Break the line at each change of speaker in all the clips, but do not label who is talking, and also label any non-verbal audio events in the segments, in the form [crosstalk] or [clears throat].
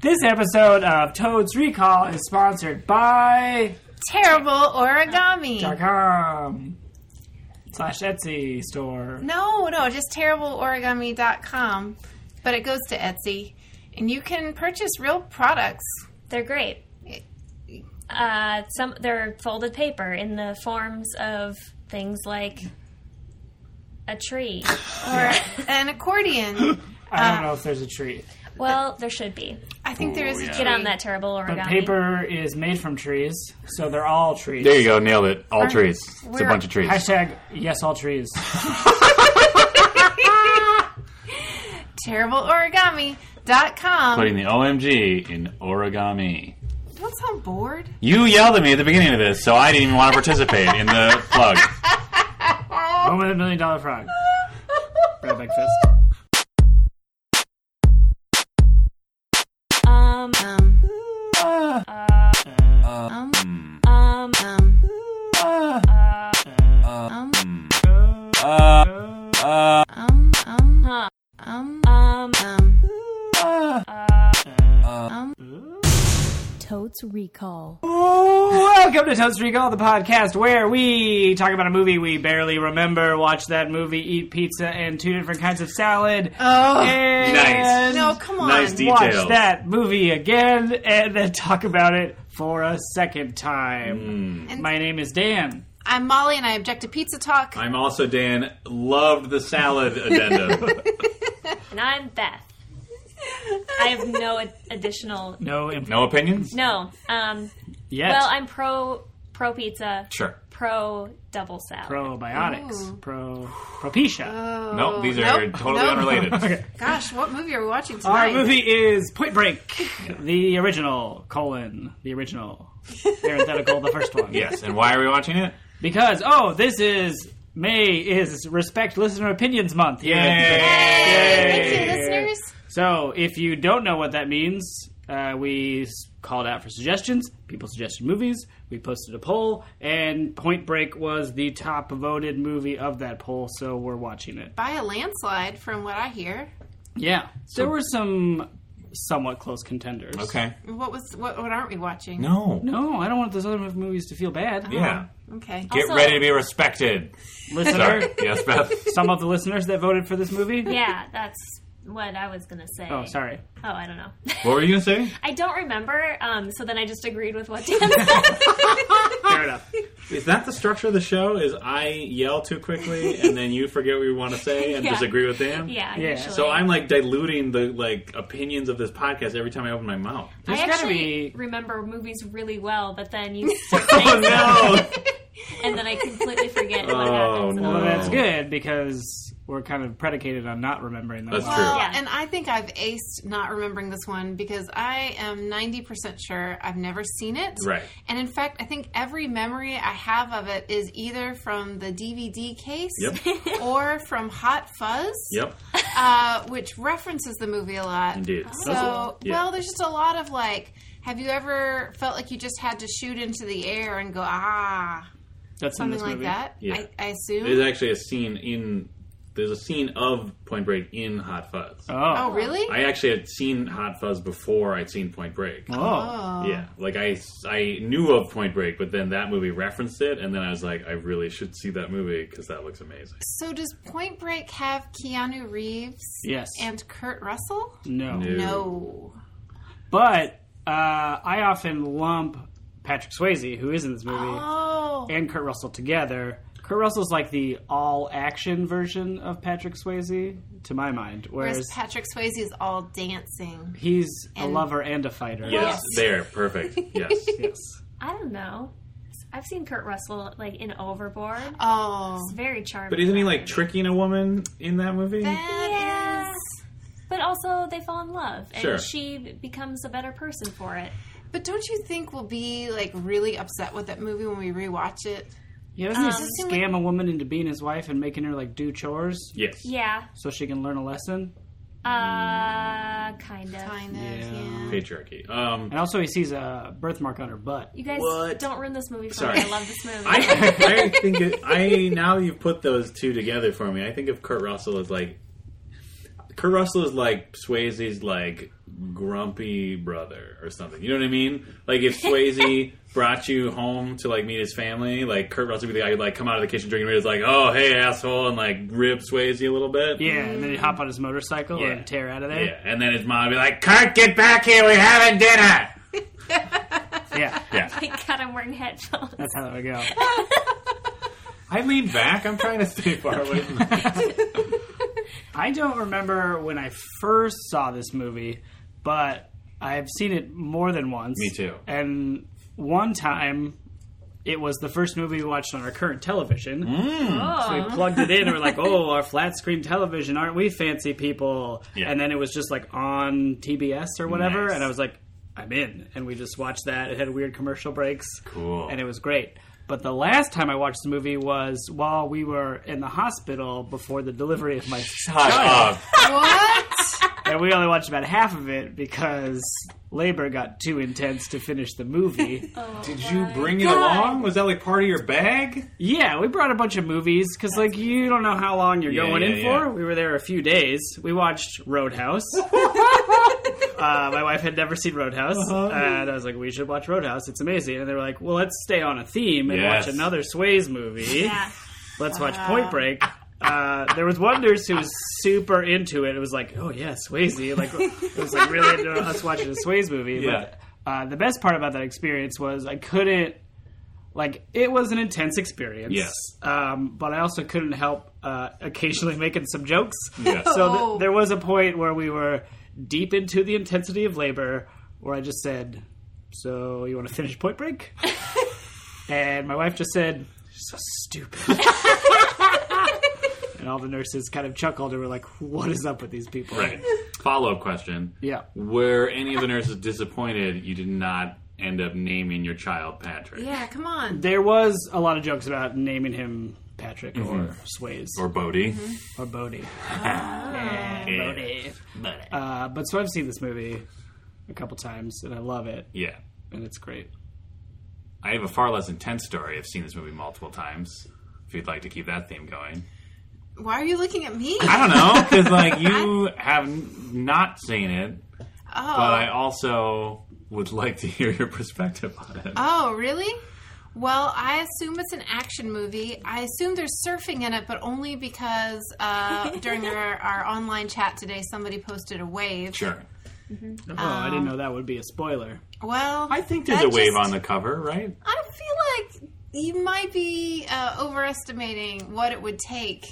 This episode of Toad's Recall is sponsored by
Terrible origami.
.com slash Etsy store.
No, no, just terribleorigami.com. But it goes to Etsy, and you can purchase real products.
They're great. Uh, some they're folded paper in the forms of things like a tree.
Or [laughs] an accordion.
I don't know if there's a tree.
Well, there should be.
I think there
Ooh,
is a
yeah.
Get
tree.
on that terrible
But
origami.
paper is made from trees, so they're all trees.
There you go, nailed it. All trees. It's a
we're-
bunch of trees.
Hashtag yes, all trees.
[laughs]
Putting
Terribleorigami.com.
the OMG in origami.
What's on board?
You yelled at me at the beginning of this, so I didn't even want to participate in the plug.
Home with a million dollar frog. Right back fist.
Um,
Um,
um,
um, um, um,
huh.
um,
um. uh,
um.
Toad's Recall.
Welcome to Toast Recall, the podcast where we talk about a movie we barely remember, watch that movie, eat pizza and two different kinds of salad,
Oh,
and
Nice.
no, come on.
Nice detail.
watch
Details.
that movie again, and then talk about it for a second time. My name is Dan.
I'm Molly, and I object to pizza talk.
I'm also Dan. Loved the salad addendum.
And I'm Beth. I have no ad- additional.
No, inf-
[laughs] no opinions?
No. Um.
yet.
Well, I'm pro pro pizza,
Sure.
pro double salad.
probiotics,
Ooh.
pro propecia.
Oh,
No, these are
nope,
totally
nope.
Oh,
unrelated.
[laughs] Okay.
Gosh, what movie are we watching tonight?
Our movie is Point Break, the original colon the original parenthetical, the first
[laughs]
one.
Yes, and why are we watching it?
because oh, this is May is Respect Listener Opinions Month. here at the-
Thank you, listeners.
So, if you don't know what that means, uh, we s- called out for suggestions. People suggested movies. We posted a poll, and Point Break was the top voted movie of that poll, so we're watching it.
By a landslide, from what I hear.
Yeah. there were some somewhat close contenders.
Okay.
What was what? What aren't we watching?
No.
No, I don't want those other movies to feel bad.
Yeah.
Okay.
Get
Also-
ready to be respected.
Listener,
Sorry. yes, Beth.
some of the listeners that voted for this movie?
Yeah, that's what I was gonna say.
Oh, sorry.
Oh, I don't know.
What were you going to say?
I don't remember. Um. So then I just agreed with what Dan said.
Fair
[laughs]
enough.
Is that the structure of the show? Is I yell too quickly and then you forget what you want
[laughs]
to say and
Yeah.
disagree with them?
yeah.
Yeah.
Usually.
So I'm like diluting the like opinions of this podcast every time I open my mouth.
[laughs] I
There's gotta
actually
be-
remember movies really well, but then
[laughs]
you start saying
Oh, no!
something, and then I completely forget what
Oh,
happens. and I'm
no.
Well,
like,
that's good because we're kind of predicated on not remembering them.
That's
all.
true.
Well,
Yeah.
and I think I've aced not remembering this one because I am 90% sure I've never seen it.
Right.
And in fact, I think every memory I have of it is either from the DVD case
Yep.
[laughs] or from Hot Fuzz,
Yep.
uh, which references the movie a lot.
Indeed.
Oh.
So,
Yeah.
well, there's just a lot of like, have you ever felt like you just had to shoot into the air and go, ah,
That's in
something
this
like
movie.
that?
Yeah.
I, I assume.
There's actually a scene in there's a scene of Point Break in Hot Fuzz.
oh,
Oh.
really?
I actually had seen Hot Fuzz before I'd seen Point Break.
Oh.
Yeah, like I, I knew of Point Break, but then that movie referenced it, and then I was like, I really should see that movie because that looks
[laughs]
amazing.
So does Point Break have Keanu Reeves
Yes.
and Kurt Russell?
No.
No.
No.
But uh, I often lump Patrick Swayze, who is in this movie,
[gasps] Oh.
and Kurt Russell together. Kurt Russell's like the all action version of Patrick Swayze, to my mind. Whereas
Whereas Patrick Swayze is all dancing.
he's a
and-
lover and a fighter.
Yes.
Yes, there, perfect.
[laughs]
Yes,
Yes.
I don't know. I've seen Kurt Russell like in Overboard.
Oh.
It's very charming.
but isn't he like tricking a woman in that movie?
That
Yeah.
is.
But also, they fall in love, and
Sure.
she becomes a better person for it.
But don't you think we'll be like really upset with that movie when we rewatch it?
Yeah, doesn't
Um,
he scam a woman into being his wife and making her like do chores
Yes.
Yeah,
so she can learn a lesson?
Hmm.
uh, kind of.
Kind of.
Yeah.
Yeah.
Patriarchy. Um,
And also, he sees a birthmark on her butt.
You guys
What?
don't ruin this movie for
Sorry.
me. I love this movie.
[laughs] I, I think it, I now that you've put those two together for me. I think of Kurt Russell as like Kurt Russell is like Swayze's like grumpy brother or something. You know what I mean? Like if Swayze brought you home to like meet his family, like Kurt Russell would be the guy who'd like come out of the kitchen drinking beer, is like, oh hey asshole, and like rip Swayze a little bit.
Yeah, and then he'd hop on his motorcycle
Yeah.
and tear out of
Yeah,
there.
and then his mom would be like, Kurt, get back here, we're having dinner.
Yeah,
Yeah,
My God, I'm wearing headphones.
that's how that would go.
I lean back. I'm trying to [laughs] stay far away from the
I don't remember when I first saw this movie, but I've seen it more than once.
Me too.
And one time, it was the first movie we watched on our current television. We
Mm-hmm.
Oh,
plugged it in and we're
[laughs]
like, oh, our flat screen television, aren't we fancy people?
Yeah.
And then it was just like on TBS or whatever.
Nice.
And I was like, I'm in. And we just watched that. It had weird commercial breaks.
Cool.
And it was great. But the last time I watched the movie was while we were in the hospital before the delivery of my
Shut up.
What?
and we only watched about half of it because labor got too intense to finish the movie.
Did you bring it along? Was that like part of your bag?
yeah, we brought a bunch of movies because, like, you don't know how long you're
Yeah,
going in
yeah,
for.
yeah.
We were there a few days. We watched Roadhouse. [laughs] uh, my wife had never seen Roadhouse, and I was like, "We should watch Roadhouse. It's amazing." And they were like, "Well, let's stay on a theme and
Yes.
watch another Swayze movie.
yeah.
Let's watch Point Break." Uh, there was one nurse who was super into it. It was like, "Oh yeah, Swayze!" Like it was like really into us watching a Swayze movie.
Yeah.
But uh, the best part about that experience was I couldn't like it was an intense experience.
Yes.
Um, but I also couldn't help uh, occasionally making some jokes.
Yes.
So th-
Oh.
there was a point where we were deep into the intensity of labor where I just said, "So you want to finish Point Break?" and my wife just said, "So stupid." and all the nurses kind of chuckled and were like, "What is up with these people?"
Right. Follow up question.
Yeah.
Were any of the nurses disappointed you did not end up naming your child Patrick?
Yeah, come on.
There was a lot of jokes about naming him Patrick
Mm-hmm.
or Swayze
Or Bodie?
or Bodie.
Yeah.
Uh, but so I've seen this movie a couple times and I love it
yeah.
and it's great.
I have a far less intense story. I've seen this movie multiple times. If you'd like to keep that theme going,
Why are you looking at me?
I don't know because like you have n- not seen it,
Oh,
but I also would like to hear your perspective on it.
oh, really? Well, I assume it's an action movie. I assume there's surfing in it, but only because uh,
[laughs]
during our, our online chat today, somebody posted a wave.
sure.
Oh, I didn't know that would be a spoiler.
Well,
I think there's
that
a wave
just-
on the cover, right?
I feel like you might be uh, overestimating what it would take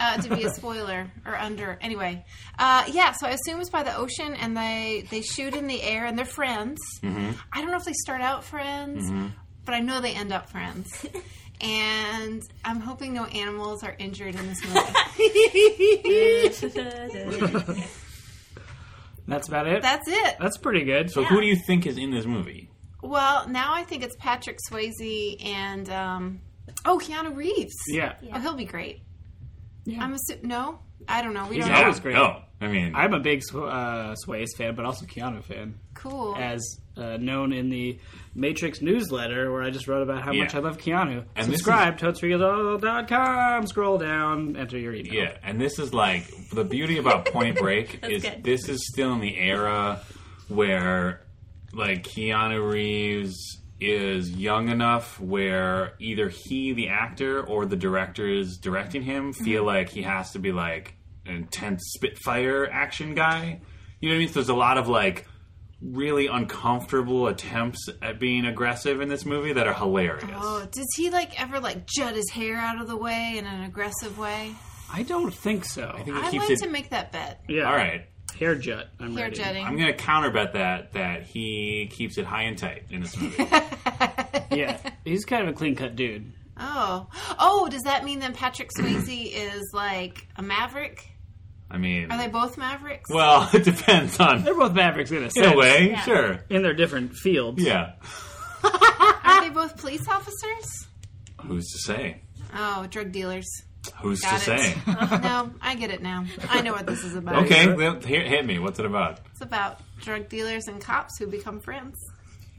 uh, to be a spoiler or under. Anyway, uh, yeah. So I assume it's by the ocean, and they they shoot in the air, and they're friends. I don't know if they start out friends, but I know they end up friends. And I'm hoping no animals are injured in this movie.
Oh, [laughs]
[laughs]
That's about it.
That's it.
That's pretty good.
So who do you think is in this movie?
Well, now I think it's Patrick Swayze and um, oh, Keanu Reeves.
yeah.
Oh, he'll be great.
Yeah.
I'm assuming. No, I don't know. We don't
Yeah.
know.
always great.
No, Oh, I mean,
I'm a big Sw- uh, Swayze fan, but also Keanu fan,
Cool.
as uh, known in the Matrix newsletter where I just wrote about how
Yeah.
much I love Keanu.
And this is-
Subscribe, totesregal.com. Scroll down, enter your email.
Yeah, and this is like the beauty about
[laughs]
Point Break is
good.
this is still in the era where like Keanu Reeves is young enough where either he the actor or the director is directing him feel
Mm-hmm.
like he has to be like an intense spitfire action guy. You know what I mean? So there's a lot of like really uncomfortable attempts at being aggressive in this movie that are hilarious.
oh, does he like ever like jut his hair out of the way in an aggressive way?
I don't think so.
think
I'd
keeps
like
it-
to make that bet.
yeah.
All right.
Hair jut. I'm
Hair
ready.
jutting.
I'm gonna counter bet that that he keeps it high and tight in this
[laughs]
movie.
Yeah.
[laughs]
He's kind of a clean cut dude.
oh, oh, does that mean then
[clears throat]
Patrick Swayze is like a maverick?
I mean,
Are they both mavericks?
well, [laughs] it depends on
They're both Mavericks in a
in a
sense.
way,
Yeah.
sure,
in their different fields.
yeah.
Are they both police officers?
Who's to say?
Oh, drug dealers.
Who's
Got
to
it. [laughs]
say?
[laughs] Oh,
no, I get it now. I know what this is about.
Okay, well, here, hit me. What's it about?
It's about drug dealers and cops who become friends.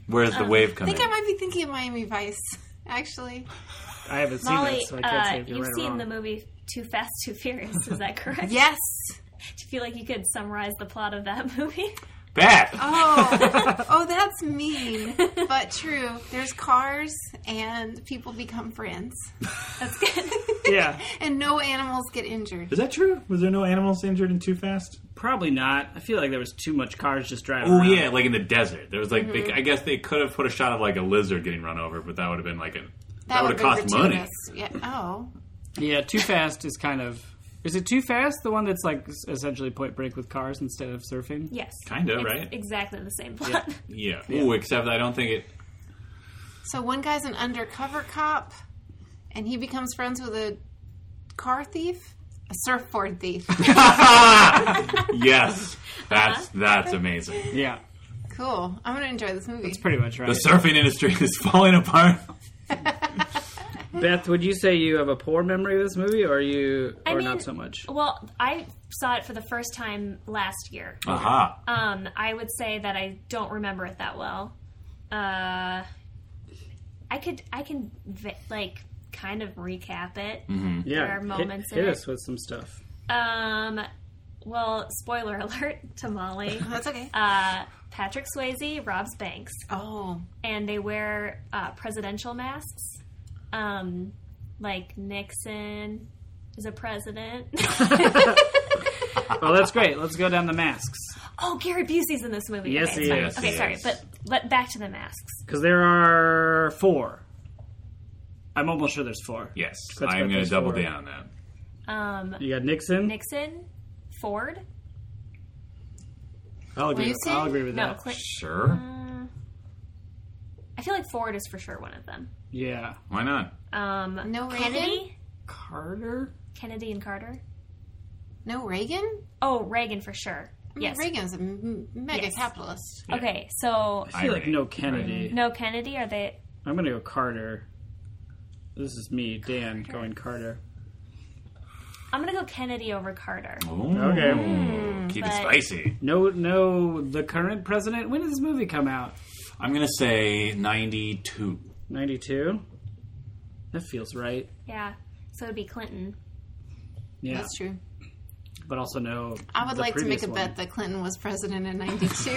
Where's the wave
Um, I
coming?
think I might be thinking of Miami Vice, actually.
[laughs] I haven't seen
Molly,
that, so I can't say
uh,
if you're
you've
right or
seen
wrong.
the movie Too Fast,
[laughs]
[laughs] Too Furious. Is that correct?
Yes.
Do you feel like you could summarize the plot of that [laughs] movie?
Bad.
Oh, oh, that's
[laughs]
mean, but true. There's cars, and people become friends,
That's
[laughs]
good. [laughs]
Yeah,
and no animals get injured.
Is that true? Was there no animals injured in Too Fast?
probably not. I feel like there was too much cars just driving.
Oh
around.
yeah, like in the desert. There was like they,
Mm-hmm.
I guess they could have put a shot of like a lizard getting run over, but that would have been like a that, would
would've
have cost
been
money.
gratuitous. Yeah. Oh,
yeah. Too fast is kind of. Is it too fast? The one that's like s- essentially Point Break with cars instead of surfing.
Yes.
Kind of
It's
right.
Exactly the same plot.
yeah. Ooh, except I don't think it.
so one guy's an undercover cop, and he becomes friends with a car thief, a surfboard
[laughs]
thief. [laughs]
Yes,
Uh-huh.
that's that's amazing.
Yeah,
cool. I'm gonna enjoy this movie.
that's pretty much right.
The surfing industry is falling apart.
Beth, would you say you have a poor memory of this movie, or you, or
I mean, oh,
not so much?
Well, I saw it for the first time last year.
Aha.
Um, I would say that I don't remember it that well. Uh, I could, I can v- like kind of recap it.
Yeah,
there are moments
hit,
in
hit
it.
us with some stuff.
Um, well, spoiler [laughs] alert to Molly.
Uh-huh.
That's okay.
Uh, Patrick Swayze robs banks,
oh,
and they wear uh, presidential masks, um, like Nixon is
[laughs]
a president.
Oh, that's great. Let's go down the masks
oh, Gary Busey's in this movie.
Yes,
okay,
he
sorry.
is.
Okay,
Yes, he
sorry,
is.
but let, back to the masks.
because there are four. I'm almost sure there's four.
Yes,
Let's
I'm
go
going to
this
double
forward.
down on that.
Um,
You got Nixon.
Nixon, Ford,
I'll agree.
Nixon?
I'll agree with
no,
that.
Clinton.
Sure.
I feel like Ford is for sure one of them.
Yeah,
Why not?
Um,
No Reagan?
Kennedy,
Carter.
Kennedy and Carter.
no Reagan.
Oh, Reagan for sure. Yes.
Reagan's a m- mega capitalist.
Okay, so
I feel like
Irony,
no
right.
Kennedy.
no Kennedy. Are they?
I'm gonna go Carter. This is me, Dan, going Carter.
I'm gonna go Kennedy over Carter.
Ooh,
Okay.
Keep it
but-
spicy.
No, no, the current president. When did this movie come out?
I'm going to say 92.
92. That feels right.
Yeah. So it'd be Clinton.
Yeah,
That's true.
but also
[laughs]
no.
I would
the
like to make
previous
a
one.
bet that Clinton was president in '92.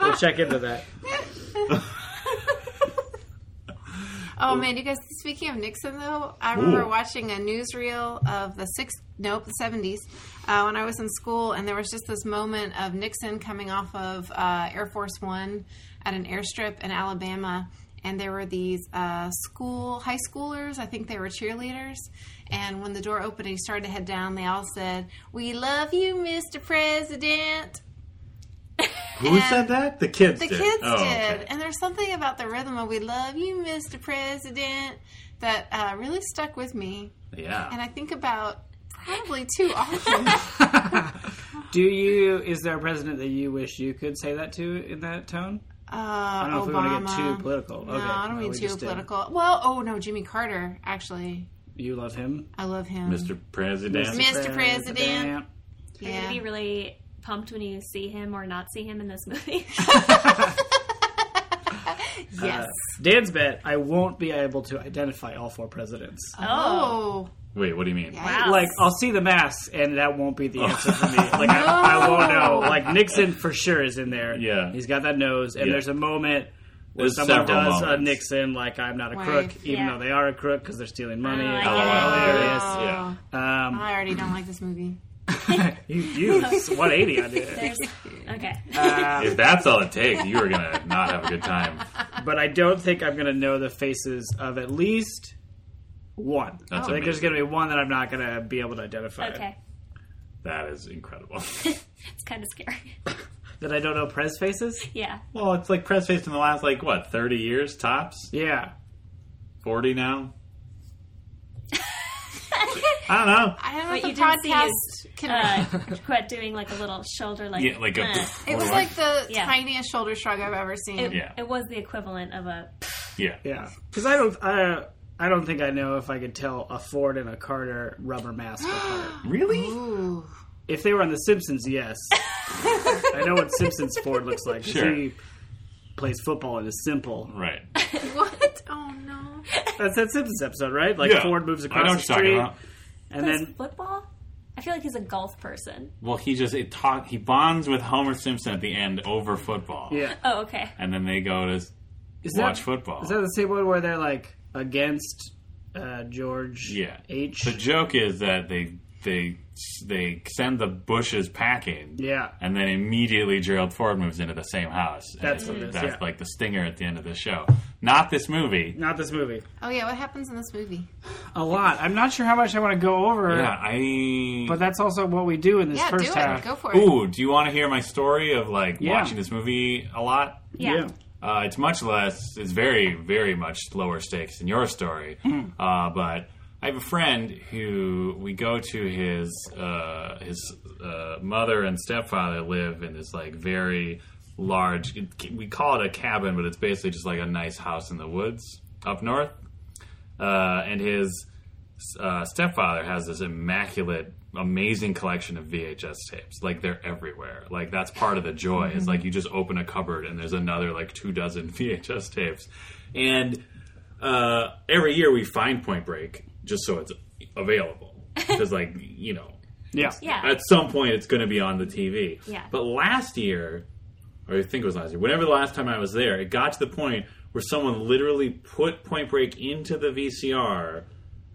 We'll check into that.
oh man, you guys. Speaking of Nixon, though, I remember
Ooh.
watching a newsreel of the six, nope, the '70s uh, when I was in school, and there was just this moment of Nixon coming off of uh, Air Force One at an airstrip in Alabama. And there were these uh, school, high schoolers, I think they were cheerleaders. And when the door opened and he started to head down, they all said, We love you, Mr. President.
Who said that? The kids
The
did.
kids
Oh,
did.
okay.
And there's something about the rhythm of We Love You, Mr. President that uh, really stuck with me.
Yeah.
And I think about probably too
[laughs]
often. Uh,
Do you? Is there a president that you wish you could say that to in that tone?
Uh, I
don't know if we
Obama.
wanna get too political.
No,
Okay,
I don't
no,
mean
we
too
just did.
political. Well, oh no, Jimmy Carter, actually.
You love him,
I love him.
Mr. President.
Mr. President.
Are you
Yeah.
gonna be really pumped when you see him or not see him in this movie?
Yes.
Dan's bet. I won't be able to identify all four presidents.
Uh,
oh.
Wait, what do you mean?
Wow.
like I'll see the mask, and that won't be the
Oh.
answer for me. Like I,
[laughs]
I won't know. Like Nixon for sure is in there.
Yeah.
he's got that nose, and
Yeah.
there's a moment where
There's
someone
several
does a
moments.
Nixon, like I'm not a
Right.
crook, even
Yeah.
though they are a crook because they're stealing money.
I
Oh,
Oh,
Oh.
yeah.
Um,
I already don't like this movie.
you, you 180 on it,
There's, okay.
Uh,
If that's all it takes, you are going to [laughs] not have a good time.
Uh, but I don't think I'm gonna know the faces of at least one.
That's
I think there's
amazing.
gonna be one that I'm not gonna be able to identify
okay. [laughs]
That is incredible.
It's kind of scary. [laughs]
that I don't know Prez faces.
Yeah. [laughs]
well, it's like press faced in the last, like, what, 30 years tops?
Yeah,
40 now? I don't know.
I don't know
What you
if the
didn't see
podcast
is,
can
Uh, quit doing like a little shoulder, like
Yeah, like a.
"Uh."
It was like the
Yeah.
tiniest shoulder shrug I've ever seen.
It,
[laughs] Yeah.
it was the equivalent of a.
Yeah.
Yeah, because I don't, I, I don't think I know if I could tell a Ford and a Carter rubber mask apart.
[gasps] Really?
Ooh.
if they were on The Simpsons, yes, I know what Simpsons Ford looks like. 'cause
Sure.
He plays football and is simple.
Right.
What? Oh no.
That's that Simpsons episode, right? Like
Yeah.
Ford moves
I know
across the
what you're talking
street,
about.
and
That's
then
football. I feel like he's a golf person.
Well, he just it talk. He bonds with Homer Simpson at the end over football.
Yeah.
Oh, okay.
and then they go to
Is that,
watch football.
Is that the same one where they're like against uh, George
yeah.
H?
The joke is that they they they send the bushes packing.
yeah.
And then immediately Gerald Ford moves into the same house. And
That's
it's-
what it is,
that's
yeah.
like the stinger at the end of the show. Not this movie.
Not this movie.
Oh yeah, what happens in this movie?
A lot. I'm not sure how much I want to go over,
Yeah, I.
but that's also what we do in this
Yeah, do
first
it.
half.
Go for it.
Ooh, do you want to hear my story of like
Yeah.
watching this movie a lot?
Yeah.
Uh, it's much less. It's very, very much lower stakes than your story. Uh, but I have a friend who we go to his uh, his uh, mother and stepfather live in this like very large. We call it a cabin, but it's basically just like a nice house in the woods up north. Uh, and his uh, stepfather has this immaculate, amazing collection of VHS tapes. Like they're everywhere. Like that's part of the joy. Is like you just open a cupboard and there's another like two dozen [laughs] VHS tapes. And uh, every year we find Point Break just so it's available because like you know
Yeah.
Yeah.
at some point it's going to be on the TV.
Yeah.
But last year, or I think it was last year, whenever the last time I was there, it got to the point where someone literally put Point Break into the VCR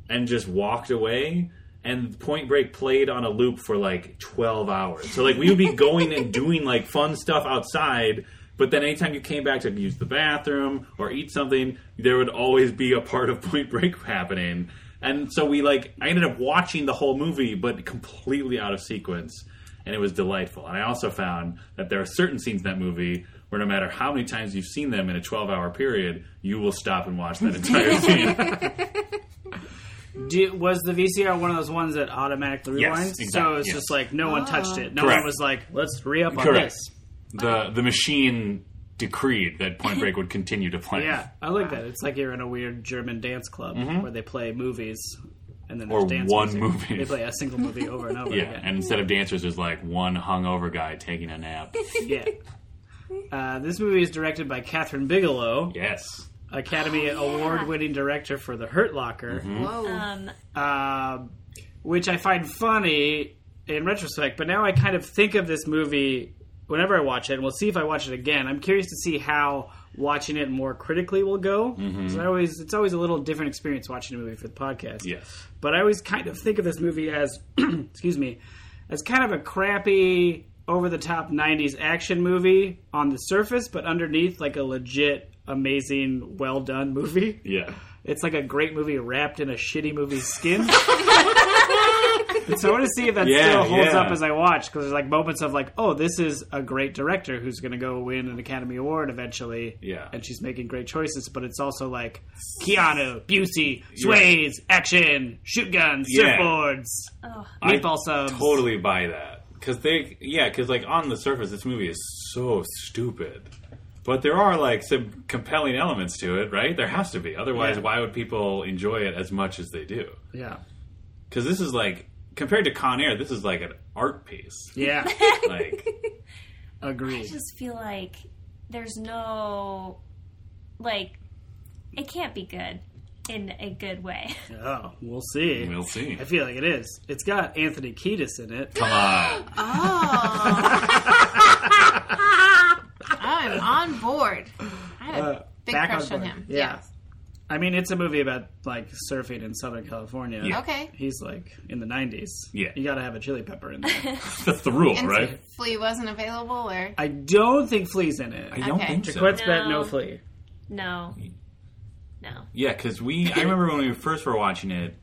and just walked away. And Point Break played on a loop for like 12 hours. So, like, we would be going and doing like fun stuff outside, but then anytime you came back to use the bathroom or eat something, there would always be a part of Point Break happening. And so we like, I ended up watching the whole movie, but completely out of sequence and it was delightful. And I also found that there are certain scenes in that movie where no matter how many times you've seen them in a 12 hour period, you will stop and watch that entire scene.
Do, was the VCR one of those ones that automatically rewinds?
Yes,
So
exactly,
it's
yes.
just like no one touched it. No
Correct.
one was like, let's re up on
Correct.
this.
the the machine decreed that Point Break would continue to play.
Yeah, I like that. It's like you're in a weird German dance club where they play movies and then there's
Mm-hmm. Or
dance
one
music.
movie.
They play a single movie over and over
[laughs] Yeah,
again.
and instead of dancers, there's like one hungover guy taking a nap.
yeah. Uh, this movie is directed by Catherine Bigelow,
yes.
Academy Award-winning director for *The Hurt Locker*,
Whoa.
Um,
um, which I find funny in retrospect. But now I kind of think of this movie whenever I watch it, and we'll see if I watch it again. I'm curious to see how watching it more critically will go. So I always, it's always a little different experience watching a movie for the podcast.
Yes.
But I always kind of think of this movie as, [clears throat] excuse me, as kind of a crappy, over the top 90s action movie on the surface, but underneath, like a legit, amazing, well done movie.
Yeah.
It's like a great movie wrapped in a shitty movie's
[laughs]
skin. And so I want to see if that still
Yeah,
holds
yeah.
up as I watch because there's like moments of like, oh, this is a great director who's going to go win an Academy Award eventually.
Yeah.
and she's making great choices, but it's also like Keanu, Busey, Sways, action, shoot guns,
Yeah.
surfboards,
oh,
meatball subs.
Totally buy that. Because they, yeah, because like on the surface, this movie is so stupid. But there are like some compelling elements to it, right? There has to be. Otherwise,
Yeah.
why would people enjoy it as much as they do?
Yeah,
Because this is like, compared to Con Air, this is like an art
[laughs]
piece.
[laughs]
yeah,
Like,
agreed.
I just feel like there's no like it can't be good in a good way. [laughs]
Oh, we'll see.
we'll see.
I feel like it is. It's got Anthony Kiedis in it.
Come on. [laughs]
[laughs]
Oh. I'm on board. I had a
Uh,
big
back
crush
on
on,
board.
him.
Yeah. I mean, it's a movie about like surfing in Southern California.
Yeah.
Okay.
He's like in the 90s.
Yeah.
You got to have a chili pepper in there.
That's the rule,
And
right?
Flea wasn't available or
I don't think Flea's in it.
I don't
Okay.
think so.
Let's bet no
No.
Flea.
No. No.
Yeah, because we. I remember when we first were watching it,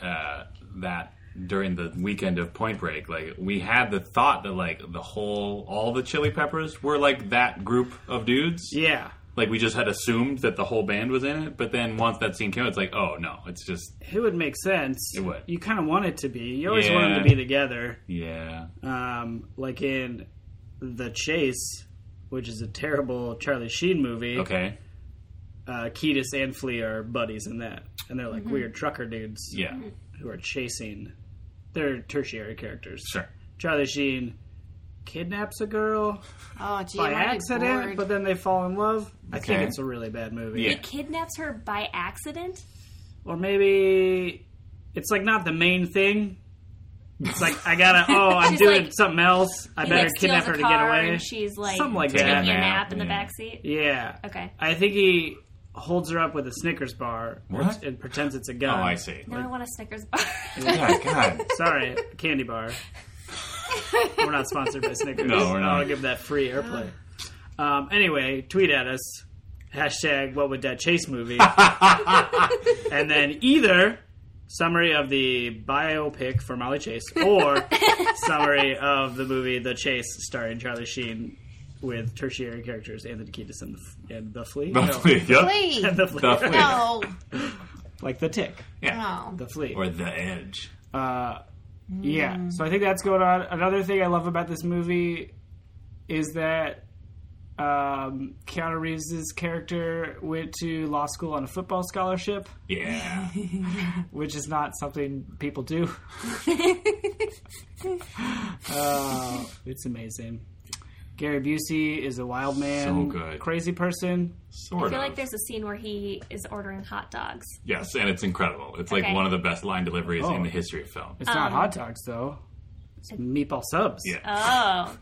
uh, that during the weekend of Point Break, like we had the thought that like the whole, all the Chili Peppers were like that group of dudes.
Yeah.
Like we just had assumed that the whole band was in it, but then once that scene came, out, it's like, oh no, it's just
It would make sense.
It would.
You kind of want it to be. You always
Yeah.
want them to be together.
yeah,
Um, like in The Chase, which is a terrible Charlie Sheen movie.
okay,
Uh, Kiedis and Flea are buddies in that. And they're like weird trucker dudes
yeah,
who are chasing. They're tertiary characters.
sure,
Charlie Sheen kidnaps a girl
oh gee,
by
I'm already
accident,
bored.
but then they fall in love. I think
Okay.
it's a really bad movie.
Yeah.
He kidnaps her by accident?
Or maybe it's like not the main thing, It's like I
[laughs]
gotta. Oh, I'm
She's
doing
like-
something else. I
He,
better
like, steals
kidnap
a
her to
car
get away.
And she's like
Something like
taking
that.
a nap in the
Yeah.
back seat.
yeah.
Okay.
I think he holds her up with a Snickers bar
What?
and pretends it's a gun.
Oh, I see.
Now I want a Snickers bar.
Yeah, God.
Sorry, candy bar. We're not sponsored by Snickers.
No, we're not.
I'll give that free airplay. Um, anyway, tweet at us. Hashtag what would that chase movie?
[laughs]
and then either summary of the biopic for Molly Chase or summary of the movie The Chase starring Charlie Sheen with tertiary characters Anthony Kiedis and the, f- and the Flea. No.
Yep.
Please.
And [laughs] the flea.
The Flea.
No.
Like the tick.
Yeah.
No.
The flea.
Oh.
Or the edge.
Uh, yeah. So I think that's going on. Another thing I love about this movie is that um, Keanu Reeves' character went to law school on a football scholarship,
Yeah.
[laughs]
which is not something people do. uh, it's amazing. Gary Busey is a wild man,
So good.
crazy person.
[laughs]
Sort
I feel
of.
like there's a scene where he is ordering hot dogs.
yes, and it's incredible. It's like
Okay.
one of the best line deliveries
Oh.
in the history of film.
It's not hot dogs though. It's
Um,
meatball subs.
Yeah.
Oh,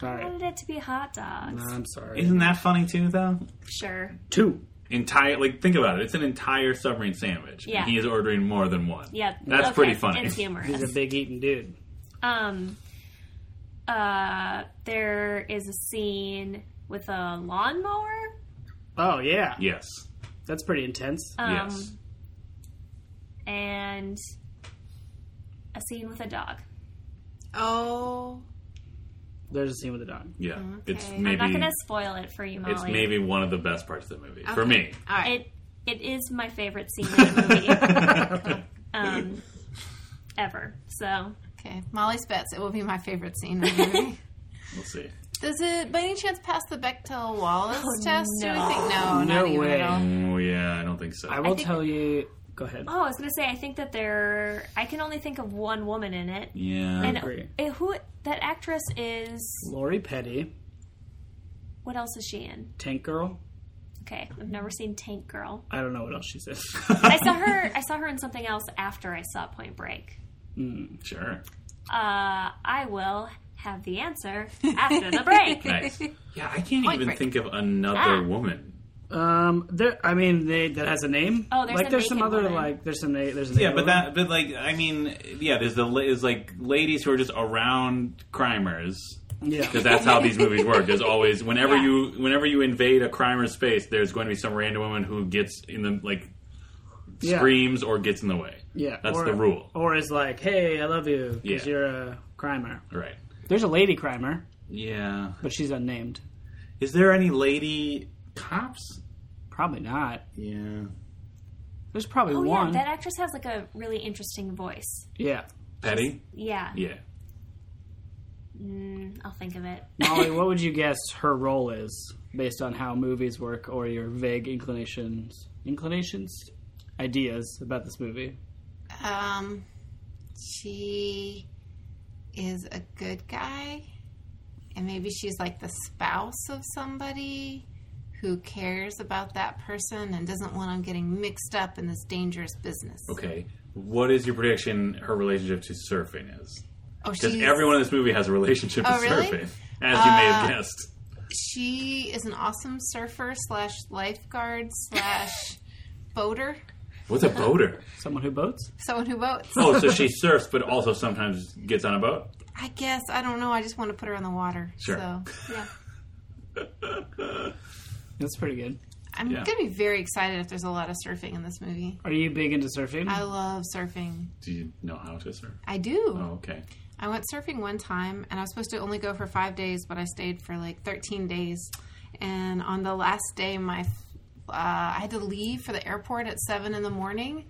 I
Sorry.
wanted it to be hot dogs.
I'm sorry.
Isn't that funny too, though?
Sure.
Two.
Entire, like, think about it. It's an entire submarine sandwich.
Yeah.
And he is ordering more than one.
Yep.
That's
Okay.
pretty funny.
It's humorous.
He's a big eating dude.
um uh there is a scene with a lawnmower
Oh yeah.
Yes.
That's pretty intense.
um
yes.
and a scene with a dog
Oh.
There's a scene with a dog.
Yeah. It's
okay. I'm
maybe.
i'm not gonna spoil it for you molly
It's maybe one of the best parts of the movie for me.
Okay. All right.
it it is my favorite scene in
[laughs]
the movie um ever so
Okay, Molly's bets. It will be my favorite scene in the
[laughs]
movie.
We'll see.
Does it, by any chance, pass the Bechtel Wallace test? Or
no.
anything? No,
Oh, No
not even
way.
at all.
Oh yeah, I don't think so.
I will
think-
tell you. Go ahead.
oh i was gonna say i think that there i can only think of one woman in it
yeah.
and
agree.
uh, who that actress is
Lori Petty,
what else is she in
Tank Girl.
okay i've never seen tank girl
I don't know what else she
[laughs]
says.
I saw her. I saw her in something else after I saw Point Break.
[laughs]
[laughs]
sure.
Uh, I will have the answer after the break.
[laughs] Nice. Yeah, I can't even
break.
think of another
Ah.
woman.
um, there. I mean, they that has a name.
Oh, there's
like
a
there's some
naked
other
woman.
like there's some na- there's a
Yeah,
naked woman.
but that, but like, I mean, yeah, there's the la- is like ladies who are just around crimers
yeah.
because that's how these movies work. There's always whenever
Yeah.
you whenever you invade a crimer's space, there's going to be some random woman who gets in the like
Yeah.
screams or gets in the way.
yeah.
that's
or,
the rule.
Or is like, hey, I love you because
Yeah.
you're a crimer.
Right.
There's a lady crimer,
Yeah.
but she's unnamed.
Is there any lady cops?
Probably not.
Yeah.
There's probably
Oh
one.
yeah, that actress has like a really interesting voice.
yeah.
Petty.
Yeah,
Yeah.
Mm, I'll think of it.
Molly, what would you guess her role is based on how movies work or your vague inclinations, inclinations, ideas about this movie?
Um, she is a good guy, and maybe she's like the spouse of somebody who cares about that person and doesn't want them getting mixed up in this dangerous business.
Okay. What is your prediction? Her relationship to surfing is.
Oh,
Because
she's
everyone in this movie has a relationship
Oh,
to
really?
surfing, as you may have guessed.
she is an awesome surfer slash lifeguard
[laughs]
slash boater,
What's a boater?
Someone who boats?
someone who boats.
oh, so she surfs, but also sometimes gets on a boat.
I guess I don't know. I just want to put her on the water.
Sure.
So yeah,
That's pretty good.
I'm
Yeah.
gonna be very excited if there's a lot of surfing in this movie.
Are you big into surfing?
I love surfing.
Do you know how to surf?
I do.
Oh, okay.
I went surfing one time and I was supposed to only go for five days, but I stayed for like 13 days. And on the last day, my uh, I had to leave for the airport at seven in the morning.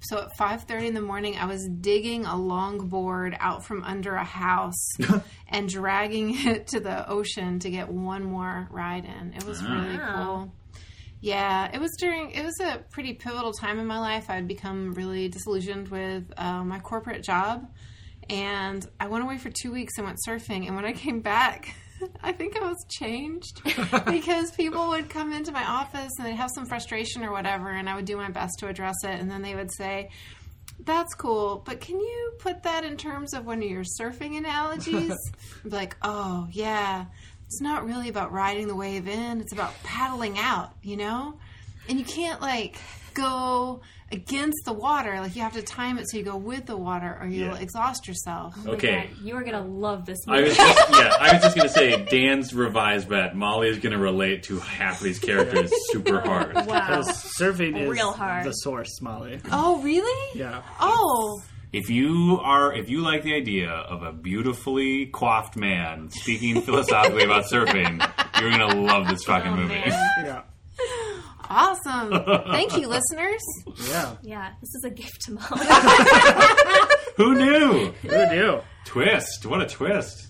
So at 5:30 in the morning, I was digging a longboard out from under a house and dragging it to the ocean to get one more ride in. It was really
Wow.
cool. Yeah, it was during it was a pretty pivotal time in my life. I'd become really disillusioned with uh, my corporate job, and I went away for two weeks and went surfing. And when I came back, [laughs] I think I was changed because people would come into my office and they'd have some frustration or whatever, and I would do my best to address it, and then they would say. That's cool, but can you put that in terms of one of your
[laughs]
surfing analogies? Be like, oh, yeah, it's not really about riding the wave in, it's about paddling out, you know? And you can't, like, go against the water. Like, you have to time it so you go with the water or you'll
Yeah.
exhaust yourself.
Okay.
Yeah, you are gonna love this
I
movie.
was just, yeah, I was just gonna say Dan's revised bet. Molly is gonna relate to half of these characters super
[laughs]
hard.
wow.
Because surfing is
Real hard.
the source, Molly.
Oh, really?
Yeah.
Oh,
If you are, if you like the idea of a beautifully coiffed man speaking philosophically about surfing, you're gonna love this fucking
Oh,
movie.
man.
Yeah. [laughs]
awesome. Thank you, listeners.
Yeah.
Yeah, this is a gift to Molly.
[laughs] Who knew?
Who do?
twist! What a twist!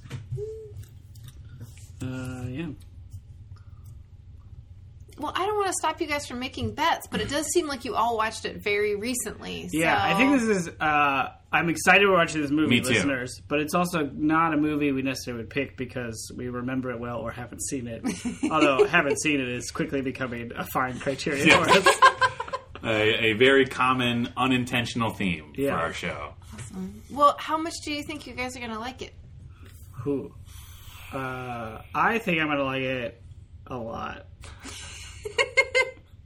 Uh, yeah.
Well, I don't want to stop you guys from making bets, but it does seem like you all watched it very recently.
Yeah, I think this is. Uh, I'm excited we're watching this movie,
Me too.
listeners. But it's also not a movie we necessarily would pick because we remember it well or haven't seen it. Although haven't seen it is quickly becoming a fine criteria
Yeah.
for us.
[laughs] A, a very common unintentional theme
Yeah.
for our show.
Mm. Well, how much do you think you guys are going to like it?
Who? Uh, I think I'm gonna like it a lot.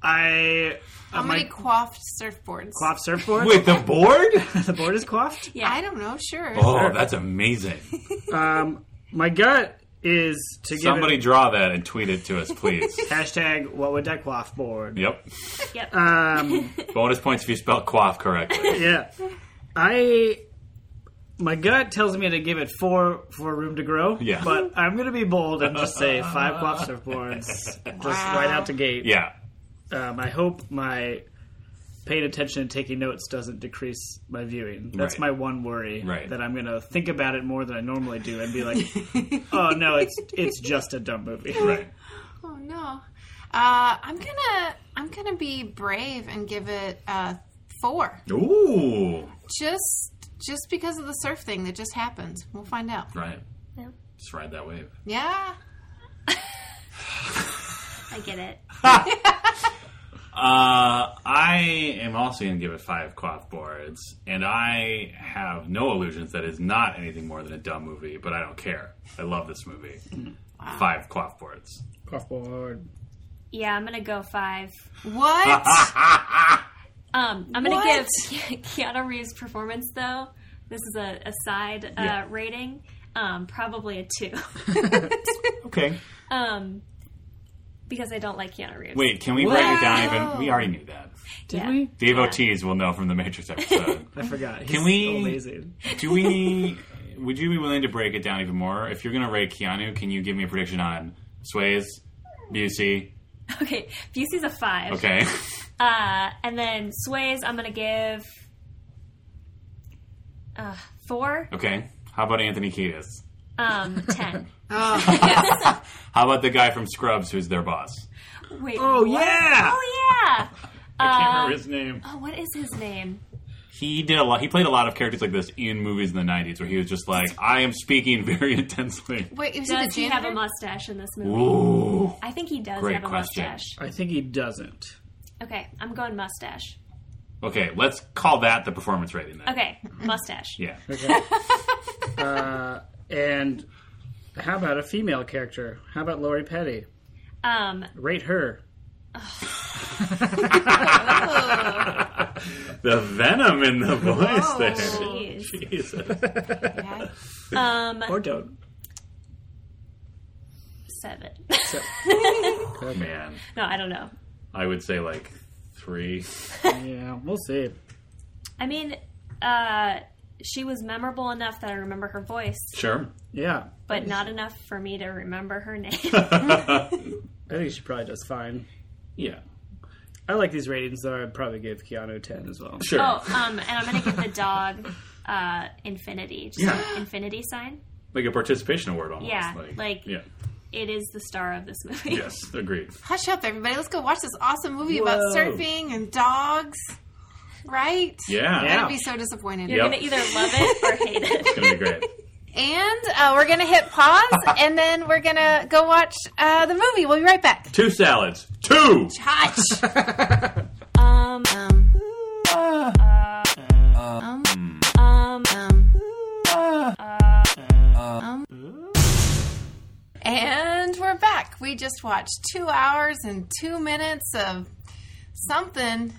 I.
How many quaffed surfboards?
Uh, Quaff surfboard.
Wait, the board?
The board is quaffed.
I don't know. Sure.
Oh, that's amazing!
Um, my gut is to give
Somebody
it,
draw that and tweet it to us,
[laughs]
please.
hashtag what would that quaff board.
yep.
yep.
Um,
Bonus points if you spell quaff correctly.
yeah, I my gut tells me to give it four for room to grow.
Yeah.
but I'm gonna be bold and just say five quaff surfboards just right out the gate.
Yeah.
Um, I hope my paying attention and taking notes doesn't decrease my viewing. That's
Right.
my one worry.
Right.
That I'm gonna think about it more than I normally do and be like, oh no, it's it's just a dumb movie.
Right.
Oh no. Uh, I'm gonna I'm gonna be brave and give it uh, four.
Ooh.
Just just because of the surf thing that just happened. We'll find out.
Right.
Yeah.
Just ride that wave.
Yeah.
I get it.
Uh, I am also going to give it five cloth boards, and I have no illusions that it's not anything more than a dumb movie, but I don't care. I love this movie. Five cloth boards.
Quaff board.
Yeah, I'm gonna go five.
Uh,
What?
Um, I'm gonna
What?
give Ke- Keanu Reeves' performance though. This is a, a side uh,
Yeah.
rating. Um, probably a two.
Okay.
um, because I don't like Keanu Reeves.
Wait, can we
Wow.
write it down even? We already knew that.
Did
Yeah.
we?
Dave Ortiz will know from the Matrix episode.
I forgot. He's
we-
Amazing.
Do we? Would you be willing to break it down even more? If you're going to rate Keanu, can you give me a prediction on Sways, Busey?
Okay, Busey's a five.
Okay. [laughs]
Uh, and then Sways, I'm gonna give uh, four.
Okay. How about Anthony Kiedis?
Um, ten.
Oh,
How about the guy from Scrubs who's their boss?
Wait.
Oh
what?
yeah.
Oh yeah.
I can't
Um,
remember his name.
Oh, what is his name?
He did a lot. He played a lot of characters like this in movies in the '90s, where he was just like, "I am speaking [laughs] very intensely."
wait, was it
Does
the
he have
janitor?
a mustache in this movie?
Ooh,
I think he does
Great
have a
question.
mustache.
I think he doesn't.
Okay, I'm going mustache.
okay. Let's call that the performance rating. Then.
Okay, mustache.
[laughs] Yeah.
[laughs] Uh, and how about a female character? How about Lori Petty?
Um,
Rate her.
the venom in the voice
Whoa.
there.
geez.
Jesus.
Yeah.
Um,
Or don't.
seven.
So,
Man,
[laughs] no, I don't know.
I would say like three.
yeah, we'll see.
I mean, uh, she was memorable enough that I remember her voice,
Sure.
Yeah,
but [laughs] not enough for me to remember her name.
I think she probably does fine.
[laughs] Yeah.
I like these ratings, though. I'd probably give Keanu 10 as well.
Sure.
[laughs] oh, um, and I'm gonna give the dog uh, infinity. Just
Yeah.
an infinity sign.
Like a participation award almost.
Yeah,
Like,
like-
yeah.
It is the star of this movie. [laughs]
Yes. Agreed.
Hush up, everybody. Let's go watch this awesome movie about
Whoa.
surfing and dogs. Right?
[laughs] Yeah.
Yeah.
I'd be so disappointed.
You're
Yep.
gonna either love it or hate it.
It's gonna be great.
And uh, we're going to hit pause
[laughs]
and then we're going to go watch uh, the movie. We'll be right back.
Two salads.
[laughs]
Two.
Touch.
Um,
um,
uh,
[laughs]
we just watched two hours and two minutes of something.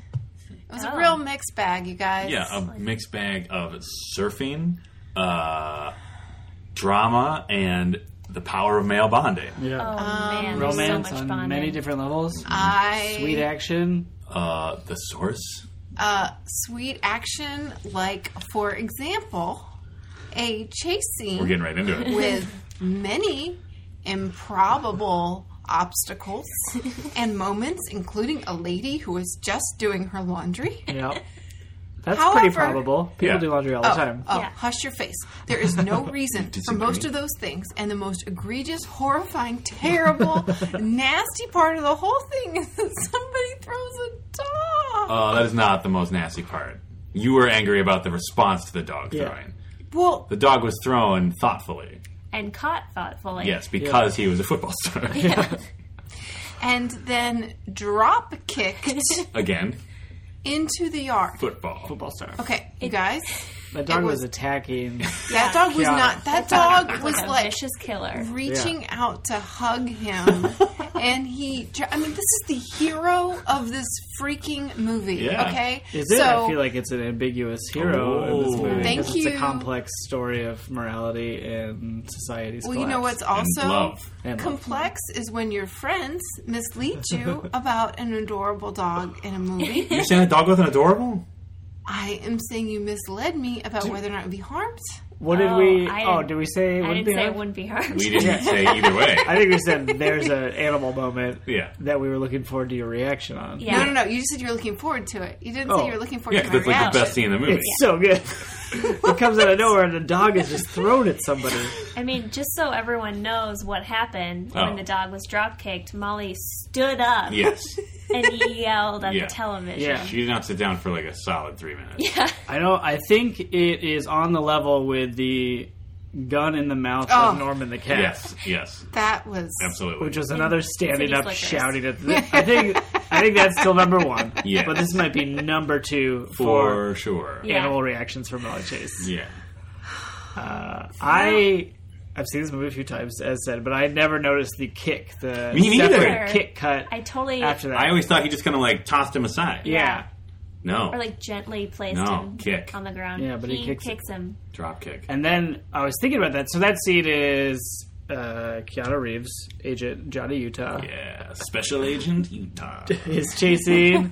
It was a
Oh.
real mixed bag, you guys.
Yeah, um, a mixed bag of surfing, uh, drama, and the power of male bonding.
[laughs] Oh
Yeah.
man, there's
Romance
so much
on
bonding.
many different levels.
I
Sweet action.
Uh, the source.
uh, sweet action, like for example, a chase
We're
scene
getting right into it.
with many improbable obstacles and moments, including a lady who is just doing her laundry.
Yeah. That's
However-
pretty probable. People
Yeah.
do laundry all the time.
Oh,
Yeah.
hush your face. There is no
[laughs]
reason for
Disagree.
most of those things, and the most egregious, horrifying,
[laughs]
terrible, nasty part of the whole thing is that somebody throws a dog.
Uh, that is not the most nasty part. You were angry about the response to the dog
Yeah.
throwing.
well,
The dog was thrown thoughtfully.
and caught thoughtfully.
Yes, because he was a football star.
and then drop kicked
[laughs] [laughs] Again,
into the yard.
football.
Football star.
Okay, you guys,
The dog
was-
was, attacking.
that dog was
Yeah.
not. That dog
It's
was
like a
like
vicious killer.
reaching out to hug him, and he. tr- I mean, this is the hero of this freaking movie.
Yeah.
Okay,
Is it?
So,
I feel like it's an ambiguous hero in this
Ooh.
movie.
Thank
'cause It's
you.
a complex story of morality and society's
Well, you know
collapse.
what's also
love.
And love.
complex is when your friends mislead you about an adorable dog in a movie.
[laughs] You saying the dog wasn't adorable?
I am saying you misled me about whether or not it would be harmed.
What did
Oh,
we?
I
Oh,
didn't-
did we say? it
I
wouldn't
didn't
be
say
hard?
it wouldn't be hard.
We didn't say either way.
I think we said there's an animal moment
Yeah.
that we were looking forward to your reaction on.
[laughs] Yeah.
[laughs]
No, no, no. You just said you were looking forward to it. You didn't say
Oh.
you were looking forward to
Yeah, 'cause
my
that's like the
reaction.
best scene in the movie.
It's so good. it comes out of nowhere and the dog is just thrown at somebody.
I mean, just so everyone knows what happened
Oh.
when the dog was drop kicked, Molly stood up
Yes.
and yelled at
Yeah.
the television.
Yeah.
She did not sit down for like a solid three minutes.
I don't I think it is on the level with the gun in the mouth
Oh.
of Norman the cat.
Yes, yes,
That was
absolutely.
Which was another standing
City
up
Slickers.
shouting at the, I think I think that's still number
[laughs]
one.
Yeah.
But this might be number two for,
for sure.
Yeah.
animal reactions from Molly Chase.
Yeah.
I I've seen this movie a few times, as said, but I never noticed the kick, the
Me neither.
separate kick cut
I totally
after that.
I always thought he just kind of like tossed him aside.
yeah.
No.
or like gently placed
No,
him
kick.
on the ground.
Yeah, but he kicks it.
him.
Drop kick.
And then I was thinking about that. So that scene is uh, Keanu Reeves' agent Johnny Utah
Yeah. Special agent Utah.
is chasing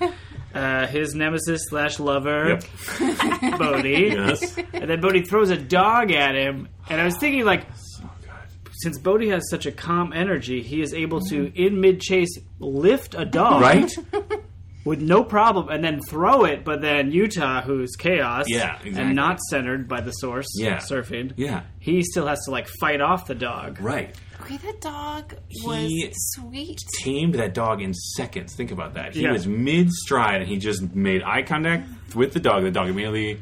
uh, his nemesis slash lover
Yep. [laughs]
Bodhi,
Yes.
and then Bodhi throws a dog at him. And I was thinking, like,
Oh god.
since Bodhi has such a calm energy, he is able to in mid chase lift a dog
Right?
[laughs] with no problem, and then throw it. But then Utah, who's chaos,
Yeah, exactly.
and not centered by the source,
Yeah.
surfing,
Yeah.
he still has to like fight off the dog.
Right.
okay. That dog was
He-
sweet.
Tamed that dog in seconds. Think about that. He
Yeah.
was mid stride and he just made eye contact with the dog. The dog immediately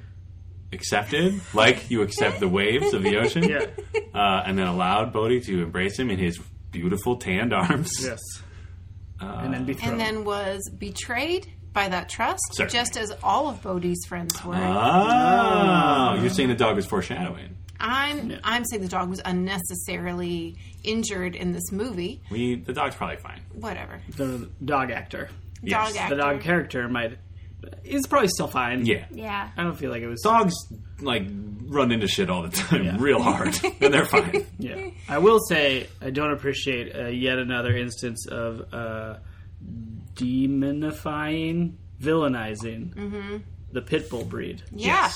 accepted, like you accept the
[laughs]
waves of the ocean.
Yeah.
Uh, and then allowed Bodhi to embrace him in his beautiful tanned arms.
Yes. and then be thrown.
and then was betrayed by that trust,
Sir.
just as all of Bodhi's friends were.
Oh,
Ah.
Ah. you're saying the dog is foreshadowing.
I'm I'm saying the dog was unnecessarily injured in this movie.
We the dog's probably fine.
Whatever,
the dog actor,
Yes.
dog actor.
the dog character might is probably still fine.
Yeah,
Yeah.
I don't feel like it was.
dogs like run into shit all the time, real hard, and they're fine.
[laughs] Yeah,
Eh.
I will say I don't appreciate uh, yet another instance of uh, demonifying, villainizing
Mm-hmm.
the pit bull breed.
yeah,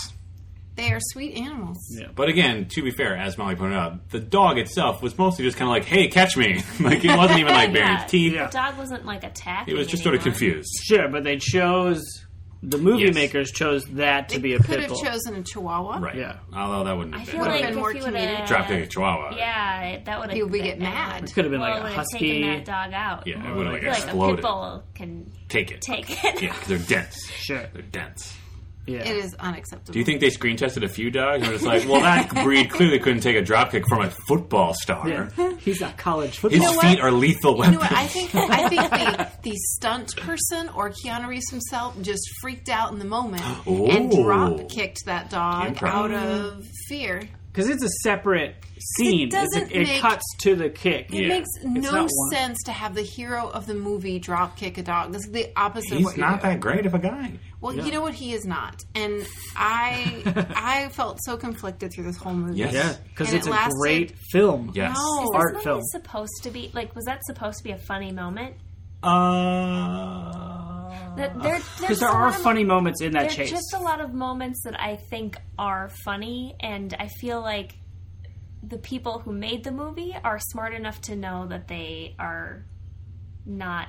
they are sweet animals.
Yeah.
But again, to be fair, as Molly pointed out, the dog itself was mostly just kind of like, "Hey, catch me!" [laughs] like it wasn't even like baring
Yeah.
its teeth.
Yeah.
The dog wasn't like attacking.
It was just sort
anyone.
of confused.
Sure, but they chose the movie
Yes.
makers chose that to
They
be a
could
pit bull.
have chosen a Chihuawa.
Right.
Yeah.
Although that wouldn't
I
have
feel
been.
Would've
like
been
if
more
you would
comedic.
have
Drop kick a chihuahua.
Yeah, it- that would have.
People would get mad.
Could have been like
Well,
a
would have
husky.
taken that dog out.
Yeah, it would have like
Like
Like a pit
exploded.
bull can
Take it.
take it.
Yeah, 'cause they're
[laughs]
dense.
Sure.
They're dense.
[laughs] Yeah.
It is unacceptable.
Do you think they screen tested a few dogs and were just like, well, that breed clearly couldn't take a dropkick from a football star.
[laughs]
Yeah. He's a college football.
His
know what?
feet are lethal
You
weapons.
know
[laughs]
what? I think I think the, the stunt person or Keanu Reeves himself just freaked out in the moment and
Ooh.
drop kicked that dog
Improv.
out of fear.
because it's a separate scene. It's a-
doesn't
it
make-
cuts to the kick.
It
Yeah.
makes
not
no
one.
sense to have the hero of the movie drop kick a dog. That's the opposite of
He's
what you're
not
doing.
that great of a guy.
Well, you know what he is not, and
[laughs]
I I felt so conflicted through this whole movie.
Yes.
Yeah, because
And
it's
it
a
lasted-
great film.
Yes.
No.
Art
Wasn't
film.
it supposed to be like was that supposed to be a funny moment?
Uh,
Because
That there, there's
there
a
are
lot of-
funny moments in that
There's
chase.
just a lot of moments that I think are funny, and I feel like the people who made the movie are smart enough to know that they are not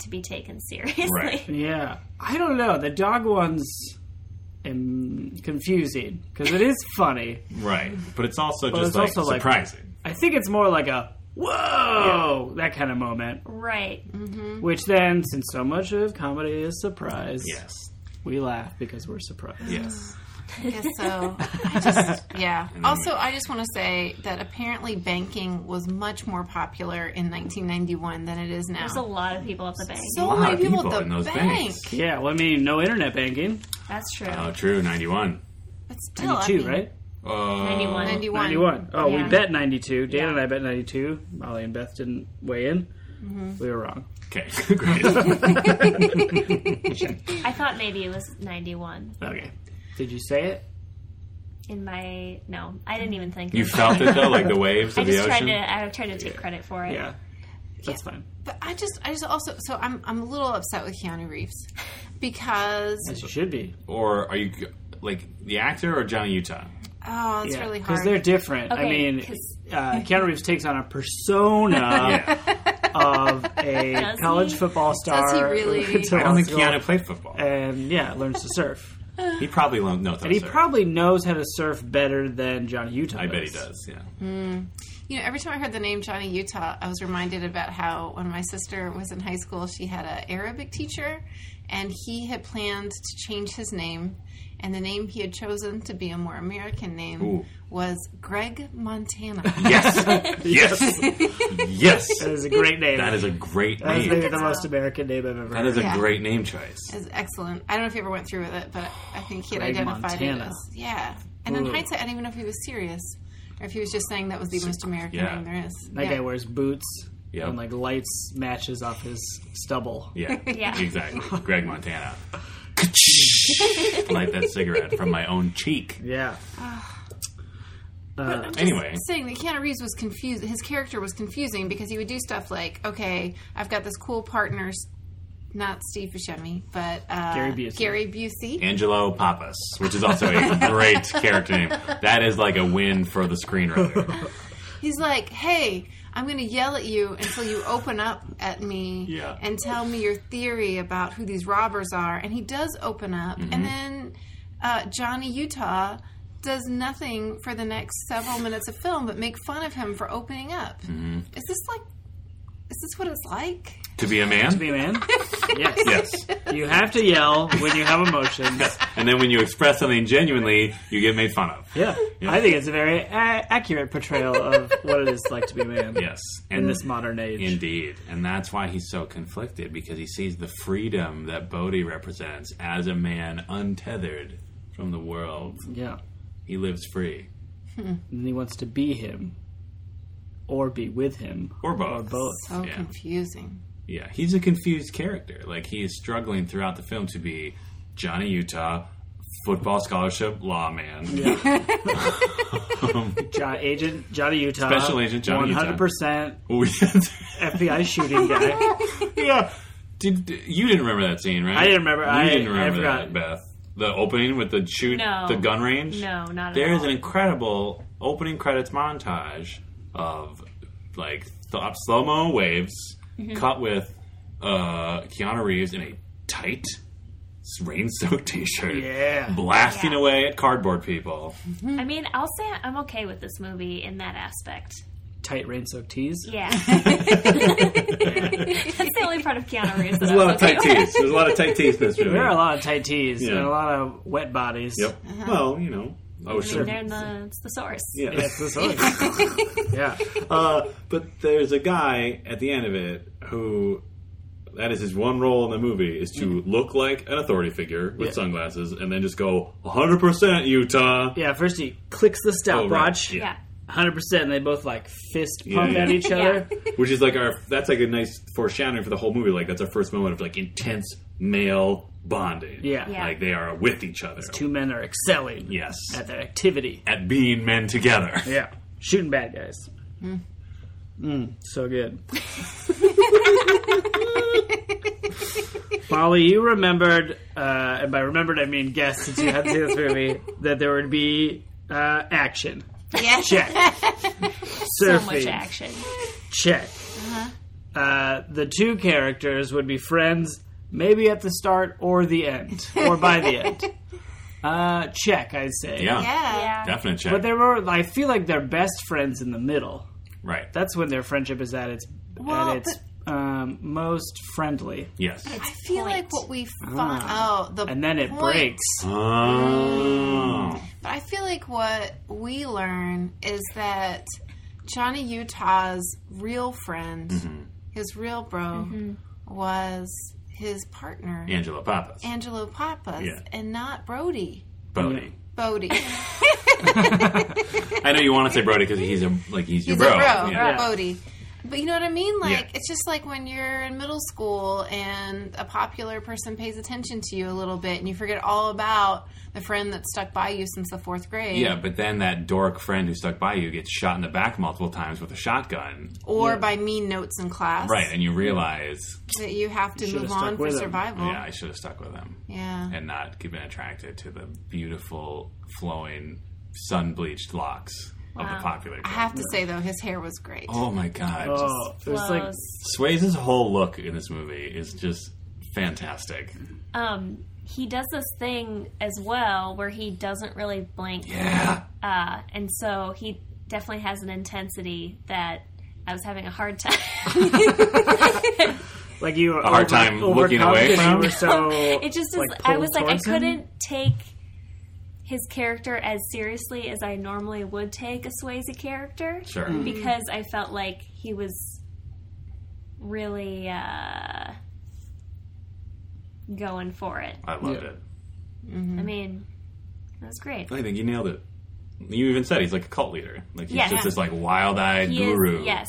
to be taken seriously.
Right.
Yeah, I don't know. The dog one's um, confusing because it is funny.
Right. But it's also just
it's
like
also, like-
surprising.
I think it's more like a whoa that kind of moment.
[laughs] Right.
Which then, since so much of comedy is surprise,
yes.
we laugh because we're surprised.
Yes.
I guess so.
[laughs]
I just, yeah. Also, I just want to say that apparently banking was much more popular in 1991 than it is now.
There's a lot of people at the bank.
so
A lot
many
of
people,
people
at the
in those
bank.
banks.
Yeah, well, I mean, no internet banking.
That's true.
Oh, true. 91.
But still, I
92,
mean,
right?
Uh,
91.
91.
91. Oh, we
Yeah.
bet 92. Dan
Yeah.
and I bet 92. Molly and Beth didn't weigh in. We were wrong.
Okay. [laughs]
[laughs]
Great.
I thought maybe it was 91
Okay. Did you say it?
in my. No, I didn't even think.
you
of it.
felt it though, like the waves
I
of the
just tried
ocean.
to. I tried to take credit for it.
Yeah. That's fine.
But I just, I just also, so I'm, I'm a little upset with Keanu Reeves because
As you should be.
Or are you like the actor or Johnny Utah?
oh, it's
Yeah.
really hard.
Because they're different. I
Okay,
mean,
'cause-
uh, Keanu Reeves takes on a persona
[laughs]
[laughs]
Yeah.
of a
[laughs] Does
college
he?
football star. [laughs]
really?
who went to
I don't think
law school
Keanu played football.
And yeah, learns to surf.
[laughs] He probably learned no.
Uh, And he probably knows how to surf better than Johnny Utah.
I bet he does. Yeah.
Mm.
You know, every time I heard the name Johnny Utah, I was reminded about how when my sister was in high school, she had an Arabic teacher, and he had planned to change his name, and the name he had chosen to be a more American name
Ooh.
was Greg Montana.
[laughs]
Yes. yes. yes.
That is a great name.
That is a great
That is maybe
name.
the most American name I've ever
That
heard.
is a
Yeah.
great name choice.
It's excellent. I don't know if he ever went through with it, but I think he had
Greg
identified
Montana.
it as yeah. And in
Ooh.
hindsight, I don't even know if he was serious or if he was just saying that was the most American
yeah.
name there is.
That
Yeah.
guy wears boots
Yep.
and like lights matches off his stubble.
Yeah.
Yeah.
Exactly.
[laughs]
Greg Montana. Light that cigarette from my own cheek.
[laughs]
Yeah.
But I'm just
Anyway.
saying that Keanu Reeves was confused. His character was confusing because he would do stuff like, "Okay, I've got this cool partner, s- not Steve Buscemi, but uh,
Gary Busey.
Gary Busey.
Angelo Pappas, which is also [laughs] a great character name. That is like a win for the screenwriter.
He's like, "Hey, I'm going to yell at you until you open up at me
Yeah.
and tell me your theory about who these robbers are." And he does open up,
Mm-hmm.
and then uh, Johnny Utah does nothing for the next several minutes of film but make fun of him for opening up.
Mm-hmm.
Is this like? Is this what it's like?
To be a man?
Hey,
[laughs]
man. yes.
Yes.
You have to yell when you have emotions.
And then when you express something genuinely, you get made fun of.
Yeah. I think it's a very a- accurate portrayal of what it is like to be a man
Yes.
in
And
this modern age.
Indeed. And that's why he's so conflicted because he sees the freedom that Bodhi represents as a man untethered from the world.
Yeah.
He lives free.
And he wants to be him or be with him
Or both.
both.
So
Yeah.
confusing.
Yeah, he's a confused character. Like he is struggling throughout the film to be Johnny Utah, football scholarship lawman. [laughs]
Jo- Agent Johnny Utah.
Special Agent Johnny Utah.
100% FBI shooting guy.
[laughs] yeah. Did, did- you didn't remember that scene, right?
I didn't remember.
You
I-
didn't
I
remember
forgot.
that, Beth. The opening with the shoot,
No.
the gun range.
No, not
There
at
is
all.
an incredible opening credits montage of like th- slow mo waves
Mm-hmm.
cut with uh, Keanu Reeves in a tight rain soaked [laughs] t shirt.
Yeah.
Blasting
Yeah.
away at cardboard people.
I mean, I'll say I'm okay with this movie in that aspect.
Tight rain soaked tees.
Yeah. That's the only part of Keanu Reeves that I
There's a lot
was
of tight tees. There's a lot of tight tees in this movie.
[laughs] There are a lot of tight tees
Yeah.
and a lot of wet bodies.
Yep. Well, you know, ocean.
They're in the, it's the source.
Yeah.
That's the song. yeah.
Uh, but there's a guy at the end of it who that is his one role in the movie is to look like an authority figure with
Mm. Yeah.
sunglasses and then just go 100% Utah.
Yeah, first he clicks the
Oh, right.
stopwatch.
Yeah.
Yeah.
100%, and they both like fist
Yeah,
pump
yeah.
at each other.
Which is like our that's like a nice foreshadowing for the whole movie. Like that's our first moment of like intense male bonding.
Yeah.
Yeah.
Like they are with each other.
Two men are excelling
yes.
at
At,
their activity.
being men together.
Yeah. Shooting bad guys.
Hmm.
Mm, so
[laughs]
good. Molly, you remembered, uh, and by remembered I mean guessed since you hadn't seen this
[laughs]
movie, that there would be uh, action.
[laughs]
Yeah.
Check.
So [laughs]
Surfing.
much action. Uh-huh.
Check. Uh, the two characters would be friends, maybe at the start or the end, or by the
[laughs]
end. Uh, check, I'd say.
[laughs] Yeah.
Yeah.
Yeah.
Definite check.
But they were, I feel like they're best friends in the middle.
right.
That's when their friendship is at its
Well,
at its um, most friendly,
yes.
I feel
Point.
like what we found out the
Ah. and then it
point-
breaks.
Oh.
But I feel like what we learn is that Johnny Utah's real friend,
Mm-hmm.
his real bro, was his partner
Angela Pappas.
Angelo Pappas,
Yeah.
and not Brody.
Bodie.
Bodie, he's
I know you want to say Brody because he's a like he's, your
a
bro.
bro,
Yeah.
Bodie. But you know what I mean? Like
Yeah.
it's just like when you're in middle school and a popular person pays attention to you a little bit, and you forget all about the friend that stuck by you since the fourth grade,
Yeah, but then that dork friend who stuck by you gets shot in the back multiple times with a shotgun.
or by mean notes in class,
Right, and you realize,
That you have to
should've
move
stuck
on for
with him.
survival.
yeah, I should have stuck with him
Yeah.
and not been attracted to the beautiful, flowing, sun bleached locks of the popular.
I
girl.
have to say though, his hair was great.
Oh my god.
Oh, it was like
Close.
Just, Swayze's whole look in this movie is just fantastic.
um, he does this thing as well where he doesn't really blink,
Yeah.
uh, and so he definitely has an intensity that I was having a hard time.
like you were a
hard time looking away from?
Were so
[laughs] it just is,
like,
I was
pulled
like I
towards him?
couldn't take his character as seriously as I normally would take a Swayze character
Sure.
because I felt like he was really uh, going for it.
I loved
Yeah.
it.
Mm-hmm.
I mean, that was great.
I think you nailed it. You even said he's like a cult leader. Like he's
Yes.
just this like wild eyed
He
guru.
is, yes,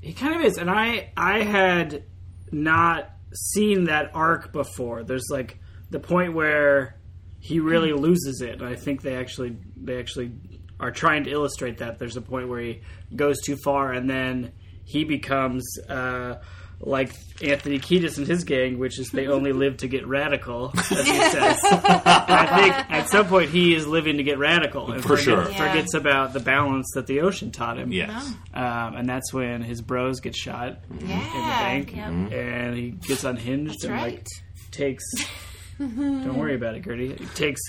He kind of is, and I I had not seen that arc before. There's like the point where he really loses it. and I think they actually they actually are trying to illustrate that. There's a point where he goes too far, and then he becomes uh, like Anthony Kiedis and his gang, which is they only live to get radical. As he says. I think at some point he is living to get radical and
For sure.
forgets, forgets about the balance that the ocean taught him.
Yes.
Um, and that's when his bros get shot in
yeah.
the bank,
Yep.
and he gets unhinged
That's
and
right.
like
[laughs]
takes. don't worry about it, Gertie. He takes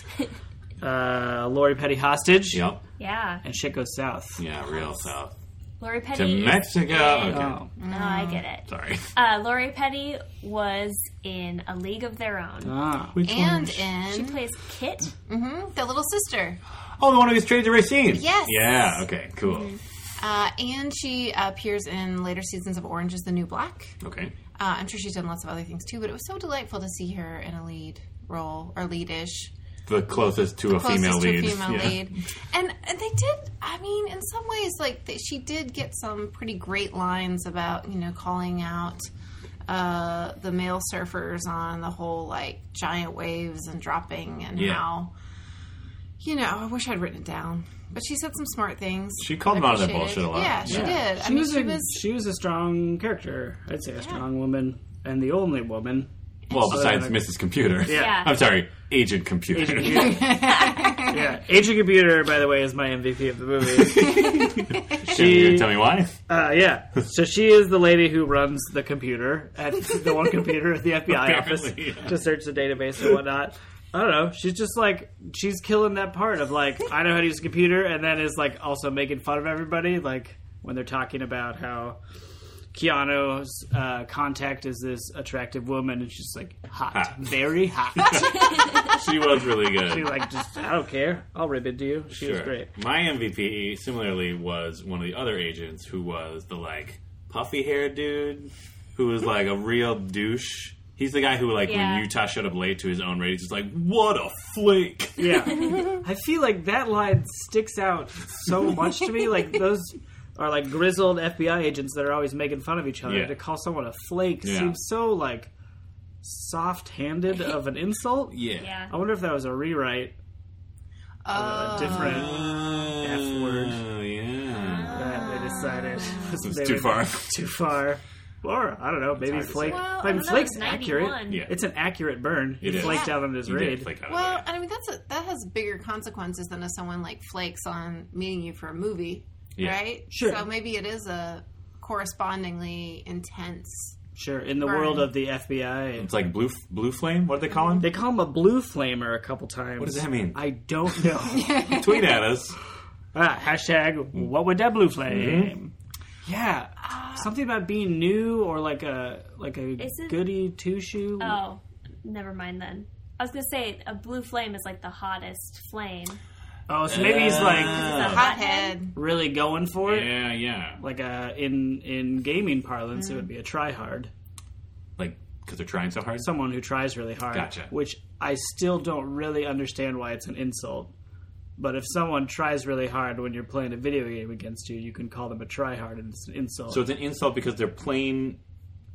uh, Lori Petty hostage,
Yep.
yeah.
and shit goes south.
Yeah, real south.
Lori
To
Petty. is-
Mexico. Okay.
Oh,
no, I get
[laughs]
it.
Sorry.
Uh, Lori Petty was in A League of Their Own.
ah.
Which
and
She
in
plays Kit.
mhm, the little sister,
Oh, the one who gets traded to Racine.
Yes.
Yeah. Okay. Cool.
uh, and she appears in later seasons of Orange Is the New Black.
Okay.
Uh, I'm sure she's done lots of other things too, but it was so delightful to see her in a lead role or lead-ish,
The closest to a
closest
female
to a
lead.
female
Yeah.
lead. And, and they did. I mean, in some ways, like they, she did get some pretty great lines about you know calling out uh, the male surfers on the whole like giant waves and dropping and
Yeah.
how you know I wish I'd written it down. But she said some smart things.
She called them out of their
Appreciated.
bullshit a lot.
Yeah, she did. I
She,
mean,
was
she
a,
was.
she was a strong character. I'd say a strong woman, and the only
[laughs]
woman.
Well, besides
like-
Mrs. Computer.
Yeah.
[laughs] I'm sorry, Agent Computer.
Agent Computer. yeah, Agent Computer, by the way, is my MVP of the movie.
[laughs] Can you tell me why?
Uh, yeah. So she is the lady who runs the computer at [laughs] the one computer at the FBI office
Apparently, yeah.
to search the database and whatnot. I don't know. She's just like she's killing that part of like I know how to use a computer, and then is like also making fun of everybody, like when they're talking about how Keanu's uh, contact is this attractive woman, and she's like hot,
Hot.
very hot.
[laughs] She was really good.
She's like just I don't care. I'll rib into you. She was
Sure.
great.
My MVP, similarly, was one of the other agents who was the like puffy haired dude. who is like a real douche. He's the guy who, like,
Yeah.
when Utah showed up late to his own ratings, is like, "What a flake!"
Yeah. [laughs] I feel like that line sticks out so much to me. Like those are like grizzled FBI agents that are always making fun of each other.
Yeah.
To call someone a flake
Yeah.
seems so like soft-handed of an insult.
Yeah.
Yeah.
I wonder if that was a rewrite, a different F word
Oh, yeah.
that they
[laughs]
decided was
It's
they
too
would-
far.
Too far. Or I don't know, maybe
hard to
flake.
say.
Well,
I mean,
don't know,
flake's
it's 91.
accurate.
[laughs] Yeah.
It's an accurate burn. He
It is.
flaked
Yeah.
out on his
He
raid.
did flake out of
Well,
there.
and I mean that's a, that has bigger consequences than if someone like flakes on meeting you for a movie,
Yeah.
right?
Sure.
So maybe it is a correspondingly intense.
Sure. In the
Burn.
world of the FBI,
It's like blue blue flame. What do they call him?
They call him a blue flamer a couple times.
What does that mean?
I don't know.
Tweet
[laughs]
at us.
ah, hashtag what would that blue
Mm-hmm.
flame? Yeah, something about being new or like a like a
Is it-
goody two shoe.
Oh, never mind then. I was gonna say a blue flame is like the hottest flame.
Oh, so maybe he's like
The
Hothead.
really going for it.
Yeah, yeah.
Like a in in gaming parlance, it would
Mm.
be a tryhard.
Like because they're trying so hard.
Someone who tries really hard.
Gotcha.
Which I still don't really understand why it's an insult. But if someone tries really hard when you're playing a video game against you, you can call them a tryhard, and it's an insult.
So it's an insult because they're playing.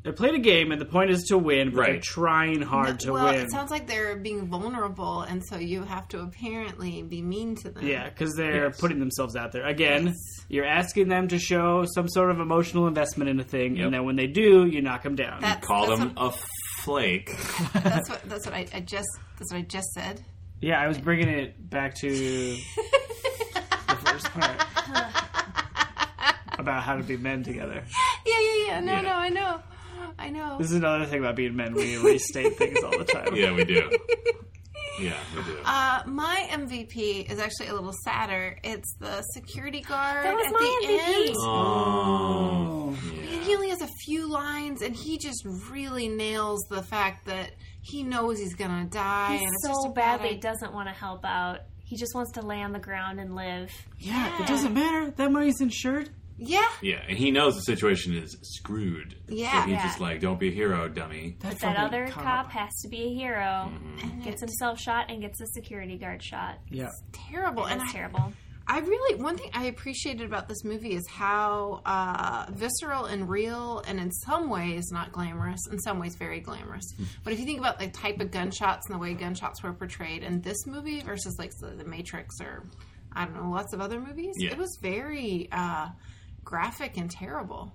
They played a game, and the point is to win. But they're
Right.
trying hard to
well,
win.
it sounds like they're being vulnerable, and so you have to apparently be mean to them.
yeah, because they're
Yes.
putting themselves out there. Again, you're asking them to show some sort of emotional investment in a thing,
Yep.
and then when they do, you knock them down.
That's,
Call
that's
them
What,
a flake.
that's what that's what I, I just that's what I just said.
yeah, I was bringing it back to the first part about how to be men together.
[laughs] Yeah, yeah, yeah. No,
Yeah.
no, I know, I know.
This is another thing about being men. We restate things all the time.
[laughs] Yeah, we do. Yeah, we do.
Uh, my MVP is actually a little sadder. It's the security guard
That was
at
my
the
MVP.
end.
oh,
And he only has a few lines, and he just really nails the fact that he knows he's gonna die.
He
and it's just
so
a bad
badly
idea.
doesn't want to help out. He just wants to lay on the ground and live.
Yeah, it doesn't matter. That money's insured.
Yeah,
yeah. And he knows the situation is screwed.
Yeah.
so he's
Yeah.
just like, "Don't be a hero, dummy."
That,
That
fucking
other cop has to be a hero.
Mm-hmm.
Gets himself shot and gets the security guard shot.
Yeah.
terrible. And
That's
I,
terrible.
I really one thing I appreciated about this movie is how uh, visceral and real, and in some ways not glamorous, in some ways very glamorous.
Hmm.
but if you think about the type of gunshots and the way gunshots were portrayed in this movie versus like the, the Matrix or I don't know lots of other movies,
Yeah.
it was very uh, graphic and terrible.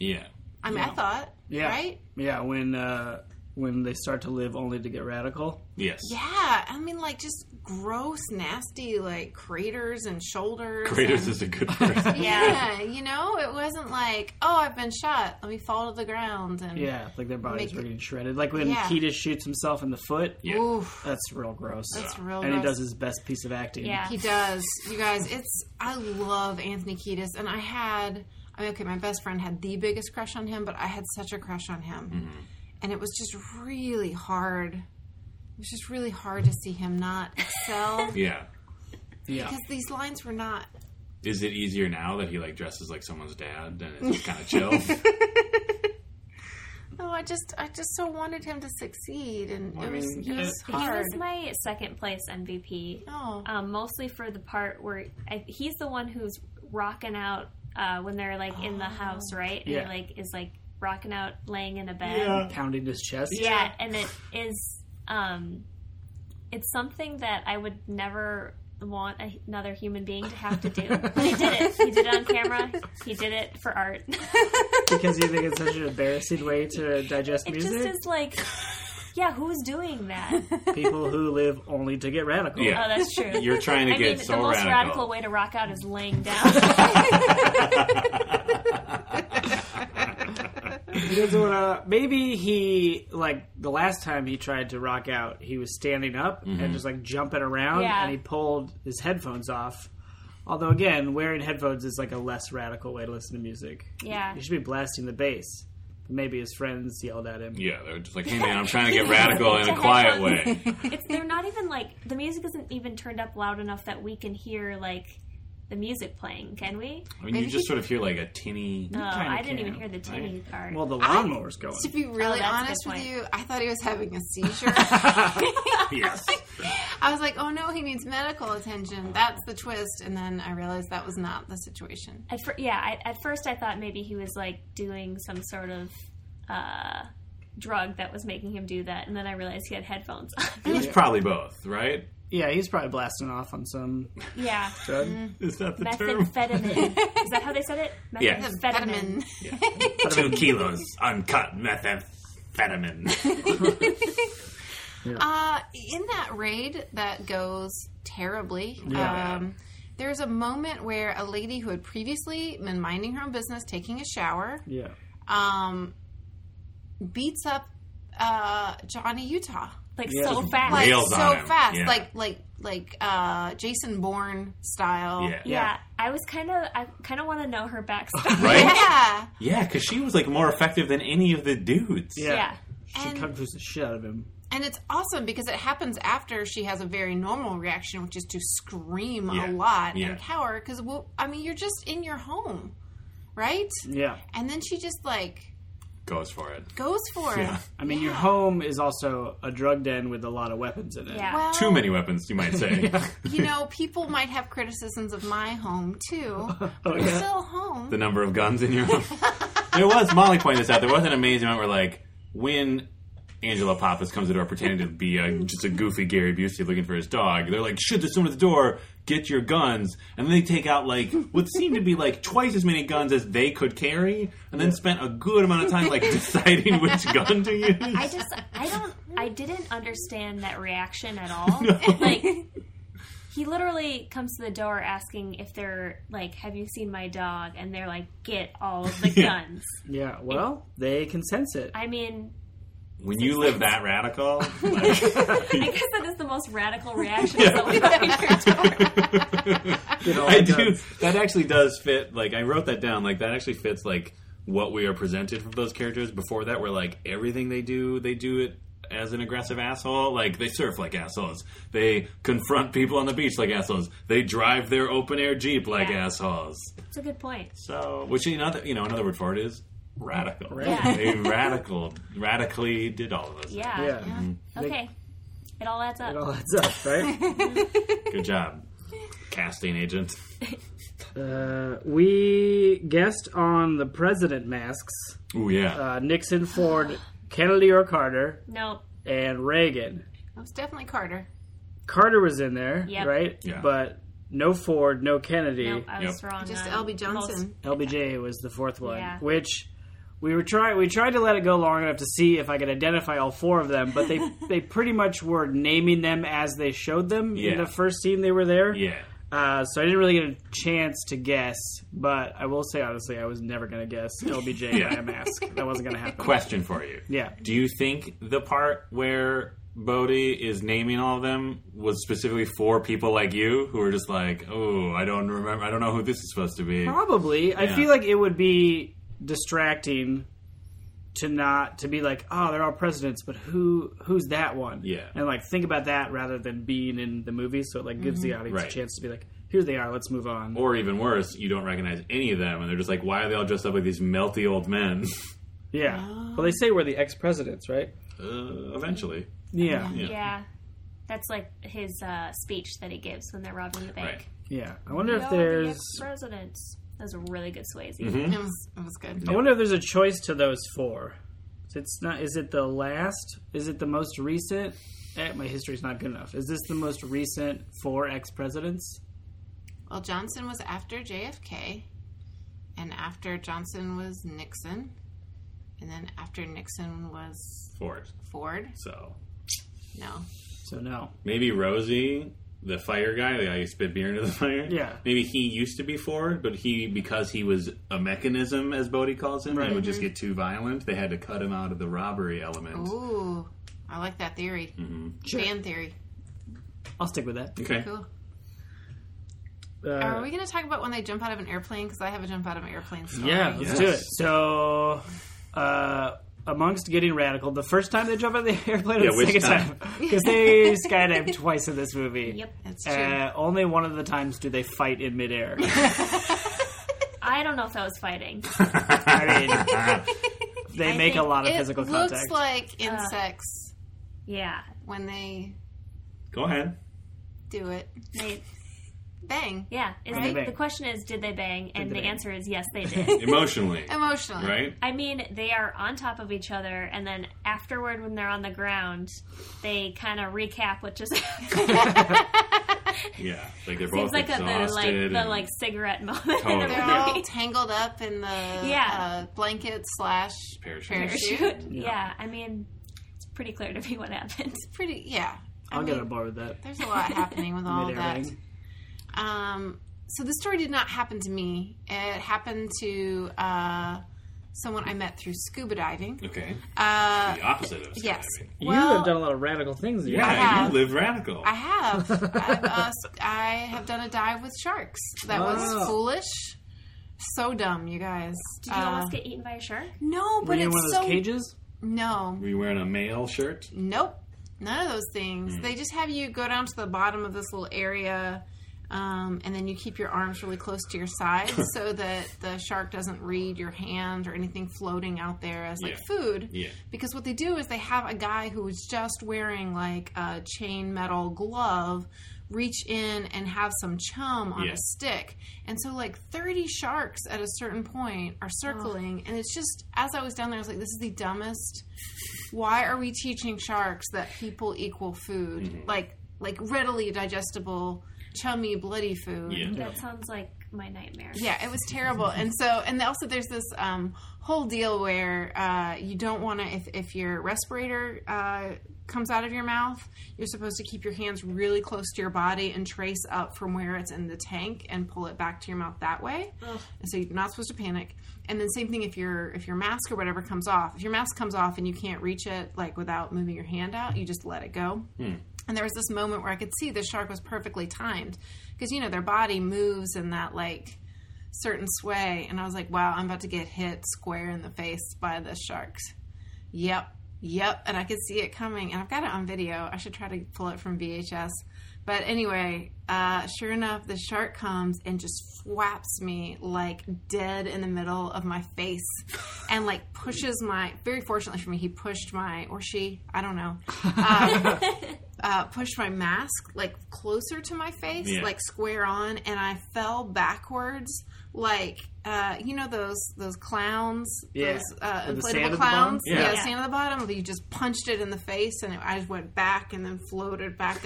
Yeah,
I mean, I thought,
Yeah.
right?
Yeah, when uh, when they start to live only to get radical.
yes.
Yeah, I mean, like just gross, nasty, like craters and shoulders.
Kratos
and-
is a good [laughs] person.
yeah, you know, it wasn't like, oh, I've been shot. Let me fall to the ground and
Yeah, like their bodies
Make
were
it-
getting shredded. Like when
Yeah.
Keita shoots himself in the foot.
Yeah.
oof.
That's real gross.
That's real
And he
gross.
does his best piece of acting.
Yeah.
He does. You guys, it's I love Anthony Kiedis, and I had I mean, okay, my best friend had the biggest crush on him, but I had such a crush on him, and it was just really hard. It was just really hard to see him not excel
Yeah.
Yeah.
because these lines were not.
Is it easier now that he like dresses like someone's dad and it's kind of chill?
Oh, I just I just so wanted him to succeed, and
Well, I
it was
mean,
it was
uh,
He
hard.
was my second place MVP.
oh,
um, mostly for the part where I, he's the one who's rocking out uh, when they're like in the
Oh.
house, right? And
Yeah.
he, like is like rocking out, laying in a bed.
Pounding his chest.
[laughs]
Yeah, and it is. Um, it's something that I would never want a, another human being to have to
[laughs]
do. he did it. He did it on camera. He did it for art. [laughs]
Because you think it's such an embarrassing way to digest
It just
music.
is like, yeah, who's doing that?
[laughs]
Oh, [laughs]
People who live only to get radical.
Yeah.
that's true.
You're trying to
I
get
mean,
so
the most radical.
radical.
way to rock out is laying down.
[laughs]
[laughs]
He doesn't wanna- maybe he like the last time he tried to rock out, he was standing up
Mm-hmm.
and just like jumping around
Yeah.
and he pulled his headphones off. Although again, wearing headphones is like a less radical way to listen to music.
Yeah.
You should be blasting the bass. Maybe his friends yelled at him.
Yeah, they're just like, hey man, I'm trying to get radical in a quiet way.
it's they're not even like the music isn't even turned up loud enough that we can hear like the music playing, can we?
I mean,
Maybe
you just
he-
sort of hear like a tinny.
Oh,
kinda
I didn't
can.
even hear the tinny part.
Well, the lawnmower's going.
To be really
oh, that's a good
honest with
point.
you, I thought he was
[laughs]
having a seizure.
[laughs] yes.
I was like, oh no, he needs medical attention. That's the twist. And then I realized that was not the situation.
At fir- yeah, I, at first I thought maybe he was like doing some sort of uh, drug that was making him do that, and then I realized he had headphones on.
It was probably both, right?
Yeah, he's probably blasting off on some.
[laughs] yeah,
Is that the term?
[laughs] methamphetamine. Is that how they said it?
Yeah.
Methamphetamine.
Two kilos uncut methamphetamine.
Uh, in that raid that goes terribly,
Yeah.
um, there's a moment where a lady who had previously been minding her own business, taking a shower,
Yeah.
um, beats up uh, Johnny Utah
Like
Yeah.
so
Just
fast.
like
Nails
so
on him.
fast,
Yeah.
like like like uh, Jason Bourne style.
Yeah.
yeah.
Yeah.
I was kind of, I kind of want to know her backstory.
[laughs] Right?
Yeah.
[laughs] Yeah, because she was like more effective than any of the dudes.
Yeah.
Yeah.
She
And-
kung fu's the shit out of him.
[laughs] And it's awesome because it happens after she has a very normal reaction, which is to scream a
Yeah.
lot
Yeah.
and cower. Because, well, I mean, you're just in your home, right?
Yeah.
And then she just like
Goes for it.
goes for it.
Yeah.
I mean, your home is also a drug den with a lot of weapons in it.
Yeah.
Well,
Too many weapons, you might [laughs] say.
you know, people might have criticisms of my home too.
Oh,
It's
yeah.
still home. [laughs]
The number of guns in your [laughs] room. there was, Molly pointed this out, there was an amazing moment where, like, when Angela Pappas comes to the door pretending to be a, just a goofy Gary Busey looking for his dog, they're like, shoot, there's someone at the door, get your guns. And then they take out, like, what seemed to be, like, twice as many guns as they could carry, and then spent a good amount of time, like, [laughs] deciding which gun to use.
I just, I don't, I didn't understand that reaction at
[laughs]
all. Like, he literally comes to the door asking if they're like, "Have you seen my dog?" And they're like, "Get all of the
[laughs] Yeah.
guns."
Yeah. Well, they can sense it.
I mean,
when you live that radical, [laughs] like,
I guess that is the most radical reaction. Yeah.
Get all
I
the
do.
guns.
That actually does fit. Like I wrote that down. Like that actually fits. Like what we are presented from those characters before that, where like everything they do, they do it as an aggressive asshole. Like they surf like assholes. They confront people on the beach like assholes. They drive their open air jeep like
Yeah.
assholes.
That's a good point.
So, which you know, you know, another word for it is radical.
Yeah.
[laughs] They radical, radically did all of this.
Yeah.
Yeah.
Okay. It all adds up.
It all adds up, right?
Good job, casting agent.
uh, we guessed on the president masks
Ooh yeah.
uh, Nixon, Ford, Kennedy or Carter,
no.
and Reagan.
It was definitely Carter.
Carter was in there,
Yep.
right?
Yeah.
But no Ford, no Kennedy.
Nope. I was
Yep.
wrong.
Just
on
LB
most-
Johnson.
LBJ was the fourth one,
Yeah.
which we were trying. We tried to let it go long enough to see if I could identify all four of them, but they they pretty much were naming them as they showed them in
Yeah.
the first scene they were there.
yeah.
Uh, so I didn't really get a chance to guess, but I will say honestly, I was never going to guess LBJ by
Yeah.
a mask. That wasn't going to happen.
Question for you.
Yeah.
Do you think the part where Bodhi is naming all of them was specifically for people like you who are just like, oh, I don't remember, I don't know who this is supposed to be?
Probably. I
Yeah.
feel like it would be distracting to not to be like, oh, they're all presidents, but who who's that one?
Yeah.
And like think about that rather than being in the movie, so it like gives
Mm-hmm.
the audience a
Right.
chance to be like, here they are, let's move on.
Or even worse, you don't recognize any of them, and they're just like, why are they all dressed up like these melty old men? [laughs]
yeah.
Oh.
Well, they say we're the ex presidents, right?
uh, eventually.
Yeah. yeah.
Yeah.
Yeah. That's like his uh, speech that he gives when they're robbing the bank.
Right.
I wonder
No,
if
the
there's.
ex-presidents. That was a really good Swayze.
It was, it was good.
I wonder if there's a choice to those four. It's not. Is it the last? Is it the most recent? Eh, my history's not good enough. Is this the most recent four ex presidents?
Well, Johnson was after JFK, and after Johnson was Nixon, and then after Nixon was
For it.
Ford.
So
No.
So no.
maybe Rosie. The fire guy, the guy who spit beer into the [laughs] fire.
Yeah.
Maybe he used to be Ford, but he because he was a mechanism, as Bodhi calls him, and would just get too violent. They had to cut him out of the robbery element.
Ooh, I like that theory.
Sure.
Fan theory.
I'll stick with that.
Okay.
Cool. Are
Uh,
we going to talk about when they jump out of an airplane? Because I have a jump out of an airplane story.
yeah, let's
Yes.
do it. So, uh, amongst getting radical the first time they jump out of the [laughs] airplane
Yeah,
or the
which
second
time?
time because [laughs] they skydive twice in this movie.
Yep.
That's true.
Uh, only one of the times do they fight in
[laughs]
midair.
I don't know if that was fighting.
I mean, they
I
make a
think
lot of
it
physical
looks
contact.
like insects
Yeah.
when they
[laughs] Go ahead.
do it.
They,
Bang.
yeah. Is
Right.
the,
Bang.
the question is, did they bang? And
they
the
bang?
answer is yes, they did.
Emotionally,
Emotionally.
right?
I mean, they are on top of each other, and then afterward, when they're on the ground, they kind of recap what just [laughs] happened.
[laughs]
[laughs]
Yeah, like they're
Seems
both
like a, the like
exhausted.
the
and-
like cigarette moment.
Totally.
in the [laughs]
They're
[laughs]
all
movie.
tangled up in the
Yeah.
uh, blanket slash
Parachute.
parachute.
Yeah. I mean, it's pretty clear to me what happened.
Pretty, yeah. I
I'll get
mean,
on board with that.
There's a lot
[laughs]
happening with all of
Midair
that.
bang.
Um, so this story did not happen to me. It happened to uh, someone I met through scuba diving.
okay,
Uh,
the opposite of skydiving.
yes.
you
Well,
have done a lot of radical things. in your
Yeah,
I
life.
have.
you live radical.
[laughs]
I have. I've, uh, I have done a dive with sharks. That
Wow.
was foolish. So dumb, you guys.
Did you
Uh,
almost get eaten by a shark?
no,
Were
but
you in
it's
one of those
so
cages?
no,
Were you wearing a male shirt?
nope, none of those things. They just have you go down to the bottom of this little area, um, and then you keep your arms really close to your sides so that the shark doesn't read your hand or anything floating out there as like
Yeah.
food.
Yeah.
Because what they do is they have a guy who is just wearing like a chain metal glove reach in and have some chum on
Yeah.
a stick. And so like 30 sharks at a certain point are circling and it's just as I was down there I was like this is the dumbest [laughs] why are we teaching sharks that people equal food
Mm-hmm.
like like readily digestible chummy bloody food.
Yeah.
That sounds like my nightmare.
Yeah, it was terrible. And so, and also there's this um, whole deal where uh, you don't want to, if, if your respirator uh, comes out of your mouth, you're supposed to keep your hands really close to your body and trace up from where it's in the tank and pull it back to your mouth that way. And so you're not supposed to panic. And then same thing if your if your mask or whatever comes off. If your mask comes off and you can't reach it like without moving your hand out, you just let it go. And there was this moment where I could see the shark was perfectly timed because you know their body moves in that like certain sway, and I was like, wow, I'm about to get hit square in the face by the sharks. Yep, yep, and I could see it coming, and I've got it on video. I should try to pull it from VHS. But anyway, uh, sure enough, the shark comes and just whaps me like dead in the middle of my face, and like pushes my. Very fortunately for me, he pushed my or she, I don't know, uh, pushed my mask like closer to my face,
Yeah.
like square on, and I fell backwards. Like uh, you know those those clowns,
Yeah.
those uh,
With the
inflatable
sand at the
clowns.
bottom?
yeah,
Yeah.
the sand at the bottom. You just punched it in the face, and it, I just went back and then floated back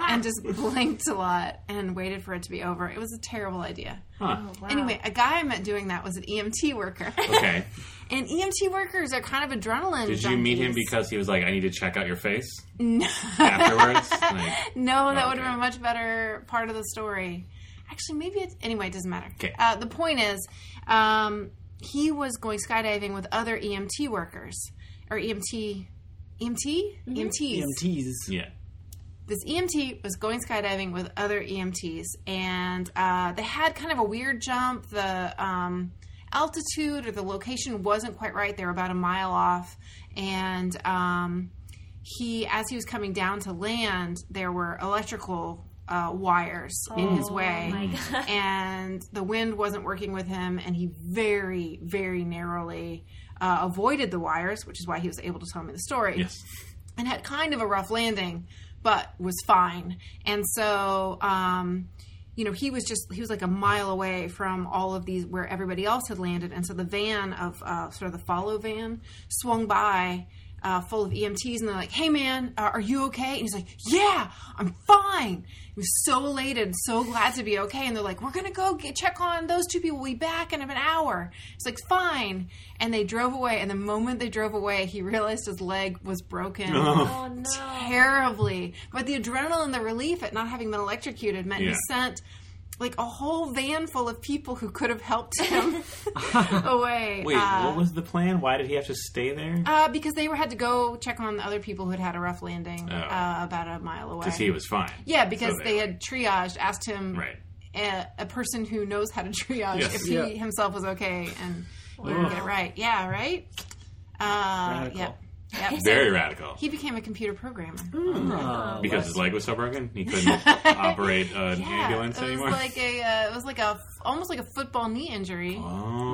[laughs]
and just blinked a lot and waited for it to be over. It was a terrible idea.
Huh.
Wow.
Anyway, a guy I met doing that was an
[laughs]
EMT worker,
Okay.
and EMT workers are kind of adrenaline.
Did you meet
[laughs]
him
junkies.
because he was like, "I need to check out
[laughs]
your face"? Afterwards, like,
No, that
Oh,
would have
okay.
been a much better part of the story. Actually, maybe it's anyway. It doesn't matter.
'Kay.
Uh, the point is, um, he was going skydiving with other EMT workers or E EMT, EMT,
E
E
EMTs.
EMTs.
yeah.
This EMT was going skydiving with other EMTs, and uh, they had kind of a weird jump. The um, altitude or the location wasn't quite right. They were about a mile off, and um, he as he was coming down to land there were electrical uh, wires in his way
Oh my
[laughs]
God.
and the wind wasn't working with him and he very very narrowly uh, avoided the wires which is why he was able to tell me the story
Yes.
and had kind of a rough landing, but was fine. And so, um, you know, he was just he was like a mile away from all of these where everybody else had landed, and so the van of uh, sort of the follow van swung by. Uh, full of EMTs, and they're like, "Hey, man, uh, are you okay?" And he's like, "Yeah, I'm fine." He was so elated, so glad to be okay. And they're like, "We're gonna go get, check on those two people. We'll be back in an hour." He's like, "Fine." And they drove away. And the moment they drove away, he realized his leg was broken
[laughs]
Oh no.
terribly. But the adrenaline, the relief at not having been electrocuted meant he
Yeah.
sent like a whole van full of people who could have helped
[laughs]
him [laughs] away.
Wait,
uh,
what was the plan? Why did he have to stay there?
uh, because they were had to go check on the other people who had had a rough landing
Oh.
uh, about a mile away.
Because he was fine.
yeah, because
So
they, had triaged, asked him,
Right.
a, a person who knows how to [laughs] triage
Yes.
if he
Yeah.
himself was okay and we would get it right. Yeah, right? Uh,
Radical.
yep. Yep.
[laughs] Very radical.
He became a computer programmer.
Oh,
Because his leg was so broken,
[laughs]
he couldn't operate an ambulance
it was
anymore.
like a, uh, it was like a, f- almost like a football knee injury.
[laughs] oh,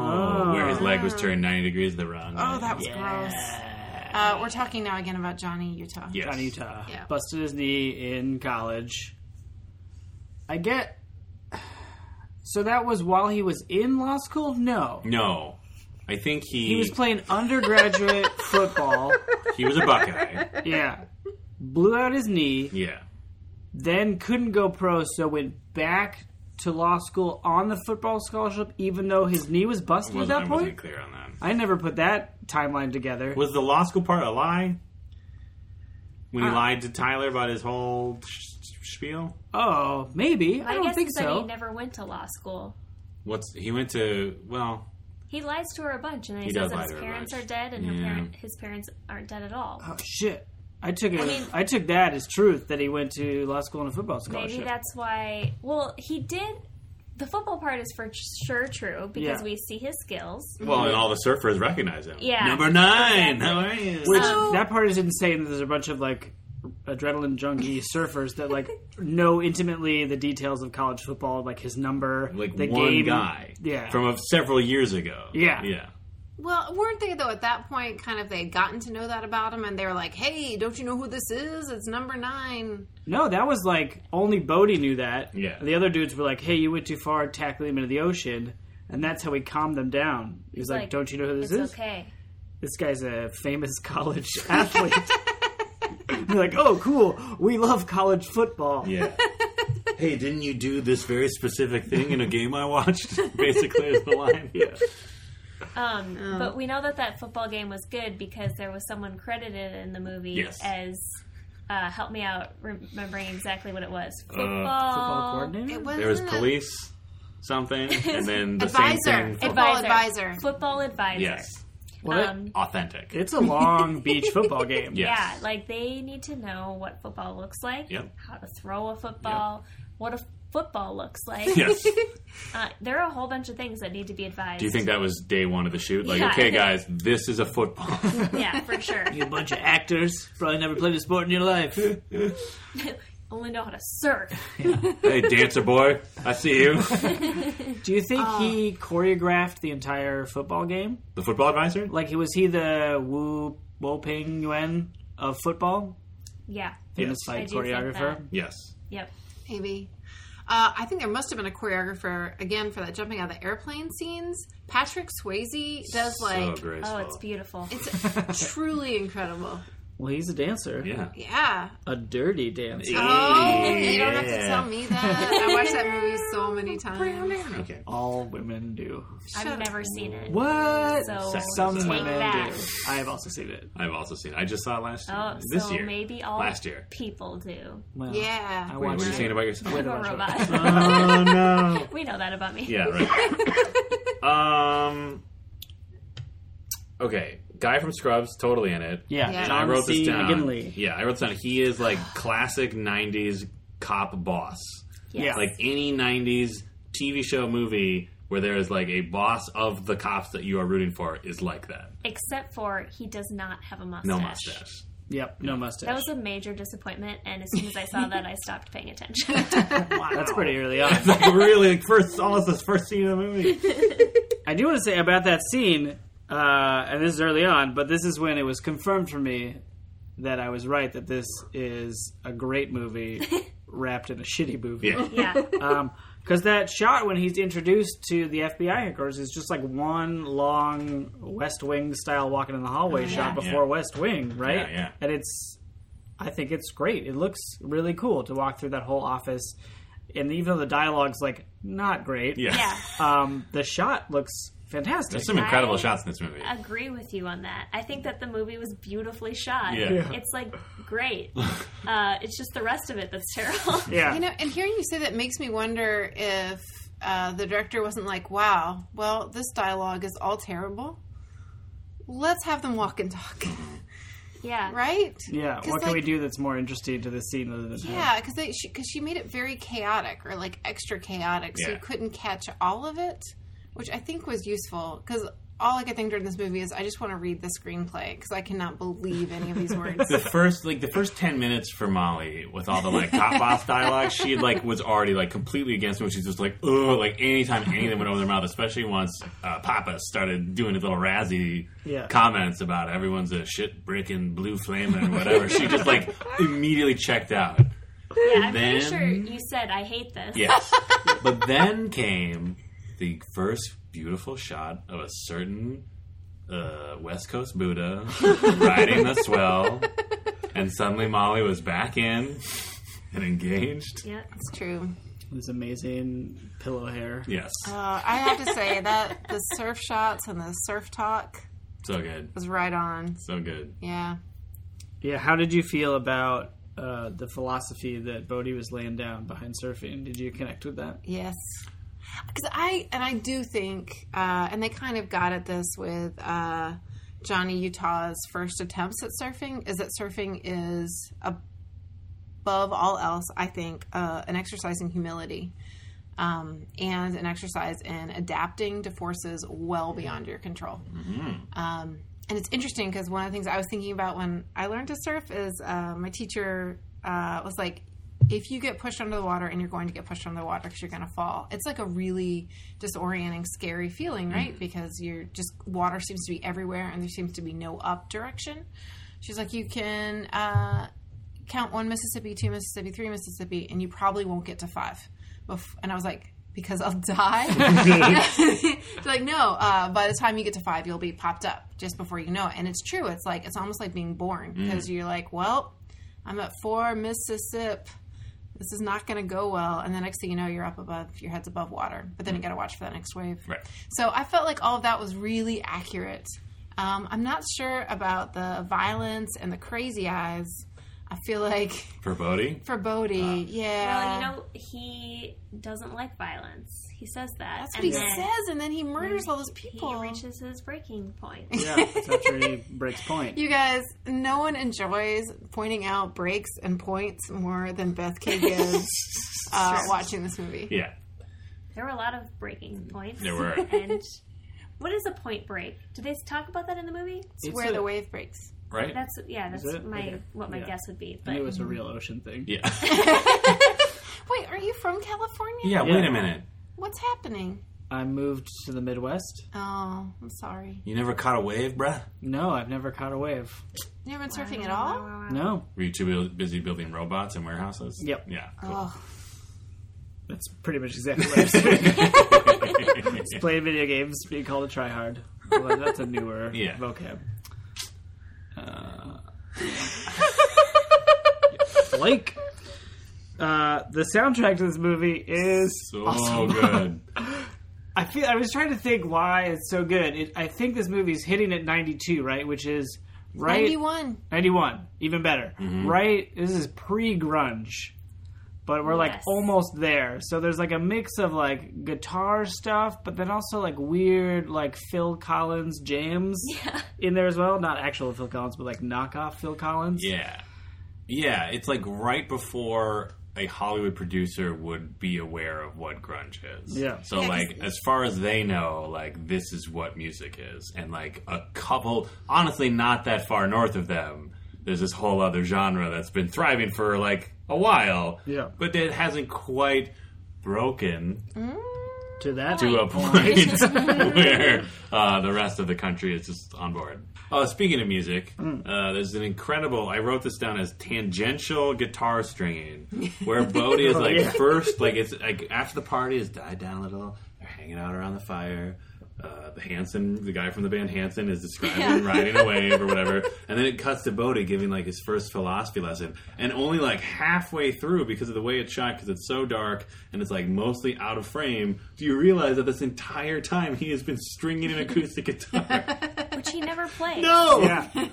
Oh,
where his leg was turned 90 degrees the wrong
Oh,
way.
that was gross. Uh, we're talking now again about Johnny Utah.
Yes.
Johnny Utah
Yeah.
busted his knee in college. I get. So that was while he was in law school. No,
No. I think he
he was playing undergraduate football.
he was
[laughs]
a Buckeye.
Yeah, blew out his knee.
Yeah.
Then couldn't go pro, so went back to law school on the football scholarship, even though his knee was busted
Wasn't,
at
I
that
wasn't
point.
clear on that.
I never put that timeline together.
Was the law school part a lie? When he
Uh,
lied to Tyler about his whole sh- sh- spiel?
Oh, maybe.
My
I don't
guess
think
is that
so.
he never went to law school.
What's he went to? Well,
He lies to her a bunch, and then he,
He
says
does
that
lie
his
to her a
parents
bunch.
are dead, and her
Yeah.
parent, his parents aren't dead at all.
Oh shit! I took it. I,
mean-
took that as truth that he went to law school on a football scholarship.
Maybe that's why. Well, he did. The football part is for sure true because
Yeah.
we see his skills.
well, and all the surfers recognize him.
Yeah.
number nine. How are you?
Which
So-
that part is insane. That there's a bunch of like adrenaline junkie
[laughs]
surfers that like know intimately the details of college football, like his number,
like
the
one
game.
guy,
Yeah.
from a, several years ago.
Yeah.
yeah.
Well, weren't they though at that point? Kind of, they had gotten to know that about him, and they were like, "Hey, don't you know who this is? It's number nine.
No, that was like only Bodie knew that.
Yeah.
The other dudes were like, "Hey, you went too far. Tackle him into the ocean." And that's how he calmed them down. He was like,
like,
"Don't you know who this
It's
is?
okay.
This guy's a famous
[laughs]
college athlete." [laughs] You're like, "Oh, cool. We love college football."
Yeah. hey, didn't you do this very specific thing in a game I watched? [laughs] Basically, is the line. Yeah.
Um, But we know that that football game was good because there was someone credited in the movie
Yes.
as. Uh, help me out remembering exactly what it was.
Uh,
Football,
Football
Uh,
coordinator.
It was
Hmm. There was police, something, and then the same
advisor,
thing. for-
football advisor.
football advisor.
yes,
Well, that-
Um,
authentic.
It's a long beach football
[laughs]
game.
Yes.
Yeah, like they need to know what football looks like,
Yep.
how to throw a football, what a football looks like.
yes.
Uh, there are a whole bunch of things that need to be advised.
Do you think that was day one of the shoot? Like,
Yeah.
okay, guys, this is a football.
Yeah, for
[laughs]
sure.
You bunch of actors. Probably never played a sport in your life.
Only know how to surf.
hey, dancer boy, I see you.
Do you think he choreographed the entire football game?
The football advisor?
Like, he was he the Wu Wu Ping Yuan of football?
Yeah.
Famous
Yes.
fight
I do think
choreographer?
Yes.
Yep.
Maybe. Uh, I think there must have been a choreographer again for that jumping out of the airplane scenes. Patrick Swayze does like
so graceful.
Oh, it's beautiful.
it's truly incredible.
[laughs] Well, he's a dancer.
Yeah.
Yeah.
A dirty dancer.
Oh, you don't have to tell me that. I watched that movie so many times.
Okay.
All women do.
I've never seen it.
What?
So
Some
take
women
that.
do. I have also seen it.
I've also seen. it. I just saw it last year.
Oh,
this
so
year.
maybe all
Last year.
people do.
Well, I
Yeah.
watched
Wait, what are you
it.
saying about yourself?
Wait a
I'm a
bunch of-
robot. [laughs]
[laughs] oh no.
we know that about me.
Yeah. Right. um. Okay. Guy from Scrubs, totally in it.
Yeah,
Yeah.
And I
John
wrote
C.
this down.
McGinley.
Yeah, I wrote this down. He is like classic '90s cop boss.
Yeah.
like any 90s TV show movie where there is like a boss of the cops that you are rooting for is like that.
Except for he does not have a mustache.
No mustache. [laughs]
Yep, no mustache.
That was a major disappointment, and as soon as I saw that, I stopped paying attention.
That's pretty early on.
like really like first almost the first scene of the [laughs] movie.
I do want to say about that scene, uh, and this is early on, but this is when it was confirmed for me that I was right that this is a great movie wrapped in a shitty movie.
Yeah.
yeah.
Because that shot when he's introduced to the FBI headquarters is just like one long West Wing style walking in the hallway shot before
Yeah.
West Wing, right?
Yeah, yeah.
And it's, I think it's great. It looks really cool to walk through that whole office. And even though the dialogue's like not great,
Yeah.
Yeah.
um, the shot looks fantastic.
There's some incredible
I-
shots in this movie.
agree with you on that. I think that the movie was beautifully shot.
Yeah. Yeah.
It's like great.
[laughs]
uh, it's just the rest of it that's terrible.
Yeah.
You know, and hearing you say that makes me wonder if uh, the director wasn't like, wow, well, this dialogue is all terrible. Let's have them walk and talk, [laughs]
Yeah.
right?
yeah.
'Cause,
What can we
like,
do that's more interesting to this scene other than
Yeah, because they because she made it very chaotic or like extra chaotic, so
Yeah.
you couldn't catch all of it, which I think was useful because all I could think during this movie is I just want to read the screenplay because I cannot believe any of these words.
the first like the first 10 minutes for molly with all the like cop boss dialogue she like was already like completely against it when she's just like oh like anytime anything went over their mouth especially once uh, papa started doing his little razzie
Yeah.
comments about everyone's a shit brick and blue flaming or whatever she just like immediately checked out
Yeah, I'm pretty
Then-
sure you said I hate this.
yes but then came the first beautiful shot of a certain uh, West Coast Buddha riding the swell, and suddenly Molly was back in and engaged.
Yeah.
It's true.
This amazing pillow hair.
Yes,
Uh, I have to say that the surf shots and the surf talk
so good,
was right on.
so good.
Yeah.
Yeah, how did you feel about uh, the philosophy that Bodhi was laying down behind surfing? Did you connect with that?
Yes. Because I and I do think, uh, and they kind of got at this with uh, Johnny Utah's first attempts at surfing, is that surfing is above all else, I think, uh, an exercise in humility. Um, and an exercise in adapting to forces well beyond your control. Um, and it's interesting because one of the things I was thinking about when I learned to surf is uh, my teacher uh, was like, if you get pushed under the water and you're going to get pushed under the water because you're going to fall, it's like a really disorienting, scary feeling, right? Because you're just water seems to be everywhere and there seems to be no up direction. She's like, you can uh, count one Mississippi, two Mississippi, three Mississippi, and you probably won't get to five. Bef- And I was like, because I'll [laughs] die. She's like, no, uh, by the time you get to five, you'll be popped up just before you know it. And it's true. It's like, it's almost like being born because you're like, well, I'm at four Mississippi. This is not going to go well. And the next thing you know, you're up above, your head's above water. But then you got to watch for that next wave.
Right.
So I felt like all of that was really accurate. Um, I'm not sure about the violence and the crazy eyes. I feel like [laughs]
For Bodhi,
for Bodhi,
Well,
yeah.
you know, he doesn't like violence. He says that.
that's what he
then
says, and then he murders all those
He
people.
reaches his breaking point.
Yeah, [laughs] that's after he breaks point.
[laughs] You guys, no one enjoys pointing out breaks and points more than Beth
[laughs]
K. Gibbs uh, watching this movie.
yeah,
There were a lot of breaking
Mm,
points.
there were.
[laughs] And what is a point break? Do they talk about that in the movie?
It's,
It's
where
a-
the wave breaks.
[laughs]
Right?
That's yeah. That's
it?
my
Okay.
what my
Yeah.
guess would be.
I
But
knew it was a real ocean thing.
Yeah. [laughs]
Wait, are you from California?
yeah. Wait a minute.
What's happening?
I moved to the Midwest.
Oh, I'm sorry.
You never caught a wave, bruh.
No, I've never caught a wave.
You haven't been
[laughs]
surfing at all?
No,
Were you too bu- busy building robots and warehouses?
Yep.
Yeah.
Oh,
that's pretty much exactly what I was
[laughs]
doing.
Cool.
Playing video games, being called a tryhard. Well, that's a newer
Yeah.
vocab. Uh, Blake. Uh, the soundtrack to this movie is
so good.
I feel I was trying to think why it's so good. It, I think this movie's hitting at 92, right? Which is
[laughs]
right
91.
91, even better.
Mm-hmm.
Right? This is pre-grunge. But we're like
Yes.
almost there. So there's like a mix of like guitar stuff, but then also like weird like Phil Collins jams in there as well. Not actual Phil Collins, but like knockoff Phil Collins.
Yeah. Yeah, it's like right before a Hollywood producer would be aware of what grunge is.
Yeah.
So
Yeah, 'cause-
like as far as they know, like this is what music is. And like a couple honestly not that far north of them, there's this whole other genre that's been thriving for like a while.
Yeah.
But it hasn't quite broken
To that
to a point where uh, the rest of the country is just on board. Uh, speaking of music, uh, there's an incredible. I wrote this down as tangential guitar stringing, where Bodhi is like
yeah.
first, like it's like after the party has died down a little. They're hanging out around the fire. Uh, the Hanson, the guy from the band Hanson, is describing riding a wave or
[laughs]
whatever, and then it cuts to Bodhi giving like his first philosophy lesson, and only like halfway through because of the way it's shot, because it's so dark and it's like mostly out of frame. Do you realize that this entire time he has been stringing an
[laughs]
acoustic guitar? [laughs]
[laughs]
which he never played.
no.
Yeah.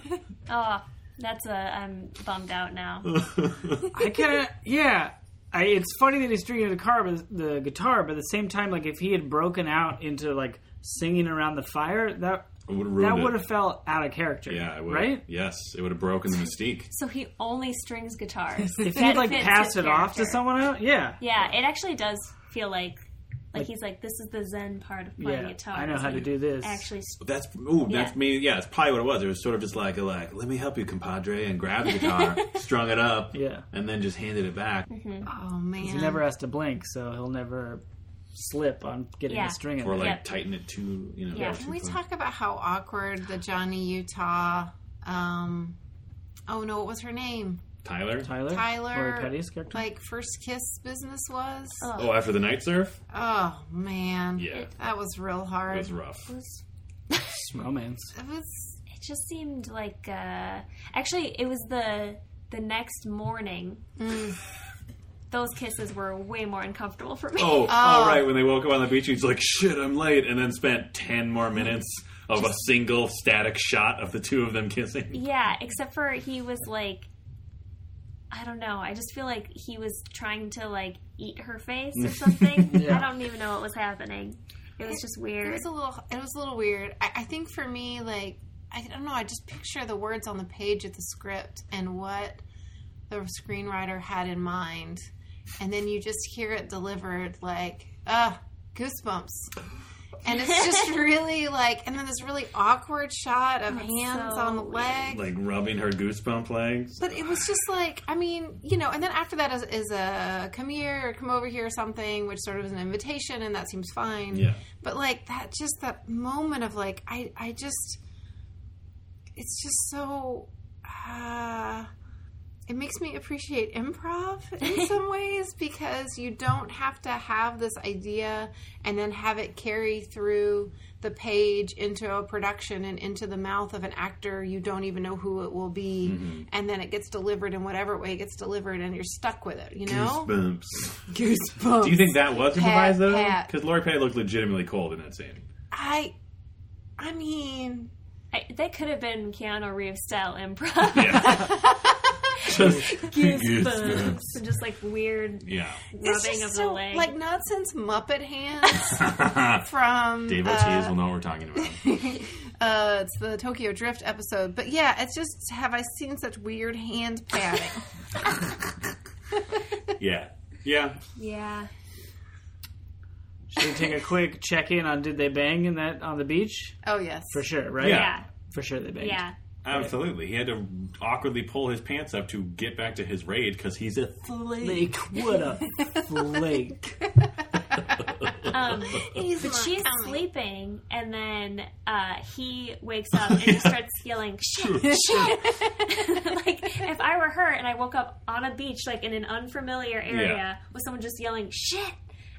Oh, that's a I'm bummed
[laughs]
out now.
I kind of yeah. I, it's funny that he's stringing the car, but the guitar. But at the same time, like if he had broken out into like singing around the fire, that
It would've ruined
that
it.
would have felt out of character.
Yeah, it would.
right.
Yes, it would have broken the mystique.
So he only strings guitars.
[laughs] If he'd like
fits
passed
his
it off to
character.
someone else, yeah.
Yeah, it actually does feel like Like, he's like, this is the Zen part of playing
Yeah,
guitar.
I know
It's
how to
like,
do this.
Actually, s-
That's ooh, that's
Yeah.
me. Yeah, it's probably what it was. It was sort of just like a like, let me help you, compadre, and grabbed the guitar, strung it up,
Yeah.
and then just handed it back.
Oh man.
he never has to blink, so he'll never slip on getting
Yeah.
a string in
or
there.
like
Yeah.
tighten it too. You know,
Yeah.
too
Can we
close.
talk about how awkward the Johnny Utah? Um, oh no, what was her name?
Tyler?
Tyler,
Tyler,
Lori Petty's character.
Like first kiss business was. Oh,
Oh, after the night surf?
man,
Yeah,
that was real
it
hard.
was rough.
was-
It's romance.
It was-
it just seemed like uh, actually it was the the next morning.
Mm.
[laughs] Those kisses were way more uncomfortable for me.
Oh, all right. When they woke up on the beach, he's like, "Shit, I'm late," and then spent ten more minutes of a single static shot of the two of them kissing.
Yeah, except for he was like, I don't know. I just feel like he was trying to like eat her face
[laughs]
or something.
Yeah.
I don't even know what was happening. It was just
it
weird.
was a little. It was a little weird. I, I think for me, like I don't know. I just picture the words on the page of the script and what the screenwriter had in mind, and then you just hear it delivered like ah goosebumps. And it's
[laughs]
just really like, and then this really awkward shot of hands
so
on the
weird.
leg.
Like rubbing her goosebump legs.
But it was just like, I mean, you know, and then after that is, is a come here or come over here or something, which sort of is an invitation, and that seems fine.
Yeah.
But like that, just that moment of like, I, I just, it's just so, uh, it makes me appreciate improv
[laughs]
in some ways because you don't have to have this idea and then have it carry through the page into a production and into the mouth of an actor you don't even know who it will be
Mm-hmm.
and then it gets delivered in whatever way it gets delivered and you're stuck with it you know
Goosebumps.
goosebumps
Do you think that was improvised though?
pat.
Because Lori Petty looked legitimately cold in that scene.
i i mean
I, that could have been Keanu Reeves style improv. [laughs]
Yeah. Just [laughs]
Goosebumps. and [laughs] just like weird
Yeah.
it's
rubbing
just
of the
so,
leg.
like nonsense muppet
[laughs]
hands from
Dave
uh,
Ortiz will know what we're talking [laughs] about.
uh, it's the Tokyo Drift episode. But yeah, it's just have I seen such weird hand padding?
Yeah. Yeah.
yeah.
Should we take a quick check in on did they bang in that on the beach?
oh yes,
For sure, right?
Yeah.
Yeah.
For sure they banged.
Yeah.
Absolutely. He had to awkwardly pull his pants up to get back to his raid because he's a
Flake, what a flake.
[laughs]
[laughs]
[laughs]
Um,
He's
but
not
she's
coming.
sleeping, and then uh, he wakes up and just
[laughs]
starts yelling, shit, shit. [laughs] like, if I were her and I woke up on a beach, like in an unfamiliar area,
Yeah.
with someone just yelling, shit,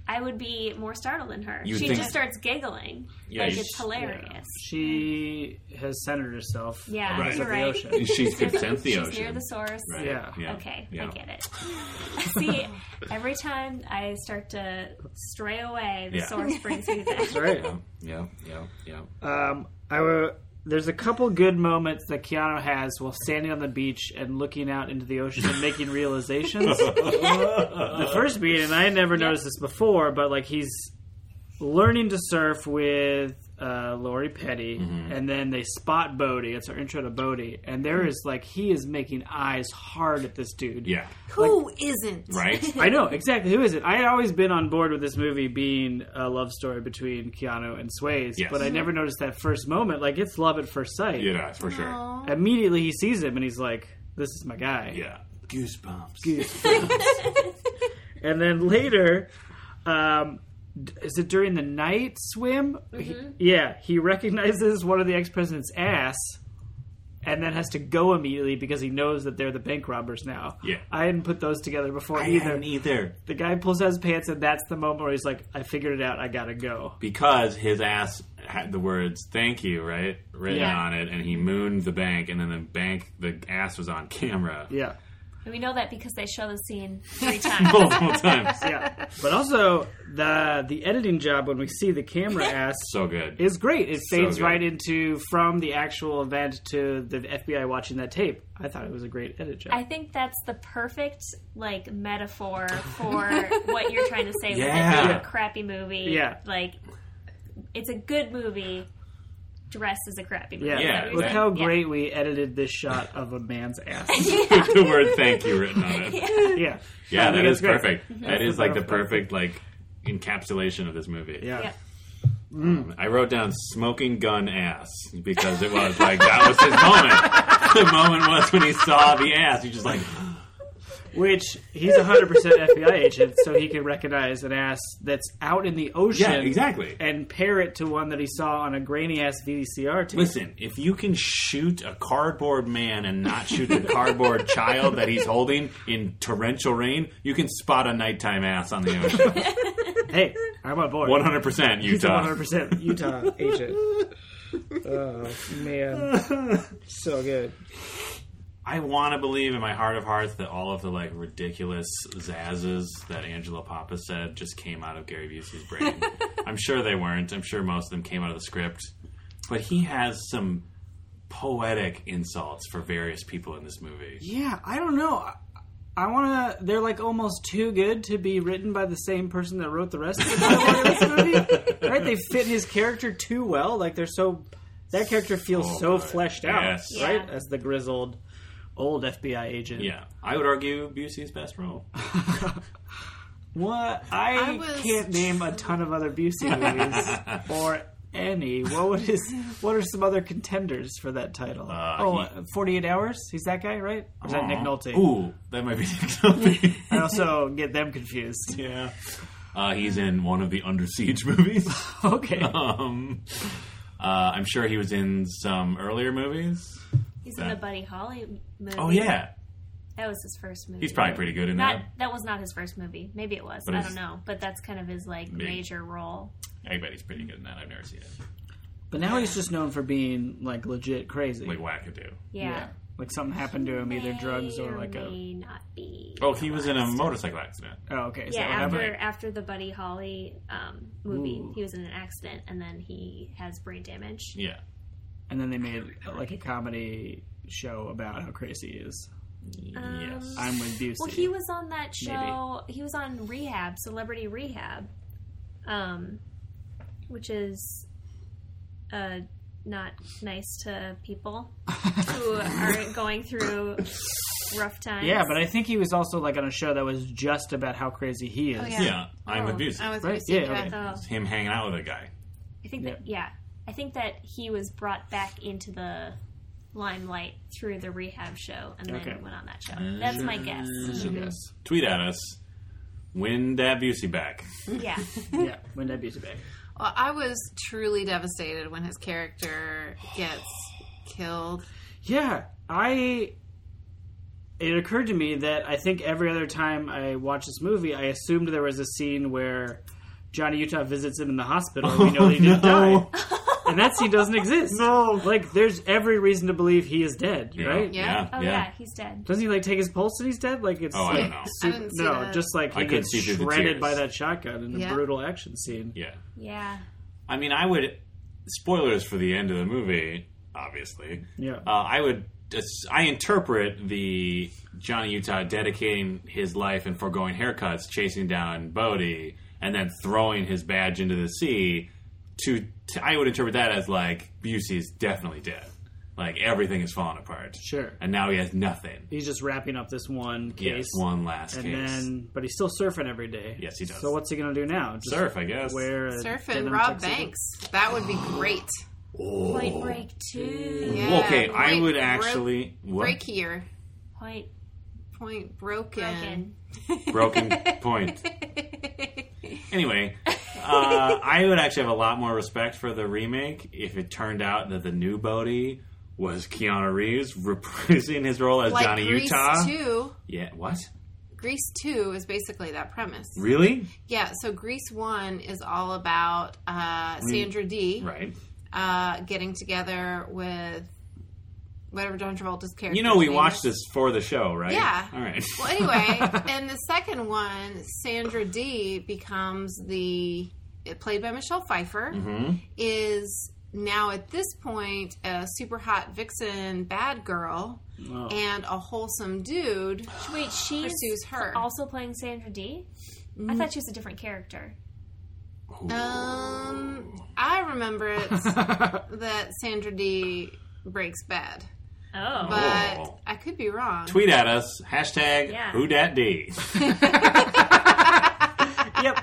I would be more startled than her.
You
she
think-
just starts giggling.
Yeah,
like,
you-
it's hilarious.
She has centered herself.
Yeah, you're
Right.
of the
right.
ocean.
she could sense
[laughs]
the
She's
ocean.
near the source.
Right.
Yeah.
Okay,
Yeah.
I get
[laughs]
it. See, every time I start to stray away, the
Yeah.
source brings me
[laughs]
back.
That's right.
Yeah. Yeah. Yeah. Yeah.
Um, I were, there's a couple good moments that Keanu has while standing on the beach and looking out into the ocean and
[laughs]
making realizations. the
[laughs]
first being, and I had never noticed this before, but like he's learning to surf with uh, Lori Petty,
Mm-hmm.
and then they spot Bodie. It's our intro to Bodie, and
Mm.
there is like he is making eyes hard at this dude.
Yeah.
Who isn't
[laughs]
Right?
[laughs] I know exactly who is it. I had always been on board with this movie being a love story between Keanu and Swayze,
Yes.
but I never noticed that first moment. Like it's love at first sight.
yeah, for sure.
Aw.
Immediately he sees him and he's like, "This is my guy."
Yeah. Goosebumps.
And then later, um, d- is it during the night swim? He- yeah, he recognizes one of the ex president's ass. And then has to go immediately because he knows that they're the bank robbers now.
Yeah.
I hadn't put those together before
I
either.
hadn't either.
The guy pulls out his pants, and that's the moment where he's like, "I figured it out. I gotta go."
because his ass had the words "thank you" right written
Yeah.
on it, and he mooned the bank, and then the bank, the ass was on camera
Yeah,
And we know that because they show the scene
[laughs]
three times.
[laughs] multiple times. [laughs]
yeah. but also the the editing job when we see the
[laughs]
camera ass
So good. [laughs]
is great. It fades
good.
right into from the actual event to the FBI watching that tape. I thought it was a great edit job.
I think that's the perfect like metaphor for
[laughs]
what you're trying to say with
Yeah.
it being a crappy movie.
Yeah.
Like it's a good movie dressed as a crappy movie.
yeah,
Yeah,
look
exactly.
how great we edited this shot of a man's ass. [laughs]
With the word "thank you" written on it. [laughs] Yeah,
yeah,
that
think
is
it's great.
perfect. That is like the perfect like encapsulation of this movie.
Yeah.
Yep.
I wrote down smoking gun ass because it was like that was his moment. [laughs] the moment was when he saw the ass. He just like
Which he's 100% FBI agent, so he can recognize an ass that's out in the ocean.
yeah, exactly.
And pair it to one that he saw on a grainy ass VCR tape.
Listen, if you can shoot a cardboard man and not shoot the [laughs] cardboard child that he's holding in torrential rain, you can spot a nighttime ass on the ocean. [laughs]
Hey, I'm on board.
One hundred percent,
He's a
Utah.
100% Utah agent. Oh, man. So good.
I want to believe in my heart of hearts that all of the like ridiculous zazzes that Angela Papa said just came out of Gary Busey's [laughs] brain. I'm sure they weren't. I'm sure most of them came out of the script, but he has some poetic insults for various people in this movie.
Yeah, I don't know. I, I want to. They're like almost too good to be written by the same person that wrote the rest of the dialogue in [laughs] this movie, right? They fit his character too well. Like they're so that character feels
Oh,
so
good.
fleshed out,
Yes.
right?
Yeah.
As the grizzled old FBI agent.
Yeah, I would argue Busey's best role.
What I,
I was-
can't name a ton of other
[laughs]
Busey movies or any. What would his? What are some other contenders for that title?
Uh,
oh,
he- Uh-huh.
uh, 48 Hours. He's that guy, right? Or is that Nick Nolte?
Ooh, that might be [laughs] Nick Nolte.
I [laughs] also get them confused. [laughs]
yeah. Uh, he's in one of the Under Siege [laughs] movies.
Okay.
[laughs] um, uh, I'm sure he was in some earlier movies.
He's in the Buddy Holly movie.
Oh, yeah.
That was his first movie.
He's probably pretty good in
Not
that.
that was not his first movie. Maybe it was.
But
I
it's-
don't know. But that's kind of his like
Big.
major role.
I bet he's pretty good in that. I've never seen it.
But now he's just known for being like legit crazy.
Like Wackadoo.
Yeah.
Like something happened to him, either drugs
May
or like a.
may not be.
Oh, he was in a motorcycle accident.
Oh, okay. Is
Yeah,
that what
after
happened?
after the Buddy Holly um, movie,
Ooh.
he was in an accident and then he has brain damage.
Yeah.
And then they made like a comedy show about how crazy he is.
yes.
I'm with Busey.
Well, he was on that show. He was on Rehab, Celebrity Rehab, um, which is uh, not nice to
[laughs]
people who are going through rough times.
yeah, but I think he was also like on a show that was just about how crazy he is.
Oh, yeah.
yeah, I'm with Busey.
I was
Right,
right, yeah,
yeah, okay.
so
It's him hanging out with a guy.
I think that yeah, I think that he was brought back into the limelight through the Rehab show and then
Okay. Uh,
went on that show. That's my guess.
Yes.
Tweet at us. Win that
[laughs]
Busey back.
Yeah,
[laughs]
Mm-hmm.
yeah. When that Busey back.
Well, I was truly devastated when his character gets
[sighs]
killed.
Yeah, I. It occurred to me that I think every other time I watch this movie, I assumed there was a scene where Johnny Utah visits him in the hospital. and we know that he didn't
Oh, no.
die, and that scene doesn't exist. No, like there's every reason to believe he is dead, right?
Yeah.
Yeah.
oh yeah,
yeah.
he's dead.
Doesn't he like take his pulse and he's dead? Like it's
Oh, I
like,
don't know.
I didn't see
no,
that.
just like he
I couldn't
gets
see through the
shredded
tears.
by that shotgun in a
Yeah.
brutal action scene.
yeah.
Yeah,
I mean, I would spoilers for the end of the movie, obviously.
Yeah,
Uh, I would I interpret the Johnny Utah dedicating his life and foregoing haircuts, chasing down Bodie, and then throwing his badge into the sea. To, to I would interpret that as like Busey's definitely dead. Like everything is falling apart,
sure.
and now he has nothing.
He's just wrapping up this one
Yes,
case.
one last
and
case.
then but he's still surfing every day.
Yes, he does.
So what's he gonna do now? Just
Surf, I guess.
wear a
Surf
denim
and Rob
tuxedo?
Banks. That would be great.
Point Break two,
Yeah.
Well, okay, I
Break-
would
break-
actually what?
Break here.
Point
Point broken.
Broken.
broken point. Anyway, uh, I would actually have a lot more respect for the remake if it turned out that the new Bodhi was Keanu Reeves reprising his role
[laughs]
as
Like
Johnny
Grease
Utah.
2.
Yeah, what?
Grease 2 is basically that premise.
Really?
Yeah, so Grease 1 is all about uh, Sandra D
Right.
uh, getting together with whatever John Travolta's character
You know, we watched this for the show, right?
Yeah.
All right.
Well,
[laughs]
anyway, and the second one, Sandra D becomes the uh, played by Michelle Pfeiffer
Mm-hmm.
is now at this point a super hot vixen bad girl
Oh.
and a wholesome dude.
Wait, she
Pursues her.
also playing Sandra D. I thought she was a different character.
Um, I remember it
[laughs]
that Sandra D breaks bad,
Oh,
but
Oh.
I could be wrong.
Tweet at us hashtag
[laughs]
Yeah.
Who Dat D.
yep.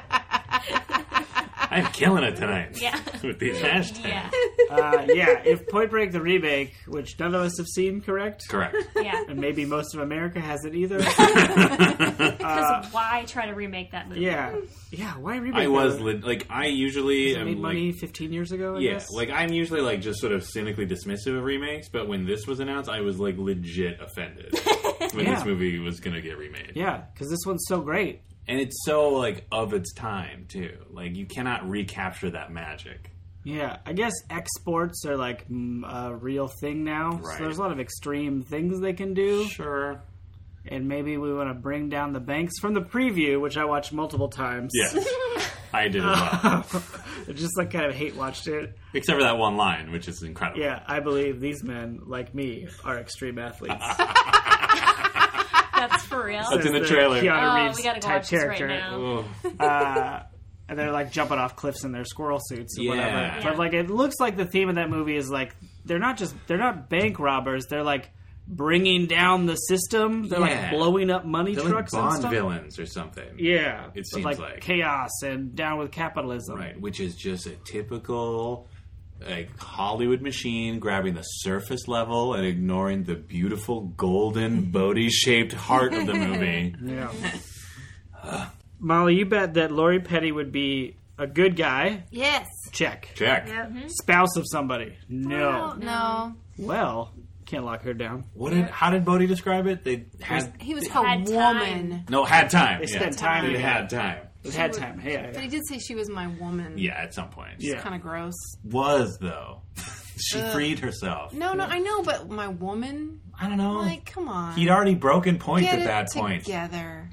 I'm killing it tonight.
Yeah. [laughs]
With
[laughs]
these hashtags.
Yeah,
Uh, yeah, if Point Break the remake, which none of us have seen, correct?
[laughs]
Correct. [laughs]
yeah.
And maybe most of America hasn't either.
Because why try to remake that movie?
yeah, yeah. Why remake?
I
that?
was li- like, I usually
It
am
made
like,
money 15 years ago. I
yeah,
guess?
like I'm usually like just sort of cynically dismissive of remakes, but when this was announced, I was like
[laughs]
legit offended when
Yeah.
this movie was gonna get remade.
yeah, because this one's so great.
And it's so like of its time too. Like you cannot recapture that magic.
Yeah, I guess exports are like mm, a real thing now.
Right.
So there's a lot of extreme things they can do,
Sure.
and maybe we want to bring down the banks from the preview, which I watched multiple times.
Yes. I did as well.
[laughs] I just like kind of hate watched it.
Except for that one line, which is incredible.
Yeah, I believe these men, like me, are extreme
[laughs]
athletes.
That's for real.
That's in the
They're
trailer.
Keanu
Oh,
Reeves
we gotta go
type
watch this right
character,
now.
Ugh.
and they're like jumping off cliffs in their squirrel suits and
Yeah.
whatever.
Yeah.
But like, it looks like the theme of that movie is like they're not just they're not bank robbers. They're like bringing down the system. They're
Yeah.
like blowing up money
They're like
trucks and
Bond
stuff.
villains or something.
Yeah,
It
With,
seems
like,
like.
chaos and down with capitalism.
Right, which is just a typical like Hollywood machine grabbing the surface level and ignoring the beautiful golden Bodhi shaped heart of the movie.
Yeah. [laughs] Molly, you bet that Lori Petty would be a good guy.
Yes.
Check.
Check.
Spouse of somebody.
No.
No.
No.
Well, can't lock her down.
What did how did Bodhi describe it? They had
He was her
Had time.
woman.
no had time.
They spent time
They
together.
had time.
It had time. Hey, I-
But he did say she was my woman.
Yeah, at some point.
Yeah.
Kind of gross.
Was though. [laughs] she freed herself.
No, no, I know, but my woman.
I don't know.
Like, come on.
Oh. He'd already broken point
Get
at
it
that point.
together.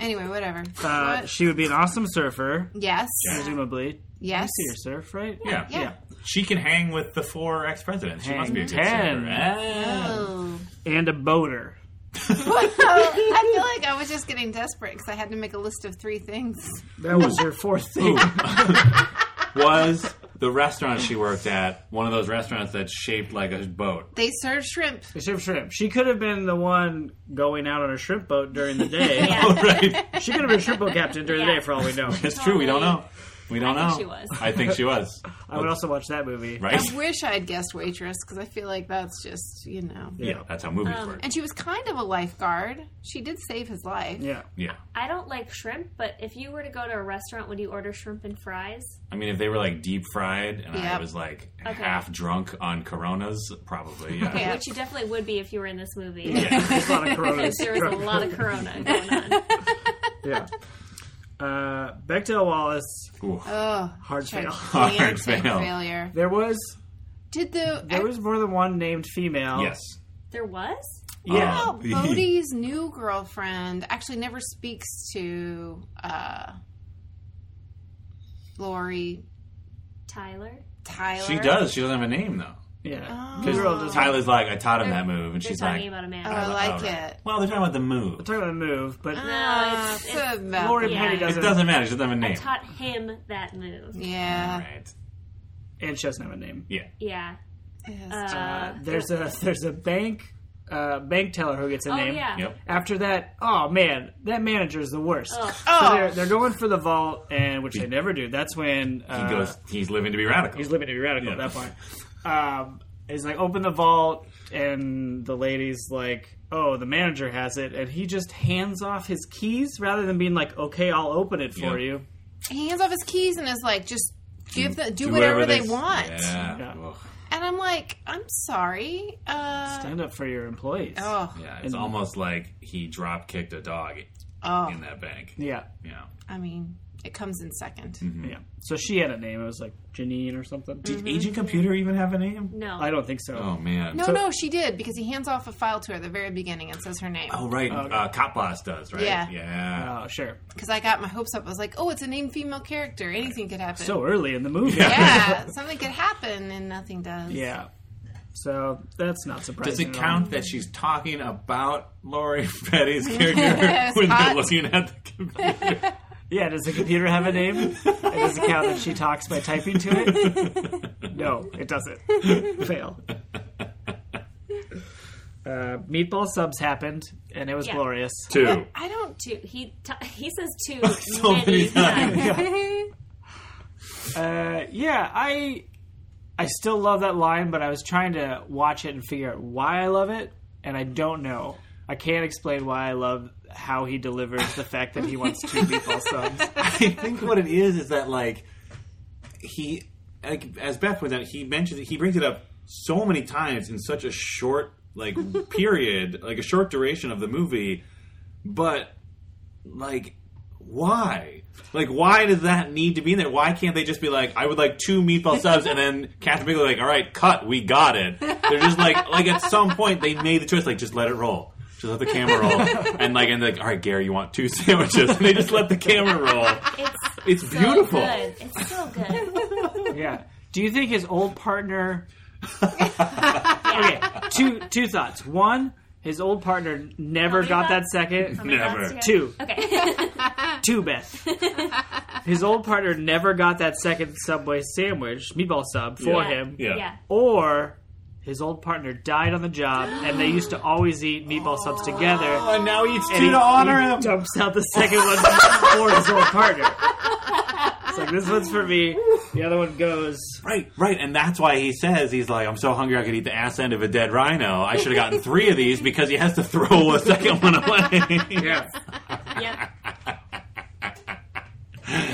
Anyway, whatever.
Uh,
What?
she would be an awesome surfer,
Yes.
presumably.
Yes.
You see her surf, right?
Yeah.
Yeah.
She can hang with the four ex presidents. She
Hang
must be a good
ten.
surfer. Ah.
[laughs] Oh.
And a boater.
I feel like I was just getting desperate because I had to make a list of three things.
That was her fourth [laughs] thing.
was the restaurant she worked at one of those restaurants that's shaped like a boat. [laughs]
They serve shrimp.
The shrimp shrimp. She could have been the one going out on a shrimp boat during the
[laughs]
day.
Oh, right.
She could have been a shrimp boat captain during the
Yeah.
day for all we know.
It's true. We don't know. We don't
I
know.
think she was.
I think she was.
[laughs] I would also watch that movie.
Right?
I wish I had guessed waitress because I feel like that's just, you know.
Yeah, that's how movies
Um,
work.
And she was kind of a lifeguard. She did save his life.
Yeah.
Yeah.
I don't like shrimp, but if you were to go to a restaurant, would you order shrimp and fries?
I mean, if they were like deep fried and I
Yep.
was like
Okay.
half drunk on Coronas, probably. Yeah.
Yeah.
Which you definitely would be if you were in this movie. [laughs]
Yeah.
There's a lot of coronas. [laughs]
There was a lot of Corona going on.
Yeah. Uh, Bechdel Wallace,
Oof.
Oh,
hard fail.
Hard fail.
failure.
There was
Did the
there was more than one named female.
yes.
There was?
Yeah.
Oh,
Um,
Bodhi's new girlfriend actually never speaks to uh, Lori
Tyler?
Tyler.
she does. She doesn't have a name though.
Yeah.
Oh.
Because all just
Tyler's like, I taught him that move, and
They're
she's
talking
like,
about a man.
Oh, I like
oh, right.
it.
Well, they're talking about the move.
talking about a move, but
Ah,
it's-
it's
it's-
about
Lori
Uh, Yeah.
Petty
It
doesn't,
It doesn't matter. She doesn't have a
I
name.
taught him that move.
Yeah.
right.
and she doesn't have a name.
Yeah.
Yeah.
It's
Uh,
There's a there's a bank uh, bank teller who gets a
oh,
name.
yeah.
Yep.
After that, oh man, that manager is the worst.
Ugh.
So
Oh.
they're, they're going for the vault, and which they never do. That's when
He
uh,
goes. He's living to be radical.
He's living to be radical
Yeah.
at that point. Um, he's like, open the vault, and the lady's like, oh, the manager has it, and he just hands off his keys rather than being like, okay, I'll open it for
Yeah.
you.
he hands off his keys and is like, just give the do,
Do
whatever, they,
s-
want.
Yeah.
Yeah.
Ugh.
And I'm like, I'm sorry. Uh,
Stand up for your employees.
oh,
Yeah, It's almost like he drop kicked a dog
oh.
in that bank.
Yeah,
Yeah.
I mean, it comes in 2nd
Mm-hmm.
yeah. So she had a name. It was like Janine or something.
Mm-hmm.
Agent Computer even have a name?
No.
I don't think so.
Oh man.
No, no, she did because he hands off a file to her at the very beginning and says her name.
Oh right. Uh, Cop Boss does right.
Yeah.
Yeah.
Oh, sure.
Because I got my hopes up. I was like, oh, it's a named female character. Anything could happen.
So early in the movie. [laughs]
yeah, something could happen and nothing does.
Yeah. So that's not surprising.
Does it
at all.
count that she's talking about Lori
[laughs]
Petty's character
Yes,
[laughs] when they're
hot.
looking
[laughs]
at the computer?
Yeah, does the computer have a name? And does it count that she talks by typing to it? No, it doesn't. Fail. Uh, meatball subs happened, and it was
Yeah.
glorious.
Two.
I don't.
Two. He, t- he says two
So many
many
times.
times.
Yeah. Uh, yeah, I I still love that line, but I was trying to watch it and figure out why I love it, and I don't know. I can't explain why I love how he delivers the fact that he wants two meatball subs.
[laughs] I think what it is is that like he like as Beth pointed out, he mentions it, he brings it up so many times in such a short
[laughs]
like period, like a short duration of the movie, but like why? Like why does that need to be in there? Why can't they just be like, I would like two meatball subs
[laughs]
and then Captain Bigelow like, all right, cut, we got it. They're just like like at some point they made the choice, like just let it roll. Just let the camera roll. And like and they're like, all right, Gary, you want two [laughs] sandwiches? And they just let the camera roll.
[laughs] It's
It's
so
[laughs] beautiful.
good. It's so good.
Yeah. Do you think his old partner? okay. Two two thoughts. One, his old partner never
many
got that
thoughts?
second.
Never.
Two,
Okay.
two, Beth. His old partner never got that second Subway sandwich, meatball sub, for
Yeah.
him.
Yeah.
Yeah.
Or his old partner died on the job, and they used to always eat meatball subs together.
And now he eats
And
two
he-
to honor
he
him.
Dumps out the second one for his old partner. It's like this one's for me. The other one goes.
Right, right, and that's why he says he's like, "I'm so hungry I could eat the ass end of a dead rhino." I should have gotten three of these because he has to throw a second one [laughs] away.
Yeah.
Yep.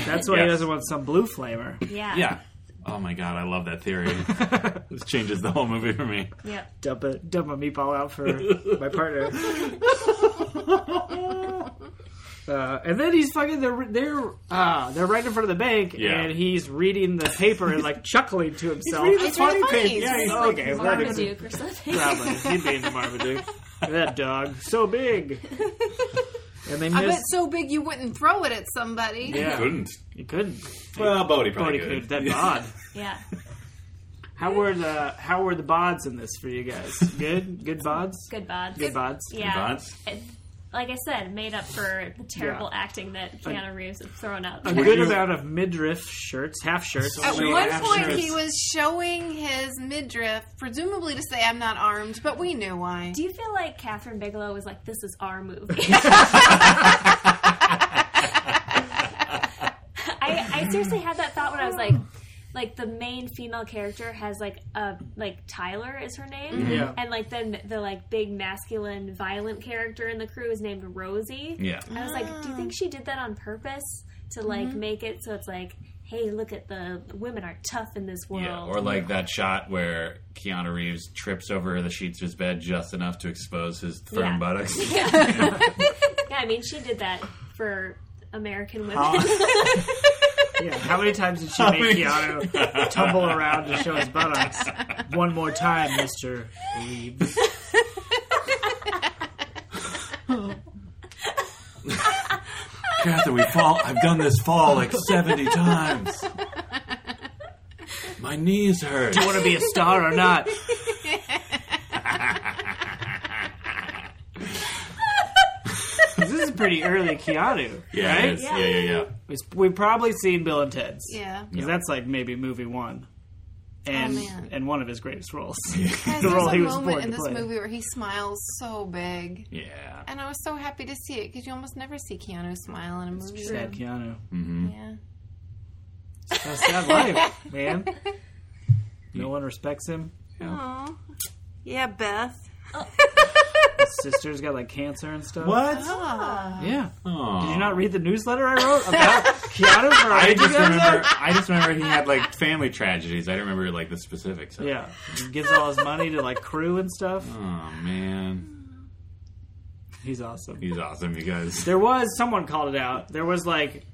That's why he
Yes.
doesn't want some blue
[laughs]
flamer.
Yeah.
yeah. Oh my god, I love that theory. this changes the whole movie for me.
Yep.
dump a dump a meatball out for my
[laughs]
partner. Uh, and then he's fucking they're they're uh, they're right in front of the bank
Yeah.
and he's reading the paper and like chuckling to himself.
reading the
It's really
funny
funny.
page. Yeah,
It's
he's
like-
okay, we're not even-
Marmaduke or something.
probably he'd be into Marmaduke. that dog so
[laughs]
big. And they
I bet
missed.
so big you wouldn't throw it at somebody.
yeah,
Couldn't.
you couldn't.
Well, Bodhi
Probably
probably
could.
could. [laughs]
That bod.
[laughs] Yeah.
How were the how were the bods in this for you guys? Good, good bods,
Good bods.
good bods.
Yeah.
Bonds?
It- like I said, made up for the terrible acting that Keanu Reeves has thrown out.
A
Would
good
you-
amount of midriff shirts, half shirts.
At
So
one
after
point,
this-
he was showing his midriff, presumably to say, "I'm not armed," but we
[laughs]
knew why.
Do you feel like Catherine Bigelow was like, "This is our movie"? [laughs] I, I seriously had that thought when I was like, like the main female character has like a like Tyler is her name,
Yeah.
and like then the like big masculine violent character in the crew is named Rosie.
Yeah.
I was like, do you think she did that on purpose to like make it so it's like, hey, look at the women are tough in this world.
Yeah, or like that shot where Keanu Reeves trips over the sheets of his bed just enough to expose his firm
Yeah.
buttocks.
yeah, I mean, she did that for American women. [laughs]
Yeah, how many times did she
[laughs] How
make
many-
Keanu tumble around to show his
[laughs]
buttocks? One more time, Mister Reeves.
Catherine, we fall. I've done this fall like seventy times. My knees hurt.
Want to be a star or not? this is pretty early Keanu,
Yeah, it
right?
is. yeah, yeah, yeah.
It's- We've probably seen Bill and Ted's. [laughs]
Yeah, Oh,
because that's like maybe movie one, and
man.
and one of his greatest roles.
Guys,
the
there's
role
a
he was
moment
born to
in this
play.
movie where he smiles so big,
Yeah.
and I was so happy to see it because you almost never see Keanu smile in a movie.
Sad Keanu.
Yeah.
It's a sad life, man. No one respects him.
Aw. Yeah, Beth.
His sister's got like cancer and stuff.
What?
Yeah.
Aw.
Oh. Did you not read the newsletter I wrote about
[laughs]
Keanu for
I
Age
just
Ago?
remember. I just remember he had like family tragedies. I don't remember like the specifics. Of it.
Yeah, he gives all his money to like crew and stuff.
Oh man,
He's awesome.
he's awesome, you guys. [laughs]
There was someone called it out. There was like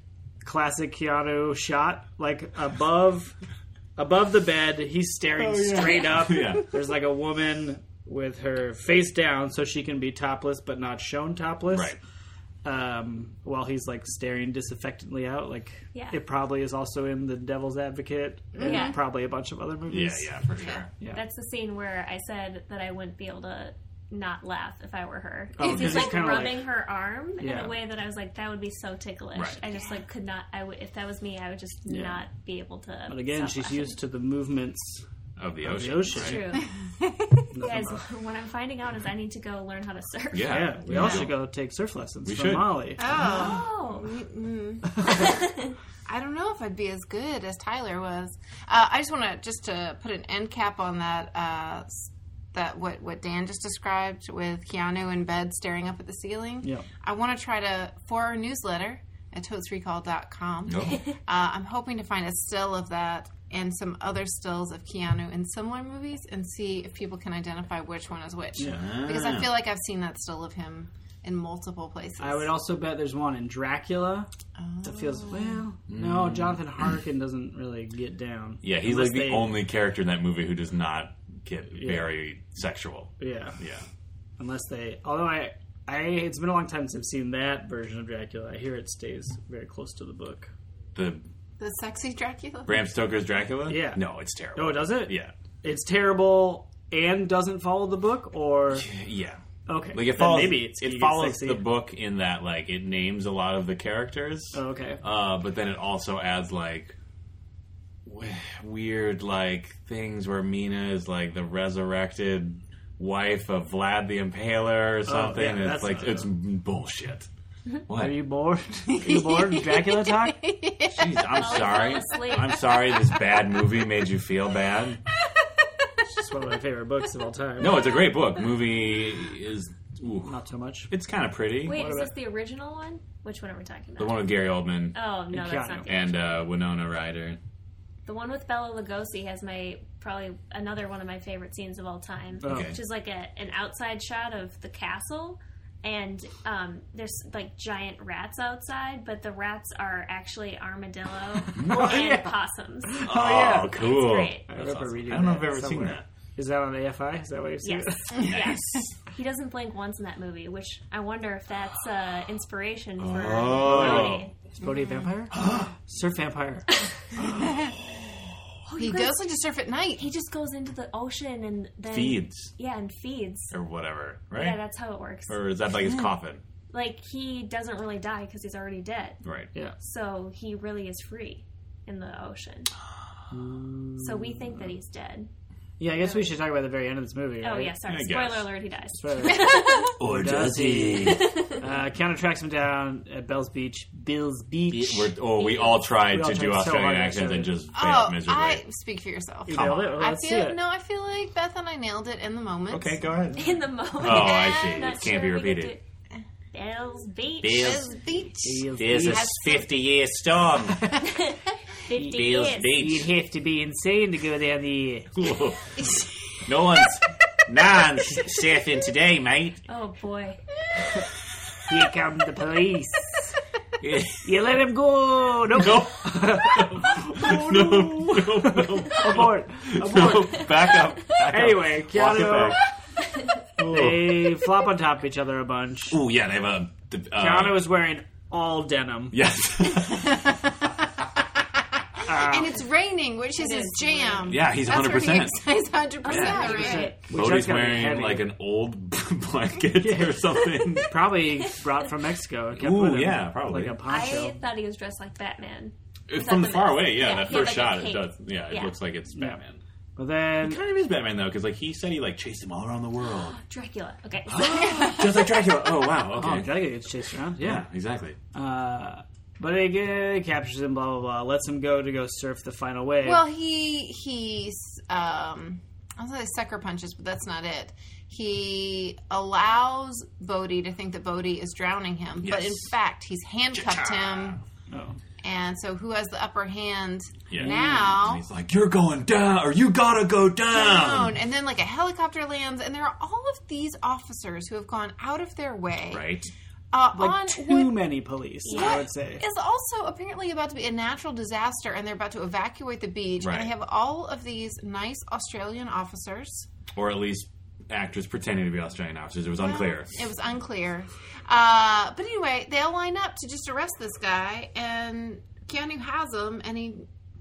classic Keanu shot, like above above the bed. He's staring straight up.
Oh, [laughs] Yeah.
There's like a woman with her face down so she can be topless but not shown topless.
Right.
um, while he's like staring disaffectedly out. Like
Yeah.
it probably is also in The Devil's Advocate and
Yeah.
probably a bunch of other
Yeah,
movies.
yeah, for sure.
That's the scene where I said that I wouldn't be able to not laugh if I were her.
Oh,
Because
because
he's like
it's kinda like-
rubbing her arm in
Yeah.
a way that I was like, that would be so ticklish.
Right.
I just like could not. I would if that was me, I would just not be able to.
But again,
stop
she's
laughing.
used to the movements
of the ocean.
The ocean.
right?
True.
[laughs]
Guys, what I'm finding out is I need to go learn how to surf.
Yeah.
Yeah, we all should go take surf lessons
We
from
should.
Molly.
Oh,
[laughs]
Oh,
I don't know if I'd be as good as Tyler was. Uh, I just want to just to put an end cap on that. Uh, s- that what what Dan just described with Keanu in bed staring up at the ceiling.
Yeah.
I want to try to for our newsletter at totesrecall.com.
Oh.
[laughs]
Uh, I'm hoping to find a still of that and some other stills of Keanu in similar movies and see if people can identify which one is which.
Yeah.
Because I feel like I've seen that still of him in multiple places.
I would also bet there's one in Dracula that feels
Oh.
well. No, Jonathan Harkin doesn't really get down.
Mm. Yeah, he's
Unless
like the
they-
only character in that movie who does not get very sexual.
Yeah,
Yeah.
unless they. Although I, I, it's been a long time since I've seen that version of Dracula. I hear it stays very close to the book.
The
the sexy Dracula.
Bram Stoker's Dracula?
Yeah.
No, it's terrible.
Oh, does it?
Yeah.
it's terrible and doesn't follow the book, or
Yeah.
okay,
Like it
Then
follows
maybe it's
it
you get
follows
sexy.
the book in that like it names a lot of the characters.
Oh, okay,
Uh, but then it also adds like w- weird like things where Mina is like the resurrected wife of Vlad the Impaler or something.
Oh, yeah,
and it's
that's
like
not- [laughs]
it's bullshit. What?
are you bored? [laughs] Are you
[laughs]
bored? of Dracula talk?
Jeez, I'm sorry.
asleep.
I'm sorry. This bad movie made you feel bad.
It's just one of my favorite books of all time.
No, it's a great book. Movie is ooh,
not so much.
it's kind of pretty.
wait, is
about-
this the original one? Which one are we talking
The
about?
one with Gary Oldman
Oh no, that's
Keanu.
not the
and uh, Winona Ryder.
The one with Bella Lugosi has my probably another one of my favorite scenes of all time,
Oh.
Okay.
which is like a, an outside shot of the castle, and um, there's like giant rats outside, but the rats are actually
[laughs]
armadillo and
yeah.
possums.
Oh,
yeah.
That's
cool.
great.
I
That's
remember
awesome.
reading
I don't know
that
if I've ever seen
somewhere.
that.
Is that on AFI? Is that what you've [laughs] seen?
Yes, yes. He doesn't blink once in that movie, which I wonder if that's uh, inspiration for
Oh.
Bodhi.
Is Bodhi a
[gasps]
vampire? Surf
[laughs]
vampire.
Oh,
He
you guys-
goes into surf at night.
He just goes into the ocean and then
Feeds
Yeah, and feeds.
or whatever, right?
Yeah, that's how it works.
or is that like his coffin?
like he doesn't really die because he's already dead.
Right.
Yeah.
So he really is free in the ocean. So we think that he's dead.
Yeah, I guess we should talk about the very end of this movie.
Oh
right?
yeah, sorry.
I
Spoiler
guess.
alert: he dies.
[laughs]
But,
Or
does
he?
uh, Keanu tracks him down at Bell's Beach. Bill's Beach.
We're, oh, we all tried
We all
to do
tried so hard
Australian
to
accents
do it.
and just failed
Oh,
miserably.
I speak for yourself.
You
Come
nailed
on.
it. Well,
I
let's see
feel
it.
no. I feel like Beth and I nailed it in the moment.
Okay,
[laughs]
go ahead.
[laughs] In the moment.
Oh, I see.
I'm not
It can't be
sure we can
repeated.
do it. Bell's Beach.
Bill's-
This beach.
Bill's
There's a
Beach.
50 year
[laughs]
storm.
50
Bill's
years.
Beach.
You'd have to be insane to go down there.
[laughs]
no one's.
[laughs]
No one's surfing today, mate.
Oh boy.
Here come the police.
Yeah.
You let him go. No,
No. [laughs] no, no, no.
abort.
No,
Abort.
back up. Back
Anyway,
up. Walk it
Keanu-
back. Ooh.
They flop on top of each other a bunch.
Ooh, yeah, they have a. the- Uh,
Keanu is wearing all denim.
Yes. [laughs]
[laughs]
and it's raining, which is his jam.
yeah, he's
That's
100%.
where he gets- He's [laughs] hundred
Yeah,
percent right.
Which
Bodhi's
that's gotta be
wearing
heavy.
like an old [laughs] blanket
[laughs]
or something.
probably brought from Mexico. and kept
Ooh,
with him,
yeah, probably.
like a poncho.
I thought he was dressed like Batman.
It's From
That's
far
amazing.
away, yeah,
Yeah,
that
he had,
first
like, a
shot, it
cape.
does. Yeah, it
Yeah.
looks like it's Batman.
But then
Kind of is Batman though, because like he said, he like chased him all around the world,
Dracula. Okay.
[gasps]
So,
just like Dracula. Oh wow, okay,
oh, Drago gets chased around.
yeah,
Yeah,
exactly.
Uh, but it, uh, captures him. Blah blah blah. Lets him go to go surf the final wave.
Well, he he's um, I was gonna say sucker punches, but that's not it. He allows Bodhi to think that Bodhi is drowning him, but in
Yes.
fact, he's handcuffed him,
oh.
and so who has the upper hand
Yeah.
now?
And he's um, like, "You're going down, or you gotta go down."
phone, and then like a helicopter lands, and there are all of these officers who have gone out of their way
Right?
uh, on
like too
what
many police. I
Yeah.
would say.
is also apparently about to be a natural disaster, and they're about to evacuate the beach,
Right.
and they have all of these nice Australian officers.
Or at least actors pretending to be Australian officers. It was unclear.
It was unclear, uh, but anyway, they all line up to just arrest this guy, and Keanu has him, and he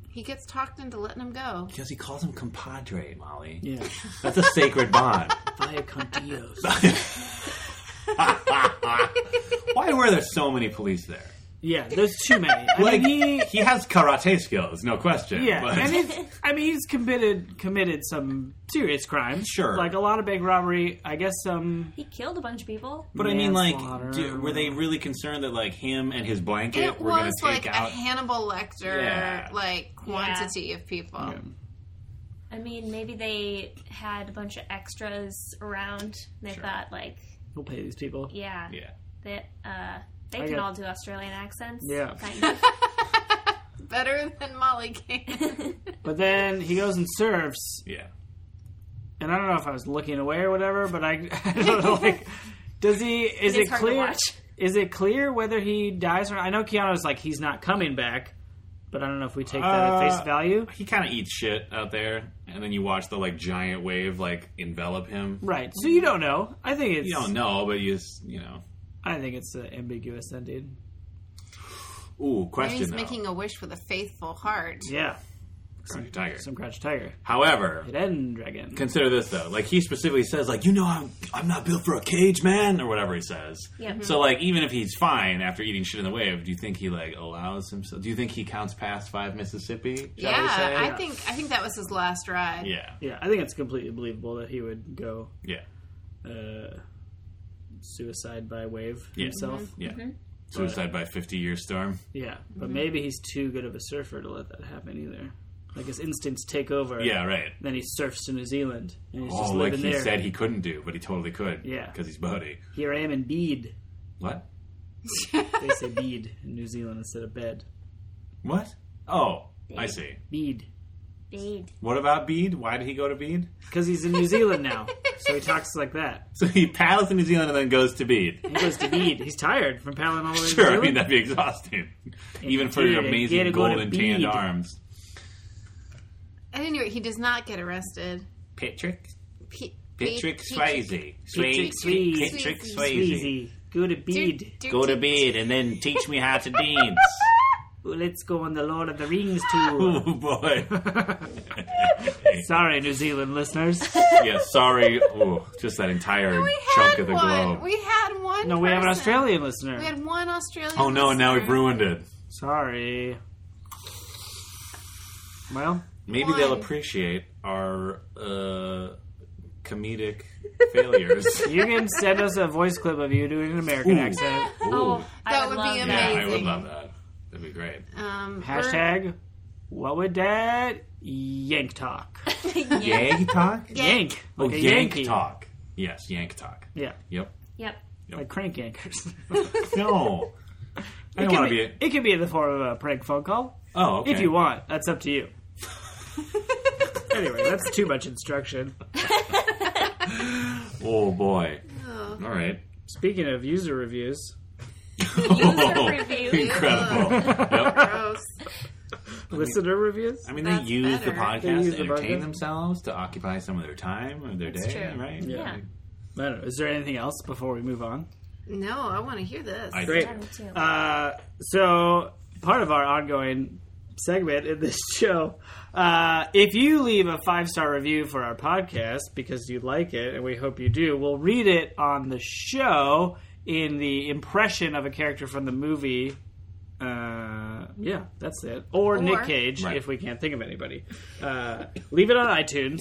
he gets talked into letting him go.
Because he calls him compadre, Molly.
yeah.
That's a sacred [laughs] bond.
Via con Dios.
Why were there so many police there?
Yeah, there's too many. I
Like
mean,
he, he has karate skills, no question.
yeah,
but-
and
[laughs]
it's, I mean he's committed committed some serious crimes.
Sure.
like a lot of bank robbery. I guess um, some.
He killed a bunch of people.
But I mean, like,
Manslaughter.
do, were they really concerned that like him and his blanket
It
were
was
going to
like
take out?
a Hannibal Lecter
Yeah.
like quantity of people.
I mean, maybe they had a bunch of extras around. and They thought, like,
We'll pay these people.
yeah,
yeah,
that uh, they
I
can
get-
all do Australian accents.
Yeah.
kind
[laughs]
[laughs]
of.
Better than Molly King.
But then he goes and serves,
yeah.
and I don't know if I was looking away or whatever, but I, [laughs] I don't know. Like, does
[laughs]
he? Is
It is
it
hard to
clear?
watch.
Is it clear whether he dies or? not? I know Keanu's like he's not coming back, but I don't know if we take that at
Uh,
face value.
He kind of eats shit out there, and then you watch the like giant wave like envelop him.
Right. So you don't know. I think it's.
You don't know, but you just you know.
I think it's uh, ambiguous ending.
Ooh,
Maybe
question
he's
though.
making a wish with a faithful heart.
Yeah.
Crouching tiger.
Some Crouch Tiger.
However,
Hidden Dragon.
consider this though. Like he specifically says, like you know, I'm I'm not built for a cage, man, or whatever he says.
Yeah.
Mm-hmm.
So like, even if he's fine after eating shit in the wave, do you think he like allows himself? Do you think he counts past five Mississippi? shall we say?
Yeah, I think I think that was his last ride.
yeah,
Yeah, I think it's completely believable that he would go
yeah,
uh, suicide by wave
Yeah.
himself.
yeah. Suicide by fifty year storm.
Yeah, but maybe he's too good of a surfer to let that happen either. Like his instincts take over.
Yeah, right.
Then he surfs to New Zealand and he's just
Oh, like
living
he
there.
said he couldn't do, but he totally could.
Yeah.
because he's Bodhi.
Here I am in bead.
What?
They say bead in New Zealand instead of bed.
What? Oh, I see.
Bead.
Bade.
What about Bede? Why did he go to Bede?
Because he's in New Zealand now. so he talks like that.
So he paddles to New Zealand and then goes to Bede.
He goes to bead. He's tired from paddling all the way to New
Sure, I
Zealand.
mean that'd be exhausting, even for
Yeah,
your
you
amazing
gotta go to
golden tanned
Bede.
arms.
[laughs] At any rate, he does not get arrested.
Patrick,
P-
Patrick
P-
Swayze,
Patrick
Swayze,
Swayze.
Patrick
Swayze.
Swayze.
Easy. Go to bead.
Do-
Go to
do-
Bede and then teach me how to dance.
Well, Let's go on the Lord of the Rings
[laughs]
tour.
[laughs]
[laughs]
Oh boy.
Sorry, New Zealand listeners.
yeah, sorry. Ooh, just that entire
We
chunk
had
of the
one.
globe.
We had one.
No, we have an
person.
Australian listener.
We had one Australian.
Oh no, now we've
listener.
ruined it.
Sorry. Well,
Maybe
One.
they'll appreciate our uh, comedic [laughs] failures.
you can send us a voice clip of you doing an American accent.
Ooh.
Oh,
That
I
would
would,
be
love
yeah,
that.
I would
amazing.
love that. That'd be great.
Um,
[laughs]
we're-
Hashtag, what would that yank talk?
[laughs]
Yank talk?
Yank.
Oh,
Like a
yank
Yankee.
talk. Yes,
[laughs]
yank talk.
Yeah,
Yep.
[laughs] Yep.
like crank
[laughs]
yankers.
No. I
It
don't want
can
to be.
be- It could be in the form of a prank phone call.
oh, okay.
If you want, that's up to you. anyway, [laughs] that's too much instruction.
Oh, boy. All right.
[laughs]
Speaking of user reviews,
[laughs] Oh,
reviews.
incredible. Yep.
Gross.
listener reviews,
I mean,
That's
they use
better.
the podcast
They use
to
the
entertain
podcast.
themselves, to occupy some of their time or their
That's
day,
true.
right?
Yeah.
I don't know. Is there anything else before we move on?
No, I want to hear this.
I-
Great.
Yeah, me too.
Uh, so part of our ongoing segment in this [laughs] show uh, if you leave a five star review for our podcast because you like it and we hope you do we'll read it on the show in the impression of a character from the movie uh, yeah that's it or, nick cage
Right.
if we can't think of anybody uh, leave it on itunes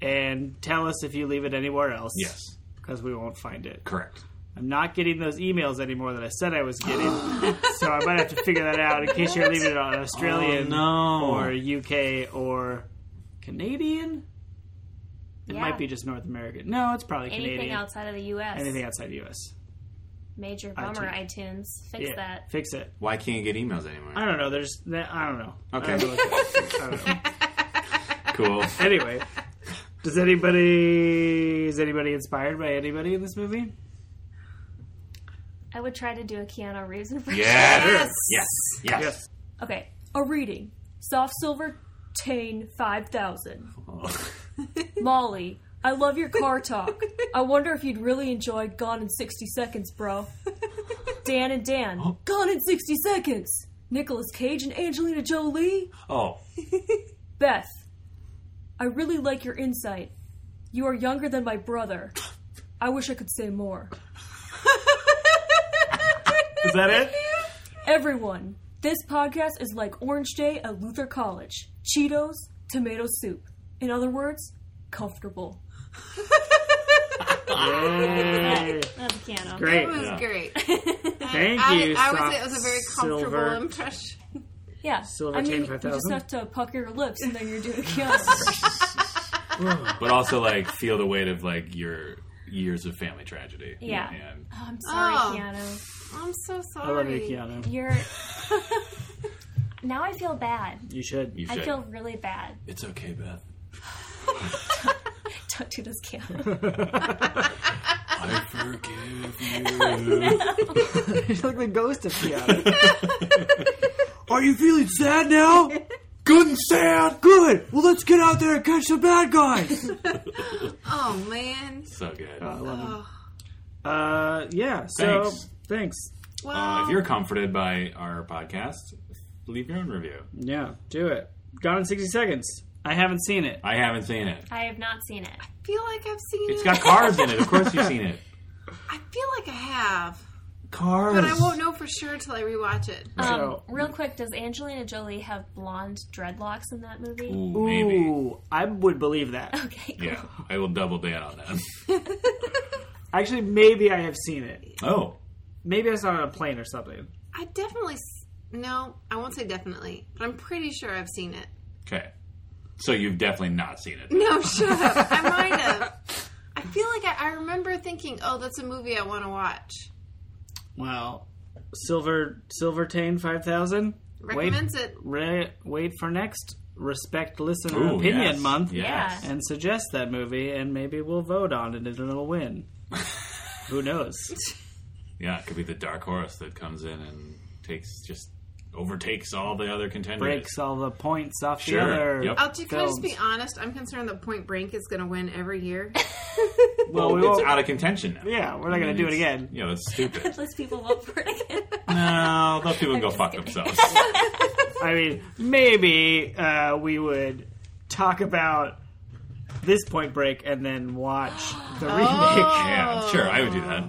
and tell us if you leave it anywhere else
Yes.
because we won't find it
Correct.
I'm not getting those emails anymore that I said I was getting, so I might have to figure that out in case you're leaving it on Australian
Oh,
Oh, no.
or UK or Canadian. It
Yeah.
might be just North American. No, it's probably
Anything
Canadian.
outside of the U.S.
Anything outside the US.
Major bummer. iTunes, fix
Yeah,
that.
fix it.
Why can't you get emails anymore?
I don't know. There's I don't know. I
Okay.
don't know. what- I don't know.
[laughs] Cool.
[laughs]
anyway, does anybody is anybody inspired by anybody in this movie?
I would try to do a Keanu Reeves [laughs] impression.
Yes. Yes. Yes.
Yes.
Okay, a reading. Soft silver, Tane five thousand.
Oh.
Molly, I love your car talk. I wonder if you'd really enjoy Gone in 60 Seconds,
[laughs]
bro. Dan and Dan,
Oh.
Gone in 60 Seconds. Nicolas Cage and Angelina Jolie.
[laughs] Oh.
Beth, I really like your insight. You are younger than my brother. I wish I could say more. [laughs]
Is that it?
Everyone, this podcast is like Orange Day at Luther College. Cheetos, tomato soup. In other words, comfortable.
Yay.
That's piano.
It
Great.
was
Yeah.
great.
Thank
I,
you.
I would
Soft
say it was a very comfortable
silver.
impression.
Yeah.
Silver
I mean,
Chain
you
5000.
just have to pucker your lips and then you're doing piano.
but also like feel the weight of like your years of family tragedy.
Yeah.
And
Oh, I'm sorry,
Oh.
Keanu.
I'm so sorry.
I love you, Keanu.
You're. now I feel bad.
You should.
you
I
should.
feel really bad.
it's okay, Beth.
Don't do this, Keanu. [laughs]
I forgive you.
[laughs] You're like the ghost of Keanu. Are you feeling sad now? Good and sad. Good. Well, let's get out there and catch the bad
[laughs]
guys.
[laughs] Oh man.
so good.
I love him. [laughs] Uh, yeah. So
Thanks.
thanks.
Well,
Uh, if you're comforted by our podcast, leave your own review.
Yeah, do it. Gone in sixty seconds. I haven't seen it.
I haven't seen it.
I have not seen it.
I feel like I've seen
It's
it.
got cars in it. Of course you've seen it.
I feel like I have,
Cars.
but I won't know for sure till I rewatch it.
So-
Um, real quick, does Angelina Jolie have blonde dreadlocks in that movie?
Ooh, maybe.
Ooh, I would believe that.
Okay, cool.
Yeah, I will double down on that.
Actually, maybe I have seen it.
Oh,
Maybe I saw it on a plane or something.
I definitely. s- No, I won't say definitely, but I'm pretty sure I've seen it. [laughs]
okay. So you've definitely not seen it.
No, shut up. I might have. I feel like I, I remember thinking, "Oh, that's a movie I want to watch."
Wow. Silver Silvertane five thousand.
Recommends it.
Re- wait for next respect listener
Ooh,
opinion
yes,
month
Yes.
and suggest that movie and maybe we'll vote on it and it'll win.
[laughs]
Who knows?
Yeah, it could be the dark horse that comes in and takes just overtakes all the other contenders.
Breaks all the points off
Sure,
the other.
yep.
I'll just, can I just be
Films.
honest? I'm concerned that Point Break is going to win every year.
Well, Oh, we
it's
won't,
out of contention now.
yeah, we're not
I
gonna
mean,
do it
it's-
again.
Yeah, that's stupid. [laughs]
Let's people vote for it again.
no, those people can go fuck themselves. [laughs]
I mean, maybe uh, we would talk about this Point Break and then watch
[gasps]
the
Oh. [laughs]
remake.
yeah, sure, I would do that.